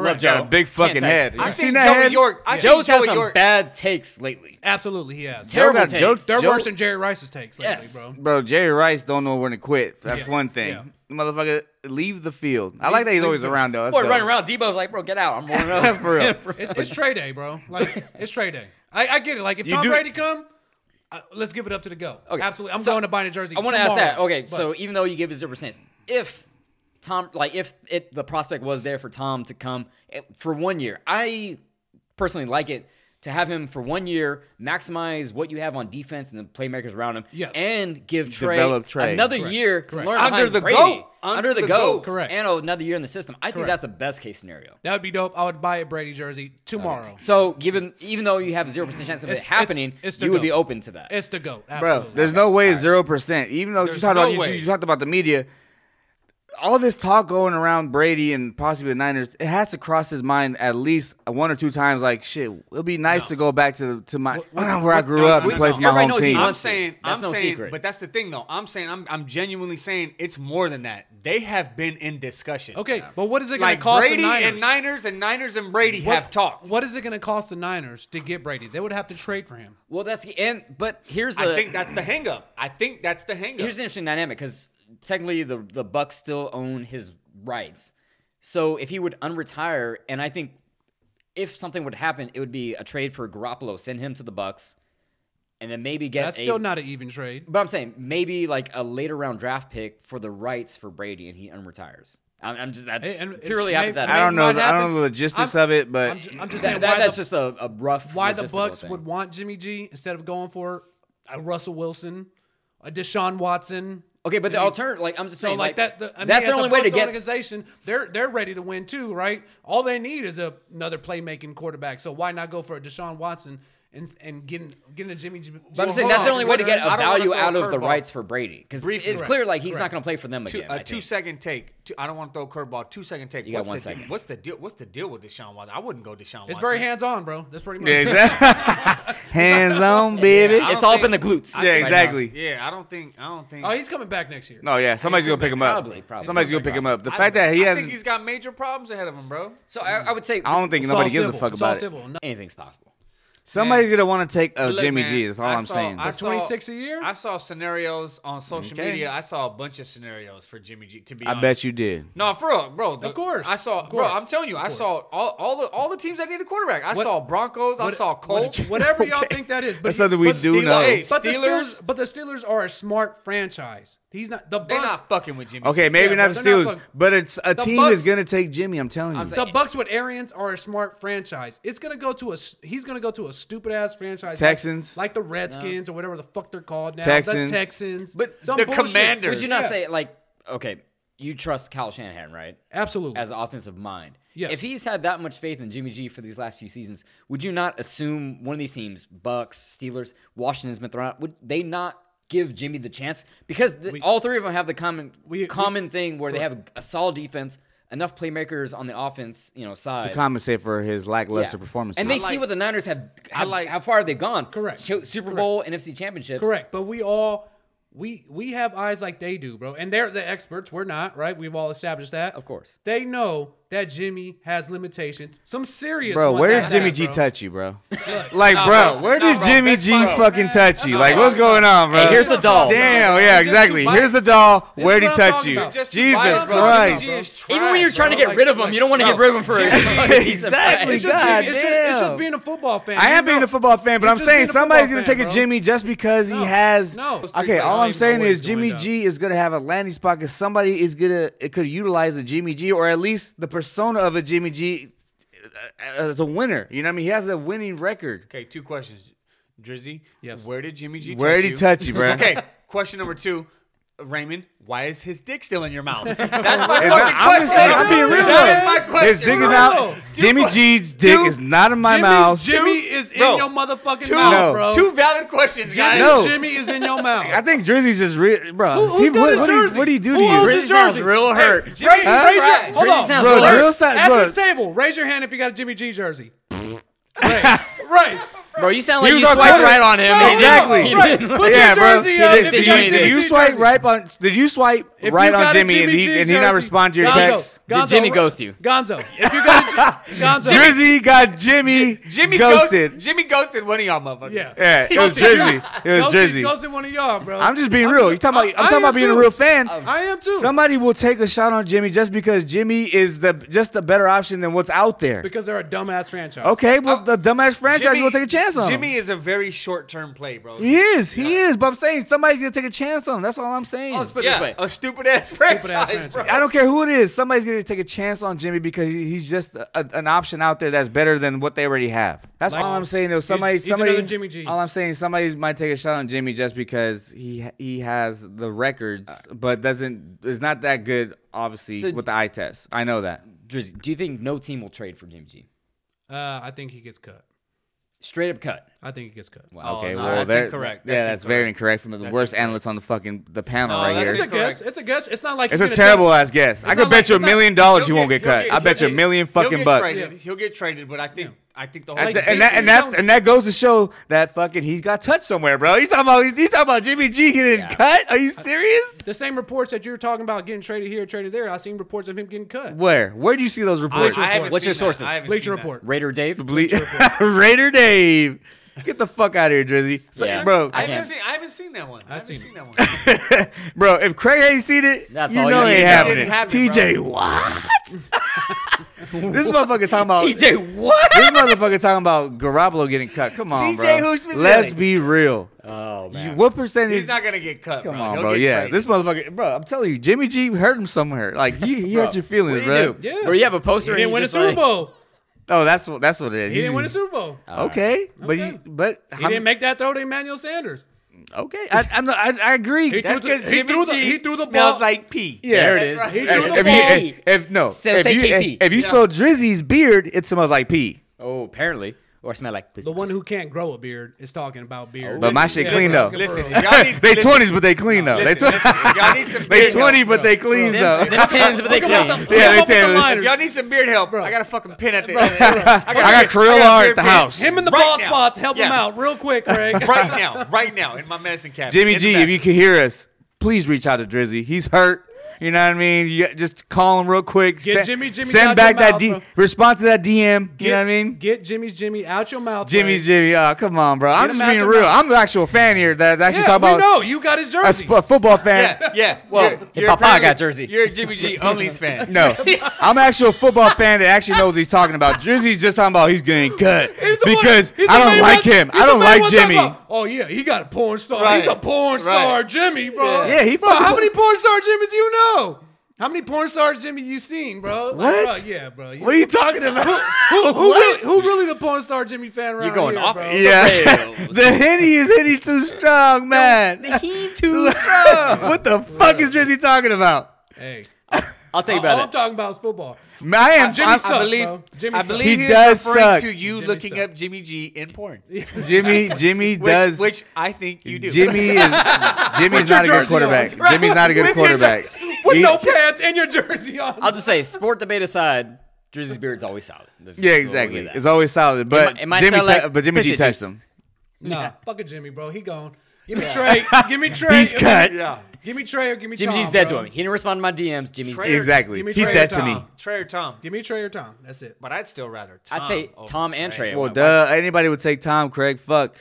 Speaker 2: love Joe.
Speaker 1: Got a big
Speaker 2: Can't
Speaker 1: fucking
Speaker 2: take
Speaker 1: head.
Speaker 2: it.
Speaker 1: You
Speaker 3: I
Speaker 1: seen
Speaker 3: think
Speaker 1: that
Speaker 3: Joey
Speaker 1: head?
Speaker 3: York. I
Speaker 2: Joe's
Speaker 3: think
Speaker 2: had
Speaker 3: Joey
Speaker 2: some
Speaker 3: York.
Speaker 2: bad takes lately.
Speaker 4: now. Absolutely, he has.
Speaker 1: Joe
Speaker 4: They're,
Speaker 2: Terrible
Speaker 1: got
Speaker 2: takes.
Speaker 1: Joe,
Speaker 4: they're
Speaker 1: Joe-
Speaker 4: worse than Jerry Rice's takes lately,
Speaker 2: Yes.
Speaker 4: bro.
Speaker 1: Bro, Jerry Rice don't know when to quit. That's
Speaker 4: Yes.
Speaker 1: one thing.
Speaker 4: Yeah.
Speaker 1: Motherfucker, leave the field. I like that he's
Speaker 4: leave
Speaker 1: always
Speaker 4: the-
Speaker 1: around though. That's
Speaker 2: Boy,
Speaker 1: dope.
Speaker 2: running around, Debo's like, bro, get out. I'm rolling over.
Speaker 1: For real.
Speaker 4: It's, it's Trey Day, bro. Like it's Trey Day. I, I get it. Like if
Speaker 1: You
Speaker 4: Tom
Speaker 1: do-
Speaker 4: Brady come, uh, let's give it up to the go.
Speaker 2: Okay.
Speaker 4: Absolutely, I'm
Speaker 2: So,
Speaker 4: going to buy a jersey.
Speaker 2: I want to ask
Speaker 4: tomorrow.
Speaker 2: that. Okay,
Speaker 4: But-
Speaker 2: so even though you give it zero percent, if Tom, like, if it the prospect was there for Tom to come eh, for one year, I personally like it to have him for one year, maximize what you have on defense and the playmakers around him,
Speaker 4: Yes.
Speaker 2: and give Trey,
Speaker 1: Develop Trey.
Speaker 2: another
Speaker 1: Correct.
Speaker 2: year to
Speaker 4: Correct.
Speaker 2: learn
Speaker 3: Under
Speaker 2: behind
Speaker 3: the
Speaker 2: Brady.
Speaker 3: goat.
Speaker 2: under, the, go,
Speaker 3: goat.
Speaker 4: Correct.
Speaker 2: and another year in the system. I think
Speaker 4: Correct.
Speaker 2: that's the best case scenario.
Speaker 4: that would be dope. I would buy a Brady jersey tomorrow.
Speaker 2: So, given even though you have zero percent chance of
Speaker 4: It's-
Speaker 2: it
Speaker 4: it's-
Speaker 2: happening,
Speaker 4: it's the
Speaker 2: you would be
Speaker 4: goat.
Speaker 2: open to that.
Speaker 4: It's the goat.
Speaker 1: Bro,
Speaker 4: Absolutely.
Speaker 1: there's no way zero percent. Even though you
Speaker 3: There's
Speaker 1: talked,
Speaker 3: no
Speaker 1: about, you,
Speaker 3: way.
Speaker 1: you talked about the media, all this talk going around Brady and possibly the Niners, it has to cross his mind at least one or two times. Like, shit, it'll be nice to go back to to my where I grew
Speaker 3: no,
Speaker 1: up
Speaker 3: no,
Speaker 1: and
Speaker 3: no,
Speaker 1: play
Speaker 3: no.
Speaker 1: for my
Speaker 2: Everybody
Speaker 1: home
Speaker 2: knows he
Speaker 1: team.
Speaker 3: I'm
Speaker 2: wants to.
Speaker 3: saying,
Speaker 2: That's
Speaker 3: I'm
Speaker 2: no
Speaker 3: saying,
Speaker 2: secret.
Speaker 3: but that's the thing though. I'm saying, I'm, I'm genuinely saying it's more than that. They have been in discussion.
Speaker 4: Okay, but what is it going
Speaker 3: like
Speaker 4: to cost
Speaker 3: Brady
Speaker 4: the Niners?
Speaker 3: and Niners and Niners and Brady
Speaker 4: What-
Speaker 3: have talked.
Speaker 4: What is it going to cost the Niners to get Brady? They would have to trade for him.
Speaker 2: well, that's the and but here's the
Speaker 3: I think that's the hangup. I think that's the hangup.
Speaker 2: here's an interesting dynamic because technically the the Bucks still own his rights. So if he would unretire, and I think if something would happen, it would be a trade for Garoppolo, send him to the Bucks, and then maybe get
Speaker 4: That's
Speaker 2: a-
Speaker 4: still not an even trade.
Speaker 2: But I'm saying maybe like a later round draft pick for the rights for Brady, and he unretires. I'm, I'm just that's
Speaker 4: And- and
Speaker 2: purely
Speaker 4: may-
Speaker 2: hypothetical.
Speaker 1: I don't
Speaker 4: It
Speaker 1: know.
Speaker 4: might
Speaker 1: The, I don't
Speaker 4: happen.
Speaker 1: know the logistics
Speaker 4: I'm-
Speaker 1: of it, but
Speaker 4: I'm, ju- I'm just
Speaker 2: That-
Speaker 4: saying
Speaker 2: that-
Speaker 4: why
Speaker 2: that's
Speaker 4: the,
Speaker 2: just a, a rough.
Speaker 4: why the
Speaker 2: logistical
Speaker 4: Bucks
Speaker 2: thing.
Speaker 4: would want Jimmy G instead of going for a Russell Wilson, a Deshaun Watson.
Speaker 2: Okay, but the
Speaker 4: I mean,
Speaker 2: alternative, like I'm just
Speaker 4: So
Speaker 2: saying,
Speaker 4: like that, the, I mean,
Speaker 2: that's the
Speaker 4: it's a
Speaker 2: only way to
Speaker 4: Bucks
Speaker 2: get
Speaker 4: organization. They're they're ready to win too, right? All they need is a, another playmaking quarterback. So why not go for a Deshaun Watson and and getting getting a Jimmy? G,
Speaker 2: But I'm
Speaker 4: Jimmy
Speaker 2: saying
Speaker 3: hold
Speaker 2: that's the
Speaker 3: on.
Speaker 2: only way to get
Speaker 3: Listen,
Speaker 2: a
Speaker 3: I don't wanna
Speaker 2: value
Speaker 3: throw a
Speaker 2: out of the
Speaker 3: curveball.
Speaker 2: rights for Brady because it's
Speaker 3: Briefly.
Speaker 2: clear like he's not
Speaker 4: Correct.
Speaker 2: going to play for them
Speaker 3: Two,
Speaker 2: again. I
Speaker 3: a
Speaker 2: think.
Speaker 3: two second take. Two, I don't want to throw a curveball. Two second take.
Speaker 2: got
Speaker 3: what's
Speaker 2: one
Speaker 3: the de-
Speaker 2: second.
Speaker 3: what's the deal? What's the deal with Deshaun Watson? I wouldn't go Deshaun Watson.
Speaker 4: It's very hands on, bro. That's pretty much.
Speaker 1: Yeah, exactly. hands on, baby.
Speaker 3: I
Speaker 2: it's
Speaker 3: don't
Speaker 2: all up in the
Speaker 3: think-
Speaker 2: glutes.
Speaker 1: Yeah, exactly.
Speaker 3: Yeah, I don't think. I don't think.
Speaker 4: Oh, he's coming back next year.
Speaker 1: No, yeah, somebody's gonna pick him up.
Speaker 2: Probably, probably.
Speaker 1: Somebody's gonna pick him up. The
Speaker 3: I-
Speaker 1: fact that he
Speaker 3: I
Speaker 1: hasn't,
Speaker 3: think he's got major problems ahead of him, bro.
Speaker 2: So I, I would say
Speaker 1: I don't think
Speaker 4: It's
Speaker 1: nobody
Speaker 4: all
Speaker 1: gives a
Speaker 4: civil.
Speaker 1: fuck
Speaker 4: It's all
Speaker 1: about it.
Speaker 4: civil. No-
Speaker 2: anything's possible.
Speaker 1: Somebody's gonna want to take uh,
Speaker 3: Look,
Speaker 1: Jimmy
Speaker 3: man,
Speaker 1: G. That's all
Speaker 3: I
Speaker 1: I'm
Speaker 3: saw-
Speaker 1: saying.
Speaker 3: I saw-
Speaker 4: 26 a year?
Speaker 3: I saw scenarios on social
Speaker 1: Okay.
Speaker 3: media. I saw a bunch of scenarios for Jimmy G. To be,
Speaker 1: I
Speaker 3: honest.
Speaker 1: bet you did.
Speaker 3: No, for real, bro. the-
Speaker 4: Of course,
Speaker 3: I saw,
Speaker 4: of
Speaker 3: bro.
Speaker 4: course,
Speaker 3: I'm telling you, I saw all, all the all the teams that need a quarterback. I
Speaker 4: What-
Speaker 3: saw Broncos. I
Speaker 4: what-
Speaker 3: saw Colts.
Speaker 4: Whatever y'all
Speaker 1: Okay.
Speaker 4: think that is, but
Speaker 1: That's something we
Speaker 4: but
Speaker 1: do
Speaker 3: Steelers-
Speaker 1: know.
Speaker 3: Hey,
Speaker 4: But the
Speaker 3: Steelers-
Speaker 4: Steelers, but the Steelers are a smart franchise. He's not the
Speaker 3: They're
Speaker 4: Bucks.
Speaker 3: not fucking with Jimmy.
Speaker 1: Okay,
Speaker 3: G.
Speaker 1: maybe
Speaker 4: Yeah,
Speaker 1: not the
Speaker 4: but they're
Speaker 1: Steelers,
Speaker 4: not fuck-
Speaker 1: but it's a
Speaker 4: The
Speaker 1: team
Speaker 4: Bucks-
Speaker 1: is gonna take Jimmy. I'm telling you.
Speaker 2: I'm saying-
Speaker 4: the Bucks with Arians are a smart franchise. It's gonna go to a s- he's gonna go to a stupid ass franchise like-
Speaker 1: Texans.
Speaker 4: like, the Redskins or whatever the fuck they're called now.
Speaker 1: Texans.
Speaker 4: the Texans,
Speaker 2: But
Speaker 4: some
Speaker 3: the
Speaker 4: bullshit.
Speaker 3: Commanders.
Speaker 2: Would you not
Speaker 4: Yeah.
Speaker 2: say like okay, you trust Kyle Shanahan right
Speaker 4: absolutely?
Speaker 2: as an offensive mind?
Speaker 4: Yes.
Speaker 2: If he's had that much faith in Jimmy G for these last few seasons, would you not assume one of these teams, Bucks, Steelers, Washington's been thrown out? Would they not? Give Jimmy the chance because the, all three of them have the common
Speaker 4: We- we-
Speaker 2: common thing where they have a solid defense, enough playmakers on the offense, you know, side
Speaker 1: to compensate for his lackluster
Speaker 2: Yeah.
Speaker 1: performance.
Speaker 2: And they
Speaker 3: like-
Speaker 2: see what the Niners have, have
Speaker 3: like-
Speaker 2: how far they've gone.
Speaker 4: Correct.
Speaker 2: Chu- Super Bowl, NFC championships.
Speaker 4: Correct, but we all we we have eyes like they do, bro, and they're the experts. We're not, right? We've all established that.
Speaker 2: Of course.
Speaker 4: they know that Jimmy has limitations. Some serious
Speaker 1: Bro,
Speaker 4: ones
Speaker 1: where
Speaker 4: at
Speaker 1: did Jimmy
Speaker 4: that,
Speaker 1: G
Speaker 4: bro.
Speaker 1: touch you, bro? like, bro, where
Speaker 3: no,
Speaker 1: did
Speaker 3: bro,
Speaker 1: Jimmy
Speaker 3: that's
Speaker 1: G
Speaker 3: fine.
Speaker 1: fucking touch you? Like, what's going on, bro?
Speaker 2: Hey, here's the doll.
Speaker 1: Damn, yeah,
Speaker 4: Just
Speaker 1: exactly.
Speaker 4: you
Speaker 1: Here's the doll. Where'd he
Speaker 4: what I'm
Speaker 1: touch
Speaker 4: talking
Speaker 1: you?
Speaker 4: about.
Speaker 1: Jesus
Speaker 4: Just you buy it, bro.
Speaker 1: Christ.
Speaker 4: Jimmy G is
Speaker 2: Even when you're trying to get rid of him, you don't want to get rid of him for a piece of
Speaker 1: Exactly.
Speaker 4: It's just,
Speaker 1: God
Speaker 4: Jimmy- it's, just, it's just
Speaker 1: damn.
Speaker 4: being a football fan.
Speaker 1: I
Speaker 4: You
Speaker 1: am being
Speaker 4: know-
Speaker 1: a football fan, but
Speaker 4: You're
Speaker 1: I'm
Speaker 4: just
Speaker 1: saying
Speaker 4: being a
Speaker 1: somebody's
Speaker 4: football
Speaker 1: gonna take
Speaker 4: fan,
Speaker 1: a
Speaker 4: bro.
Speaker 1: Jimmy just because he
Speaker 4: No.
Speaker 1: has.
Speaker 4: No. Those three
Speaker 1: Okay,
Speaker 4: players,
Speaker 1: all
Speaker 4: I
Speaker 1: I'm
Speaker 4: don't
Speaker 1: saying
Speaker 4: know what
Speaker 1: is
Speaker 4: he's
Speaker 1: Jimmy
Speaker 4: doing,
Speaker 1: G is gonna have a landing spot because somebody is gonna it could utilize a Jimmy G or at least the persona of a Jimmy G uh, as a winner. You know what I mean? He has a winning record.
Speaker 3: Okay, two questions. Drizzy,
Speaker 4: Yes.
Speaker 3: where did Jimmy G
Speaker 1: Where
Speaker 3: touch
Speaker 1: did he
Speaker 3: you?
Speaker 1: touch you, bro?
Speaker 3: Okay, question number two. Raymond, why is his dick still in your mouth? That's my
Speaker 1: It's
Speaker 3: fucking
Speaker 1: not- I'm
Speaker 3: question.
Speaker 1: just saying, I'm being real.
Speaker 3: That
Speaker 1: though.
Speaker 3: is my question.
Speaker 1: His dick is
Speaker 3: bro.
Speaker 1: out. Jimmy G's dick
Speaker 3: Dude,
Speaker 1: is not in my
Speaker 4: Jimmy's-
Speaker 1: mouth.
Speaker 4: Jimmy is in
Speaker 3: Bro.
Speaker 4: your motherfucking
Speaker 3: Two,
Speaker 1: No.
Speaker 4: mouth, bro.
Speaker 3: two valid questions, guys.
Speaker 1: No.
Speaker 4: Jimmy is in your mouth.
Speaker 1: I think Drizzy's just real, bro.
Speaker 4: Who- who
Speaker 1: he,
Speaker 4: done
Speaker 1: what,
Speaker 4: his
Speaker 1: what, do you,
Speaker 4: jersey?
Speaker 1: what do you do to
Speaker 4: Who
Speaker 1: you,
Speaker 4: owns
Speaker 1: Bro,
Speaker 2: Drizzy sounds real hurt.
Speaker 3: Jimmy,
Speaker 4: Raise,
Speaker 1: Huh?
Speaker 4: raise
Speaker 3: Trash.
Speaker 4: your, hold
Speaker 2: Jersey
Speaker 4: on,
Speaker 2: sounds
Speaker 1: Bro,
Speaker 2: alert.
Speaker 1: drill side,
Speaker 4: At
Speaker 1: bro.
Speaker 4: this table, raise your hand if you got a Jimmy G jersey. right, right.
Speaker 2: Bro, you sound
Speaker 1: He
Speaker 2: like you
Speaker 1: was on
Speaker 2: swiped
Speaker 1: Twitter.
Speaker 2: right on him. and he didn't-
Speaker 1: Exactly.
Speaker 2: he
Speaker 4: Right.
Speaker 2: didn't-
Speaker 4: Put
Speaker 1: yeah,
Speaker 4: your
Speaker 1: bro.
Speaker 4: jersey up.
Speaker 1: Did,
Speaker 2: if
Speaker 1: did
Speaker 2: you
Speaker 1: you,
Speaker 2: got a
Speaker 1: did you
Speaker 4: Jimmy
Speaker 1: swipe
Speaker 4: jersey.
Speaker 1: right on? Did you swipe
Speaker 4: If
Speaker 1: right
Speaker 4: you
Speaker 1: on
Speaker 4: got a
Speaker 1: Jimmy, and,
Speaker 4: Jimmy
Speaker 1: he,
Speaker 4: G
Speaker 1: and he not
Speaker 4: jersey-
Speaker 1: respond to your
Speaker 4: Gonzo,
Speaker 1: text?
Speaker 4: Gonzo,
Speaker 2: Jimmy
Speaker 4: what-
Speaker 2: ghost you?
Speaker 4: Gonzo, if you got a G- Gonzo,
Speaker 1: Drizzy got Jimmy,
Speaker 3: Jimmy
Speaker 1: ghosted.
Speaker 3: ghosted. Jimmy ghosted one of y'all motherfuckers.
Speaker 4: yeah,
Speaker 1: Yeah, it was
Speaker 4: Ghosted you.
Speaker 1: Drizzy. It was
Speaker 4: Ghosted-
Speaker 1: Drizzy.
Speaker 4: Ghosted one of y'all, bro.
Speaker 1: I'm just being
Speaker 4: I'm
Speaker 1: real.
Speaker 4: just-
Speaker 1: You talking about?
Speaker 4: I-
Speaker 1: I'm
Speaker 4: I
Speaker 1: talking about
Speaker 4: am
Speaker 1: being a
Speaker 4: too.
Speaker 1: real fan.
Speaker 4: I am too.
Speaker 1: Somebody will take a shot on Jimmy just because Jimmy is the just the better option than what's out there.
Speaker 4: because they're a dumbass franchise.
Speaker 1: Okay, but the dumbass franchise
Speaker 3: Jimmy-
Speaker 1: will take a chance on. him.
Speaker 3: Jimmy is a very short-term play, bro.
Speaker 1: He is. He is. But I'm saying somebody's gonna take a chance on him. That's all I'm saying.
Speaker 2: Oh, let's put it
Speaker 3: Yeah,
Speaker 2: this way.
Speaker 3: a stupid ass
Speaker 4: Stupid-ass
Speaker 3: franchise, bro.
Speaker 1: I don't care who it is. Somebody's gonna take a chance on Jimmy because he- he's just a, a- an option out there that's better than what they already have. That's
Speaker 4: Like-
Speaker 1: all I'm saying. Though somebody,
Speaker 4: he's
Speaker 1: somebody,
Speaker 4: another Jimmy G.
Speaker 1: all I'm saying, somebody might take a shot on Jimmy just because he he has the records,
Speaker 3: Uh,
Speaker 1: but doesn't is not that good. Obviously,
Speaker 2: So-
Speaker 1: with the eye test, I know that.
Speaker 2: Drizzy, do you think no team will trade for Jimmy G?
Speaker 4: Uh, I think he gets cut.
Speaker 2: Straight up cut.
Speaker 4: I think he gets cut.
Speaker 2: Wow.
Speaker 1: okay,
Speaker 3: Oh, no,
Speaker 1: well,
Speaker 3: that's
Speaker 1: there-
Speaker 3: incorrect.
Speaker 1: Yeah,
Speaker 3: That's
Speaker 1: that's, very incorrect
Speaker 3: incorrect.
Speaker 1: from the
Speaker 3: That's
Speaker 1: worst
Speaker 3: incorrect.
Speaker 1: analyst on the fucking the panel
Speaker 3: No,
Speaker 1: right
Speaker 3: that's
Speaker 1: here.
Speaker 4: It's a
Speaker 3: incorrect.
Speaker 4: guess. It's a guess. It's not like
Speaker 1: It's
Speaker 4: you're
Speaker 1: a
Speaker 4: gonna
Speaker 1: terrible
Speaker 4: tell-
Speaker 1: ass guess. I
Speaker 4: It's
Speaker 1: could
Speaker 4: not
Speaker 1: bet
Speaker 4: like-
Speaker 1: you a
Speaker 4: it's not-
Speaker 1: million dollars you
Speaker 3: He'll
Speaker 1: won't
Speaker 3: get-
Speaker 1: get cut.
Speaker 3: he'll
Speaker 1: I bet you a
Speaker 3: he'll-
Speaker 1: million
Speaker 3: he'll
Speaker 1: fucking
Speaker 3: get
Speaker 1: bucks.
Speaker 3: traded. He'll get traded, but I think I think the whole
Speaker 1: That's
Speaker 4: Like,
Speaker 1: the- and
Speaker 4: dude,
Speaker 1: that and
Speaker 4: you
Speaker 1: that's
Speaker 4: don't-
Speaker 1: and that goes to show that fucking he got touched somewhere, bro. You talking about you talking about Jimmy G getting
Speaker 2: Yeah.
Speaker 1: cut? Are you serious?
Speaker 4: The same reports that you're talking about getting traded here, traded there. I seen reports of him getting cut.
Speaker 1: Where where do you see those reports?
Speaker 3: I haven't
Speaker 2: What's
Speaker 3: seen
Speaker 2: your
Speaker 3: that.
Speaker 2: sources?
Speaker 3: I haven't
Speaker 4: Bleacher
Speaker 3: seen that.
Speaker 4: report.
Speaker 2: Raider Dave?
Speaker 1: Ble- Raider Dave, get the fuck out of here, Drizzy. It's like,
Speaker 2: Yeah.
Speaker 1: bro,
Speaker 3: I haven't
Speaker 2: can't.
Speaker 3: seen. I haven't seen that one. I haven't
Speaker 4: seen
Speaker 3: seen
Speaker 4: it.
Speaker 3: that one.
Speaker 1: bro, if Craig ain't seen it,
Speaker 2: That's
Speaker 1: you
Speaker 2: all
Speaker 1: know
Speaker 2: you
Speaker 1: it
Speaker 2: need
Speaker 1: ain't
Speaker 2: to
Speaker 1: happening.
Speaker 3: know. It
Speaker 1: TJ,
Speaker 3: didn't
Speaker 1: what? this motherfucker talking about
Speaker 2: TJ, what?
Speaker 1: This motherfucker talking about Garoppolo getting cut. Come on,
Speaker 2: TJ,
Speaker 1: bro.
Speaker 2: who's
Speaker 1: Let's
Speaker 2: specific?
Speaker 1: be real.
Speaker 2: Oh,
Speaker 1: You-
Speaker 2: man.
Speaker 1: What percentage?
Speaker 3: He's not gonna get cut.
Speaker 1: Come
Speaker 3: bro.
Speaker 1: on,
Speaker 3: He'll
Speaker 1: bro.
Speaker 3: get
Speaker 1: Yeah,
Speaker 3: traded.
Speaker 1: this motherfucker, bro. I'm telling you, Jimmy G hurt him somewhere. Like he, he hurt your
Speaker 2: What
Speaker 1: feelings,
Speaker 2: do you
Speaker 1: bro.
Speaker 2: do?
Speaker 4: Yeah.
Speaker 2: Or you have a poster
Speaker 4: He
Speaker 2: and you
Speaker 4: didn't win a
Speaker 2: just
Speaker 4: Super
Speaker 2: like-
Speaker 4: Bowl.
Speaker 1: Oh, that's what that's what it is.
Speaker 4: He didn't win a Super Bowl.
Speaker 1: Uh,
Speaker 2: All right.
Speaker 1: Okay, but
Speaker 4: Okay.
Speaker 1: you, but
Speaker 4: He didn't make that throw to Emmanuel Sanders.
Speaker 1: okay. I, I'm not, I, I agree.
Speaker 4: He
Speaker 3: That's
Speaker 4: threw the-
Speaker 3: because
Speaker 4: he
Speaker 3: Jimmy
Speaker 4: threw the-
Speaker 3: G
Speaker 4: he threw the
Speaker 3: smells
Speaker 4: ball-
Speaker 3: like pee.
Speaker 1: Yeah.
Speaker 2: There it is.
Speaker 3: That's
Speaker 4: He
Speaker 1: if,
Speaker 4: threw the
Speaker 1: if you
Speaker 4: ball.
Speaker 1: if, if- no
Speaker 2: So
Speaker 1: if
Speaker 2: say
Speaker 1: you
Speaker 2: KP.
Speaker 1: if, if you smell Drizzy's beard, it smells like pee.
Speaker 2: Oh, apparently. Or smell like
Speaker 4: The one who can't grow a beard is talking about beard.
Speaker 1: But my shit
Speaker 4: yeah,
Speaker 1: clean
Speaker 4: listen,
Speaker 1: though.
Speaker 3: listen,
Speaker 4: y'all
Speaker 3: need-
Speaker 1: they
Speaker 3: listen.
Speaker 1: twenties, but they clean though.
Speaker 3: Listen,
Speaker 1: they twenty,
Speaker 3: listen, if y'all need some
Speaker 1: they
Speaker 3: beard
Speaker 1: twenty,
Speaker 3: help,
Speaker 1: but they clean though.
Speaker 2: them, them tans, but they
Speaker 4: Look at
Speaker 2: clean.
Speaker 4: the-
Speaker 1: Yeah, they
Speaker 4: look
Speaker 1: tell
Speaker 4: at the
Speaker 1: you.
Speaker 3: If
Speaker 4: liners.
Speaker 3: y'all need some beard help,
Speaker 4: Bro.
Speaker 3: I got a fucking pin at the
Speaker 4: Bro.
Speaker 3: end. I
Speaker 1: I got Crayola
Speaker 3: beard
Speaker 1: at the
Speaker 3: pin.
Speaker 1: house.
Speaker 4: Him and the
Speaker 3: Right
Speaker 4: ball
Speaker 3: now.
Speaker 4: spots help him
Speaker 3: Yeah.
Speaker 4: out real quick, Craig.
Speaker 3: right now, right now, in my medicine cabinet.
Speaker 1: Jimmy
Speaker 3: in
Speaker 1: G,
Speaker 3: the back.
Speaker 1: if you can hear us, please reach out to Drizzy. He's hurt. You know what I mean? You just call him real quick.
Speaker 4: Get
Speaker 1: Sen-
Speaker 4: Jimmy Jimmy
Speaker 1: Send
Speaker 4: out
Speaker 1: back
Speaker 4: your
Speaker 1: that
Speaker 4: mouth,
Speaker 1: D.
Speaker 4: bro.
Speaker 1: Response to that DM.
Speaker 4: Get-
Speaker 1: you know what I mean?
Speaker 4: Get Jimmy's Jimmy out your mouth.
Speaker 1: Jimmy
Speaker 4: Craig.
Speaker 1: Jimmy, uh, come on, bro. I'm
Speaker 4: him
Speaker 1: just
Speaker 4: out
Speaker 1: being
Speaker 4: your
Speaker 1: real.
Speaker 4: mouth.
Speaker 1: I'm the actual fan here that's actually
Speaker 4: Yeah, we
Speaker 1: talking about
Speaker 4: know you got his
Speaker 1: a,
Speaker 4: jersey.
Speaker 1: sp- a football fan.
Speaker 3: yeah, yeah.
Speaker 2: Well,
Speaker 3: You're-
Speaker 2: if
Speaker 3: you're
Speaker 2: Papa got
Speaker 3: apparently-
Speaker 2: jersey.
Speaker 3: You're a Jimmy G only's fan.
Speaker 1: No, I'm an actual football fan that actually knows what he's talking about. Drizzy's just talking about he's getting cut
Speaker 4: He's the
Speaker 1: because
Speaker 4: one- he's
Speaker 1: I
Speaker 4: the
Speaker 1: don't
Speaker 4: main
Speaker 1: like
Speaker 4: one-
Speaker 1: him.
Speaker 4: he's
Speaker 1: I
Speaker 4: the
Speaker 1: don't
Speaker 4: main
Speaker 1: like
Speaker 4: one talking
Speaker 1: Jimmy.
Speaker 4: about, oh yeah, he got a porn star.
Speaker 3: Right.
Speaker 4: He's a porn star, Jimmy, bro.
Speaker 1: Yeah, he
Speaker 4: Bro,
Speaker 1: fucking-
Speaker 4: how many porn star Jimmys do you know? How many porn stars Jimmy you seen, bro? Like,
Speaker 1: What?
Speaker 4: bro, yeah, bro. you-
Speaker 1: What are you talking about?
Speaker 4: who, who, really, who really the porn star Jimmy fan around
Speaker 2: You're going
Speaker 4: here,
Speaker 2: off.
Speaker 4: bro?
Speaker 1: Yeah,
Speaker 2: rails.
Speaker 1: the henny is henny too strong, man.
Speaker 2: He too strong.
Speaker 1: what the fuck is Drizzy talking about?
Speaker 4: Hey,
Speaker 2: I'll tell you
Speaker 4: all
Speaker 2: about
Speaker 4: I'm
Speaker 2: it.
Speaker 4: talking about is football.
Speaker 1: Man, I am
Speaker 4: Uh, Jimmy
Speaker 1: I'm-
Speaker 4: sucks,
Speaker 1: I
Speaker 4: bro.
Speaker 1: believe
Speaker 4: Jimmy
Speaker 3: I
Speaker 4: sucks.
Speaker 3: believe
Speaker 1: He
Speaker 3: he
Speaker 1: does
Speaker 3: does referring
Speaker 1: suck.
Speaker 3: to you
Speaker 4: Jimmy
Speaker 3: looking
Speaker 4: suck.
Speaker 3: up Jimmy G in porn, which,
Speaker 1: Jimmy Jimmy does
Speaker 3: which I think you do.
Speaker 1: Jimmy is Jimmy's
Speaker 4: With your
Speaker 1: not a
Speaker 4: jersey
Speaker 1: good
Speaker 4: on.
Speaker 1: quarterback.
Speaker 4: Right.
Speaker 1: Jimmy's not a
Speaker 4: With
Speaker 1: good
Speaker 4: your
Speaker 1: quarterback.
Speaker 4: jersey- With
Speaker 1: He-
Speaker 4: no pants and your jersey on.
Speaker 2: I'll just say, sport debate aside, Drizzy's beard's always solid. This is-
Speaker 1: Yeah,
Speaker 2: we'll give
Speaker 1: exactly.
Speaker 2: that.
Speaker 1: It's always solid, but
Speaker 2: might- it might
Speaker 1: Jimmy,
Speaker 2: smell like
Speaker 1: tou- but Jimmy G
Speaker 2: pissy
Speaker 1: touched
Speaker 2: juice.
Speaker 1: him.
Speaker 4: nah, fuck a Jimmy, bro. He gone. Give me Trey. Give me Trey.
Speaker 1: He's cut.
Speaker 3: Yeah.
Speaker 4: Give me Trey or give me
Speaker 2: Jimmy
Speaker 4: Tom.
Speaker 2: G's dead
Speaker 4: bro.
Speaker 2: to him. He didn't respond to my DMs. Jimmy's
Speaker 3: Trey-
Speaker 2: dead.
Speaker 1: exactly.
Speaker 4: Give me
Speaker 1: He's
Speaker 4: Trey or
Speaker 1: dead to me.
Speaker 4: Tom.
Speaker 3: Trey or Tom.
Speaker 4: Give me Trey or Tom. That's it.
Speaker 3: But I'd still rather Tom.
Speaker 2: I'd say
Speaker 3: over
Speaker 2: Tom and Trey.
Speaker 1: Well, duh. Anybody would take Tom, Craig. Fuck.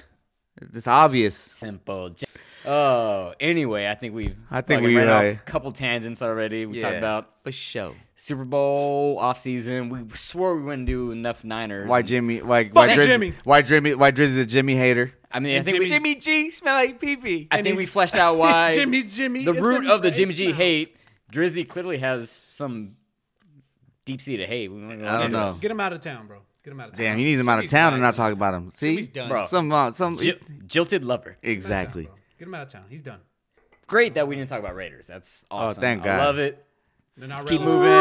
Speaker 1: It's obvious.
Speaker 2: Simple. J- Oh, anyway, I think we've
Speaker 1: I think
Speaker 2: fucking
Speaker 1: we,
Speaker 2: ran off
Speaker 1: uh,
Speaker 2: a couple tangents already. We talked about
Speaker 1: for sure.
Speaker 2: Super Bowl offseason. We swore we wouldn't do enough Niners.
Speaker 1: Why Jimmy? Why why
Speaker 4: that
Speaker 1: Drizzy,
Speaker 4: Jimmy.
Speaker 1: Why Jimmy? Why Drizzy's a Jimmy hater?
Speaker 2: I mean, I think we,
Speaker 4: Jimmy's-
Speaker 1: G smell like pee pee.
Speaker 2: I
Speaker 4: and
Speaker 2: think we
Speaker 4: he's-
Speaker 2: fleshed out why
Speaker 4: Jimmy, Jimmy,
Speaker 2: the
Speaker 4: it's
Speaker 2: root
Speaker 4: in
Speaker 2: of the
Speaker 4: his
Speaker 2: Jimmy G
Speaker 4: mouth.
Speaker 2: hate. Drizzy clearly has some deep seated hate. We don't
Speaker 1: I don't know.
Speaker 4: Get him out of town, bro. Get him out of town.
Speaker 1: Damn, he needs him out of
Speaker 3: Jimmy's
Speaker 1: town
Speaker 3: done.
Speaker 1: and not talk about him. See,
Speaker 3: Jimmy's done.
Speaker 2: Bro.
Speaker 1: some uh, some
Speaker 2: Jil- jilted lover.
Speaker 4: Get him out of town,
Speaker 1: exactly.
Speaker 4: bro. Get him out of town. He's done.
Speaker 2: Great that we didn't talk about Raiders. That's awesome.
Speaker 1: Oh, thank
Speaker 2: I
Speaker 1: God.
Speaker 2: love it.
Speaker 4: They're not
Speaker 2: Keep
Speaker 4: relevant.
Speaker 2: moving.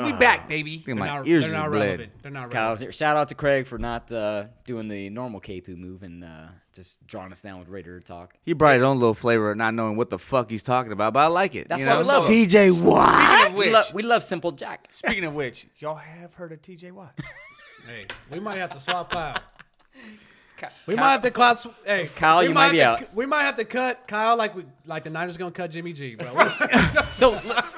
Speaker 3: Raiders, we back, baby.
Speaker 1: Think
Speaker 4: They're
Speaker 1: my
Speaker 4: not,
Speaker 1: ears
Speaker 4: they're
Speaker 1: is
Speaker 4: not
Speaker 1: bled.
Speaker 4: relevant. They're not relevant.
Speaker 2: Kyle's here. Shout out to Craig for not uh, doing the normal KP move and uh, just drawing us down with Raider talk.
Speaker 1: He brought his own little flavor, of not knowing what the fuck he's talking about, but I like it.
Speaker 2: That's
Speaker 1: you
Speaker 2: what
Speaker 1: know?
Speaker 2: I love.
Speaker 1: TJ Watt.
Speaker 3: Speaking of
Speaker 2: We,
Speaker 3: which,
Speaker 2: lo- we love Simple Jack.
Speaker 3: speaking of which, y'all have heard of TJ Watt.
Speaker 4: Hey, we might have to swap Kyle.
Speaker 2: Ky-
Speaker 4: We might have to clap. Hey,
Speaker 2: Kyle,
Speaker 4: we
Speaker 2: you might be
Speaker 4: have to,
Speaker 2: out.
Speaker 4: We might have to cut Kyle like we like the Niners gonna cut Jimmy G, bro. hey,
Speaker 2: So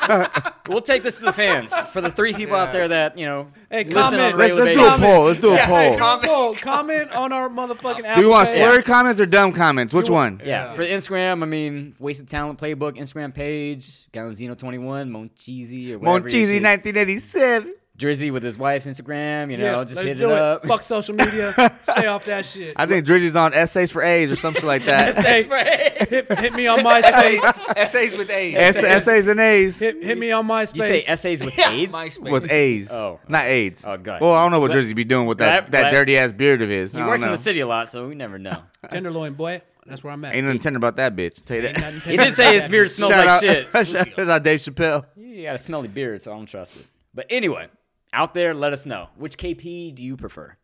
Speaker 2: l- we'll take this to the fans for the three people out there that you know listen on
Speaker 4: comment.
Speaker 1: Let's,
Speaker 2: a regular
Speaker 1: let's do a
Speaker 2: basis.
Speaker 1: poll. Let's do a poll.
Speaker 4: comment. Poll, comment on our motherfucking.
Speaker 1: Do
Speaker 4: Apple
Speaker 1: you want
Speaker 4: Pay.
Speaker 1: slurred comments or dumb comments? Which one?
Speaker 2: Yeah, for Instagram, I mean, Wasted Talent Playbook Instagram page, Galanzino21, Moncheesy or whatever. your
Speaker 1: Moncheesy
Speaker 2: shit-
Speaker 1: 1987.
Speaker 2: Drizzy with his wife's Instagram, you know,
Speaker 4: Yeah,
Speaker 2: just
Speaker 4: let's
Speaker 2: hit it,
Speaker 4: do
Speaker 2: up.
Speaker 4: Fuck social media. Stay off that shit.
Speaker 1: I think Drizzy's on essays for A's or something like that.
Speaker 2: That's right.
Speaker 4: Hit, hit me on MySpace.
Speaker 3: Essays with A's.
Speaker 1: S- essays and A's
Speaker 4: hit, hit me on MySpace.
Speaker 2: You say essays with AIDS?
Speaker 3: MySpace.
Speaker 1: with A's,
Speaker 2: Oh.
Speaker 1: not AIDS.
Speaker 2: Oh, God.
Speaker 1: Well, I don't know what Drizzy be doing with that,
Speaker 2: Glad-
Speaker 1: that
Speaker 2: glad-
Speaker 1: dirty ass beard of his.
Speaker 2: He
Speaker 1: I
Speaker 2: works
Speaker 1: don't
Speaker 2: in
Speaker 1: know.
Speaker 2: the city a lot, so we never know.
Speaker 4: Tenderloin boy. That's where I'm at.
Speaker 1: Ain't nothing tender about that bitch. Tell you
Speaker 4: Ain't
Speaker 1: that.
Speaker 4: nothing
Speaker 2: He
Speaker 4: tender
Speaker 2: did say
Speaker 4: about
Speaker 2: his
Speaker 4: that
Speaker 2: beard
Speaker 4: bitch.
Speaker 2: smells like shit.
Speaker 1: Shout out Dave Chappelle.
Speaker 2: You got a smelly beard, so I don't trust it. But anyway, out there, let us know which KP do you prefer?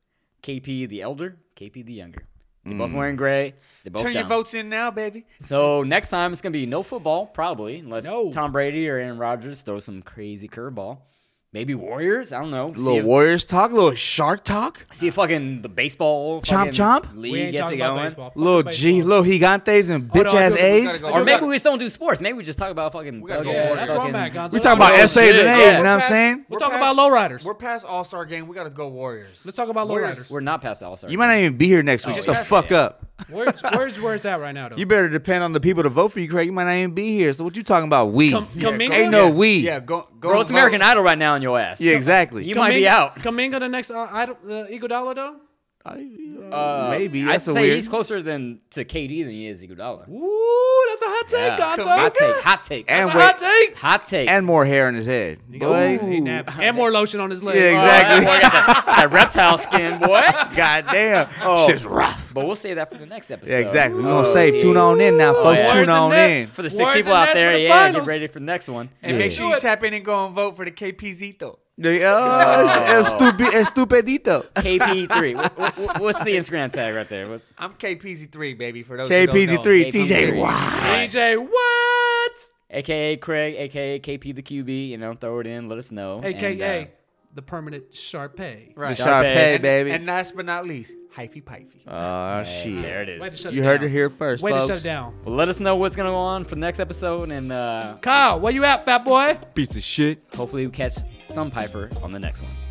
Speaker 2: KP the elder, KP the younger. They're both
Speaker 1: Hmm.
Speaker 2: wearing gray. They're both
Speaker 3: Turn your
Speaker 2: dumb.
Speaker 3: votes in now, baby.
Speaker 2: So next time it's gonna be no football, probably, unless
Speaker 4: No.
Speaker 2: Tom Brady or Aaron Rodgers throw some crazy curveball. Maybe Warriors. I don't know. See
Speaker 1: Little
Speaker 2: if,
Speaker 1: Warriors talk, little Shark talk,
Speaker 2: see if fucking the baseball
Speaker 1: Chomp
Speaker 2: fucking
Speaker 1: chomp?
Speaker 4: We
Speaker 2: league
Speaker 4: ain't
Speaker 2: gets it
Speaker 4: talking about
Speaker 2: going.
Speaker 4: baseball. Fuck
Speaker 1: little
Speaker 4: the
Speaker 1: G,
Speaker 4: baseball.
Speaker 1: little Gigantes and
Speaker 4: Hold
Speaker 1: bitch
Speaker 4: on,
Speaker 1: ass
Speaker 4: I do- we gotta
Speaker 1: A's.
Speaker 3: go.
Speaker 2: Or
Speaker 3: We
Speaker 2: maybe
Speaker 3: gotta-
Speaker 2: we just don't do sports. Maybe we just talk about fucking.
Speaker 3: We gotta go
Speaker 2: bug ass
Speaker 3: more.
Speaker 4: Yeah, that's where I'm at,
Speaker 2: fucking-
Speaker 4: Gonzo.
Speaker 1: We talking about
Speaker 2: Real
Speaker 1: essays and
Speaker 2: shit. Yeah.
Speaker 1: A's. You know what I'm
Speaker 4: past-
Speaker 1: saying?
Speaker 4: We're
Speaker 3: We're
Speaker 4: talking
Speaker 3: past-
Speaker 4: about lowriders.
Speaker 3: We're past All Star game. We got to go Warriors.
Speaker 4: Let's talk about
Speaker 3: Warriors.
Speaker 4: lowriders.
Speaker 2: We're not past the All Star.
Speaker 1: You might not even be here next week.
Speaker 2: Oh,
Speaker 1: Shut the
Speaker 2: yeah.
Speaker 1: fuck up.
Speaker 4: Where's, where's where it's at right now though?
Speaker 1: You better depend on the people to vote for you, Craig. You might not even be here. So what you talking about? We
Speaker 4: Come- Yeah, come go- mingle?
Speaker 1: ain't no
Speaker 3: Yeah,
Speaker 1: we.
Speaker 3: Yeah, go. go
Speaker 2: Bro, it's
Speaker 3: vote.
Speaker 2: American Idol right now in your ass.
Speaker 1: Yeah, exactly.
Speaker 2: You might be out.
Speaker 4: Kaminga the next uh, idol, uh, Iguodala though.
Speaker 2: Uh,
Speaker 1: Maybe
Speaker 2: I'd
Speaker 1: that's a
Speaker 2: say
Speaker 1: weird.
Speaker 2: he's closer than to KD than he is Iguodala.
Speaker 4: Ooh, that's a hot
Speaker 2: Yeah.
Speaker 4: take, Gonzo.
Speaker 2: Hot take. Hot take.
Speaker 1: And
Speaker 4: That's a hot
Speaker 1: wait.
Speaker 4: take.
Speaker 2: Hot take.
Speaker 1: and more hair in his head. Boy.
Speaker 4: Ooh. And more lotion on his leg. Uh,
Speaker 1: Yeah, exactly.
Speaker 2: Boy, got Oh, that, that reptile skin, boy.
Speaker 1: God damn.
Speaker 2: Oh.
Speaker 1: Shit's rough.
Speaker 2: But we'll save that for the next episode.
Speaker 1: Yeah, exactly. We're gonna
Speaker 2: Oh,
Speaker 1: say
Speaker 2: dear.
Speaker 1: tune on in now, folks.
Speaker 2: yeah.
Speaker 1: Tune
Speaker 4: Words and
Speaker 1: on
Speaker 4: nets.
Speaker 1: in.
Speaker 2: For the six
Speaker 4: Warriors
Speaker 2: people
Speaker 4: and
Speaker 2: out
Speaker 4: Nets
Speaker 2: there,
Speaker 4: for the
Speaker 2: yeah, get
Speaker 4: finals.
Speaker 2: ready for the next one.
Speaker 3: And
Speaker 1: Yeah.
Speaker 3: make sure you tap in and go and vote for the KPZito.
Speaker 1: The- uh, el stupi- el stupidito.
Speaker 2: KP3. Wh- wh- wh- What's the Instagram tag right there? What-
Speaker 3: I'm KPZ3, baby. For those who don't know.
Speaker 1: KPZ3,
Speaker 2: KPZ3.
Speaker 1: TJ Watt.
Speaker 4: DJ, what?
Speaker 2: AKA Craig, AKA KP the QB. You know, throw it in. Let us know. And,
Speaker 4: AKA
Speaker 2: uh,
Speaker 4: the permanent Sharpay.
Speaker 3: Right.
Speaker 1: Sharpay,
Speaker 2: Sharpay.
Speaker 1: baby.
Speaker 3: And last but not least, hyphy pipey.
Speaker 1: oh,
Speaker 2: there
Speaker 1: shit.
Speaker 2: it
Speaker 4: Way to
Speaker 2: is.
Speaker 4: shut
Speaker 1: You
Speaker 4: it
Speaker 1: heard
Speaker 4: down.
Speaker 1: it here first,
Speaker 4: Way
Speaker 1: folks.
Speaker 4: to shut it down.
Speaker 2: Well, let us know what's going to go on for the next episode, and uh,
Speaker 4: Kyle, where you at, fat boy?
Speaker 1: Piece of shit.
Speaker 2: hopefully we catch some Piper on the next one.